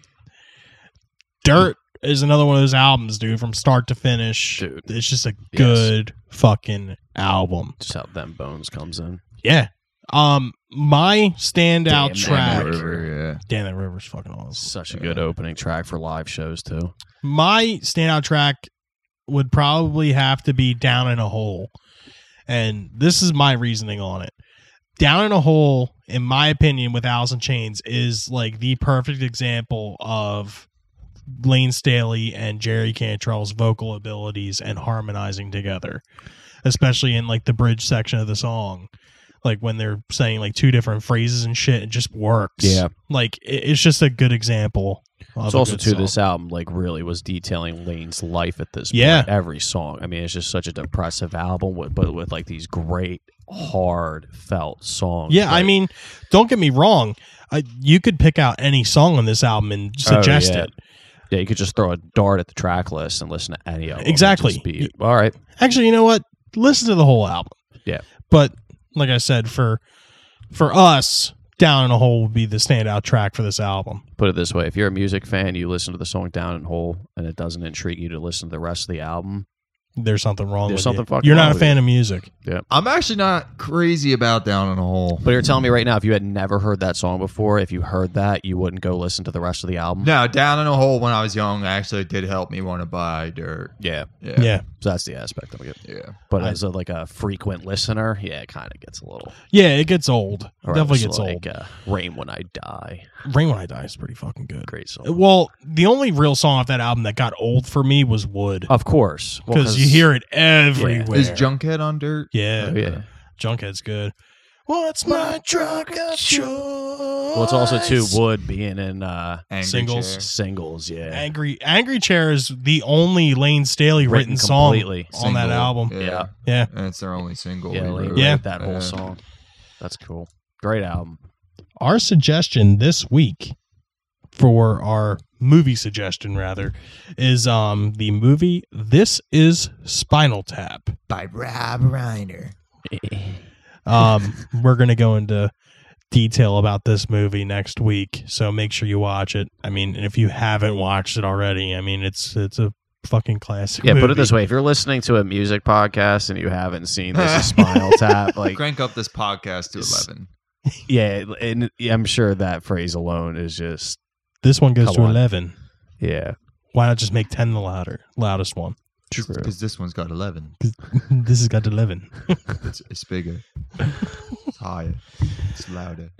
[SPEAKER 3] Dirt is another one of those albums, dude, from start to finish.
[SPEAKER 5] Dude.
[SPEAKER 3] It's just a
[SPEAKER 5] Yes.
[SPEAKER 3] good fucking album.
[SPEAKER 5] Just how Them Bones comes in.
[SPEAKER 3] Yeah. Um, my standout
[SPEAKER 5] Damn that
[SPEAKER 3] track.
[SPEAKER 5] river.
[SPEAKER 4] Yeah.
[SPEAKER 3] Damn that river's fucking awesome.
[SPEAKER 5] Such a good opening track for live shows, too.
[SPEAKER 3] my standout track would probably have to be down in a hole and this is my reasoning on it down in a hole in my opinion with alice in chains is like the perfect example of lane staley and jerry cantrell's vocal abilities and harmonizing together especially in like the bridge section of the song like when they're saying like two different phrases and shit it just works
[SPEAKER 5] Yeah.
[SPEAKER 3] like it- it's just a good example of
[SPEAKER 5] It's
[SPEAKER 3] a
[SPEAKER 5] also
[SPEAKER 3] good
[SPEAKER 5] too
[SPEAKER 3] song.
[SPEAKER 5] this album like really was detailing Lane's life at this
[SPEAKER 3] Yeah.
[SPEAKER 5] point. Every song. I mean, it's just such a depressive album, with, but with like these great hard felt songs.
[SPEAKER 3] Yeah, I
[SPEAKER 5] that-
[SPEAKER 3] mean, don't get me wrong. I, you could pick out any song on this album and suggest
[SPEAKER 5] Oh, yeah.
[SPEAKER 3] it.
[SPEAKER 5] Yeah, you could just throw a dart at the track list and listen to any of them. and
[SPEAKER 3] Exactly.
[SPEAKER 5] just be- all right.
[SPEAKER 3] Actually, you know what? Listen to the whole album.
[SPEAKER 5] Yeah.
[SPEAKER 3] But like I said, for for us, "Down in a Hole" would be the standout track for this album.
[SPEAKER 5] Put it this way: if you're a music fan, you listen to the song "Down and Hole," and it doesn't intrigue you to listen to the rest of the album.
[SPEAKER 3] There's something wrong.
[SPEAKER 5] There's
[SPEAKER 3] with
[SPEAKER 5] something
[SPEAKER 3] you.
[SPEAKER 5] fucking
[SPEAKER 3] You're
[SPEAKER 5] wrong
[SPEAKER 3] not a
[SPEAKER 5] with
[SPEAKER 3] fan of music.
[SPEAKER 4] I'm actually not crazy about down in a hole.
[SPEAKER 5] But you're telling me right now, if you had never heard that song before, if you heard that, you wouldn't go listen to the rest of the album.
[SPEAKER 4] No, down in a hole when I was young actually did help me want to buy dirt.
[SPEAKER 5] Yeah,
[SPEAKER 3] Yeah.
[SPEAKER 4] Yeah. Yeah.
[SPEAKER 3] yeah,
[SPEAKER 5] so that's the aspect of it.
[SPEAKER 4] Yeah.
[SPEAKER 5] But
[SPEAKER 3] I-
[SPEAKER 5] as a, like a frequent listener, yeah, it kind of gets a little.
[SPEAKER 3] It gets old.
[SPEAKER 5] or I
[SPEAKER 3] Definitely
[SPEAKER 5] was
[SPEAKER 3] gets
[SPEAKER 5] like,
[SPEAKER 3] old.
[SPEAKER 5] Uh, Rain when I die,
[SPEAKER 3] "Rain When I Die" is pretty fucking good.
[SPEAKER 5] great song.
[SPEAKER 3] Well, the only real song off that album that got old for me was "Wood"
[SPEAKER 5] Of course, Oh, Well,
[SPEAKER 3] because you hear it everywhere.
[SPEAKER 4] Is Junkhead on dirt?
[SPEAKER 3] yeah.
[SPEAKER 5] Oh, yeah.
[SPEAKER 3] Junkhead's good. What's my drug of choice?
[SPEAKER 5] Well, it's also too Wood being in uh,
[SPEAKER 4] Angry
[SPEAKER 3] Singles.
[SPEAKER 4] Chair.
[SPEAKER 5] singles. Yeah,
[SPEAKER 3] Angry Angry Chair is the only Lane Staley written,
[SPEAKER 5] Written
[SPEAKER 3] song
[SPEAKER 5] completely.
[SPEAKER 3] on that
[SPEAKER 4] Single.
[SPEAKER 3] album.
[SPEAKER 5] Yeah.
[SPEAKER 3] Yeah.
[SPEAKER 4] And it's their only single.
[SPEAKER 5] yeah,
[SPEAKER 4] we
[SPEAKER 5] like,
[SPEAKER 4] wrote.
[SPEAKER 3] Yeah.
[SPEAKER 5] that whole
[SPEAKER 4] Yeah.
[SPEAKER 5] song. That's cool. Great album.
[SPEAKER 3] Our suggestion this week for our movie suggestion rather is um the movie This is Spinal Tap.
[SPEAKER 4] By Rob Reiner.
[SPEAKER 3] Um we're going to go into detail about this movie next week, so make sure you watch it. I mean, and if you haven't watched it already, I mean, it's it's a fucking classic.
[SPEAKER 5] Yeah, put
[SPEAKER 3] movie.
[SPEAKER 5] it this way: if you're listening to a music podcast and you haven't seen this is Spinal Tap, like
[SPEAKER 4] Crank up this podcast to 11.
[SPEAKER 5] yeah, and I'm sure that phrase alone is just
[SPEAKER 3] This one goes
[SPEAKER 5] Come
[SPEAKER 3] to
[SPEAKER 5] on.
[SPEAKER 3] 11.
[SPEAKER 5] yeah.
[SPEAKER 3] Why not just make 10 the louder, loudest one?
[SPEAKER 5] True.
[SPEAKER 4] Because this one's got 11.
[SPEAKER 3] this has got 11.
[SPEAKER 4] It's, it's bigger. it's higher. It's louder.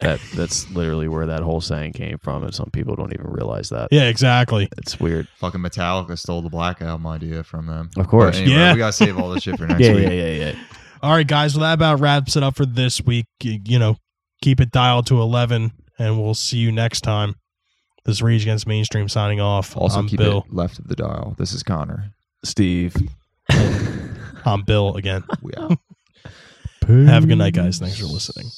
[SPEAKER 5] That that's literally where that whole saying came from, and some people don't even realize that.
[SPEAKER 3] Yeah, exactly.
[SPEAKER 5] It's weird.
[SPEAKER 4] Fucking Metallica stole the Black Album idea from them.
[SPEAKER 5] Of course.
[SPEAKER 4] But anyway,
[SPEAKER 3] Yeah.
[SPEAKER 4] We got to save all this shit for next
[SPEAKER 5] yeah,
[SPEAKER 4] week.
[SPEAKER 5] yeah, yeah, yeah.
[SPEAKER 3] All right, guys. Well, that about wraps it up for this week. Y- You know, keep it dialed to 11, and we'll see you next time. This is Rage Against Mainstream signing off.
[SPEAKER 4] Also,
[SPEAKER 3] I'm
[SPEAKER 4] keep
[SPEAKER 3] Bill.
[SPEAKER 4] it left of the dial. This is Connor.
[SPEAKER 5] Steve.
[SPEAKER 3] I'm Bill again.
[SPEAKER 4] We out.
[SPEAKER 3] Have a good night, guys. Thanks for listening.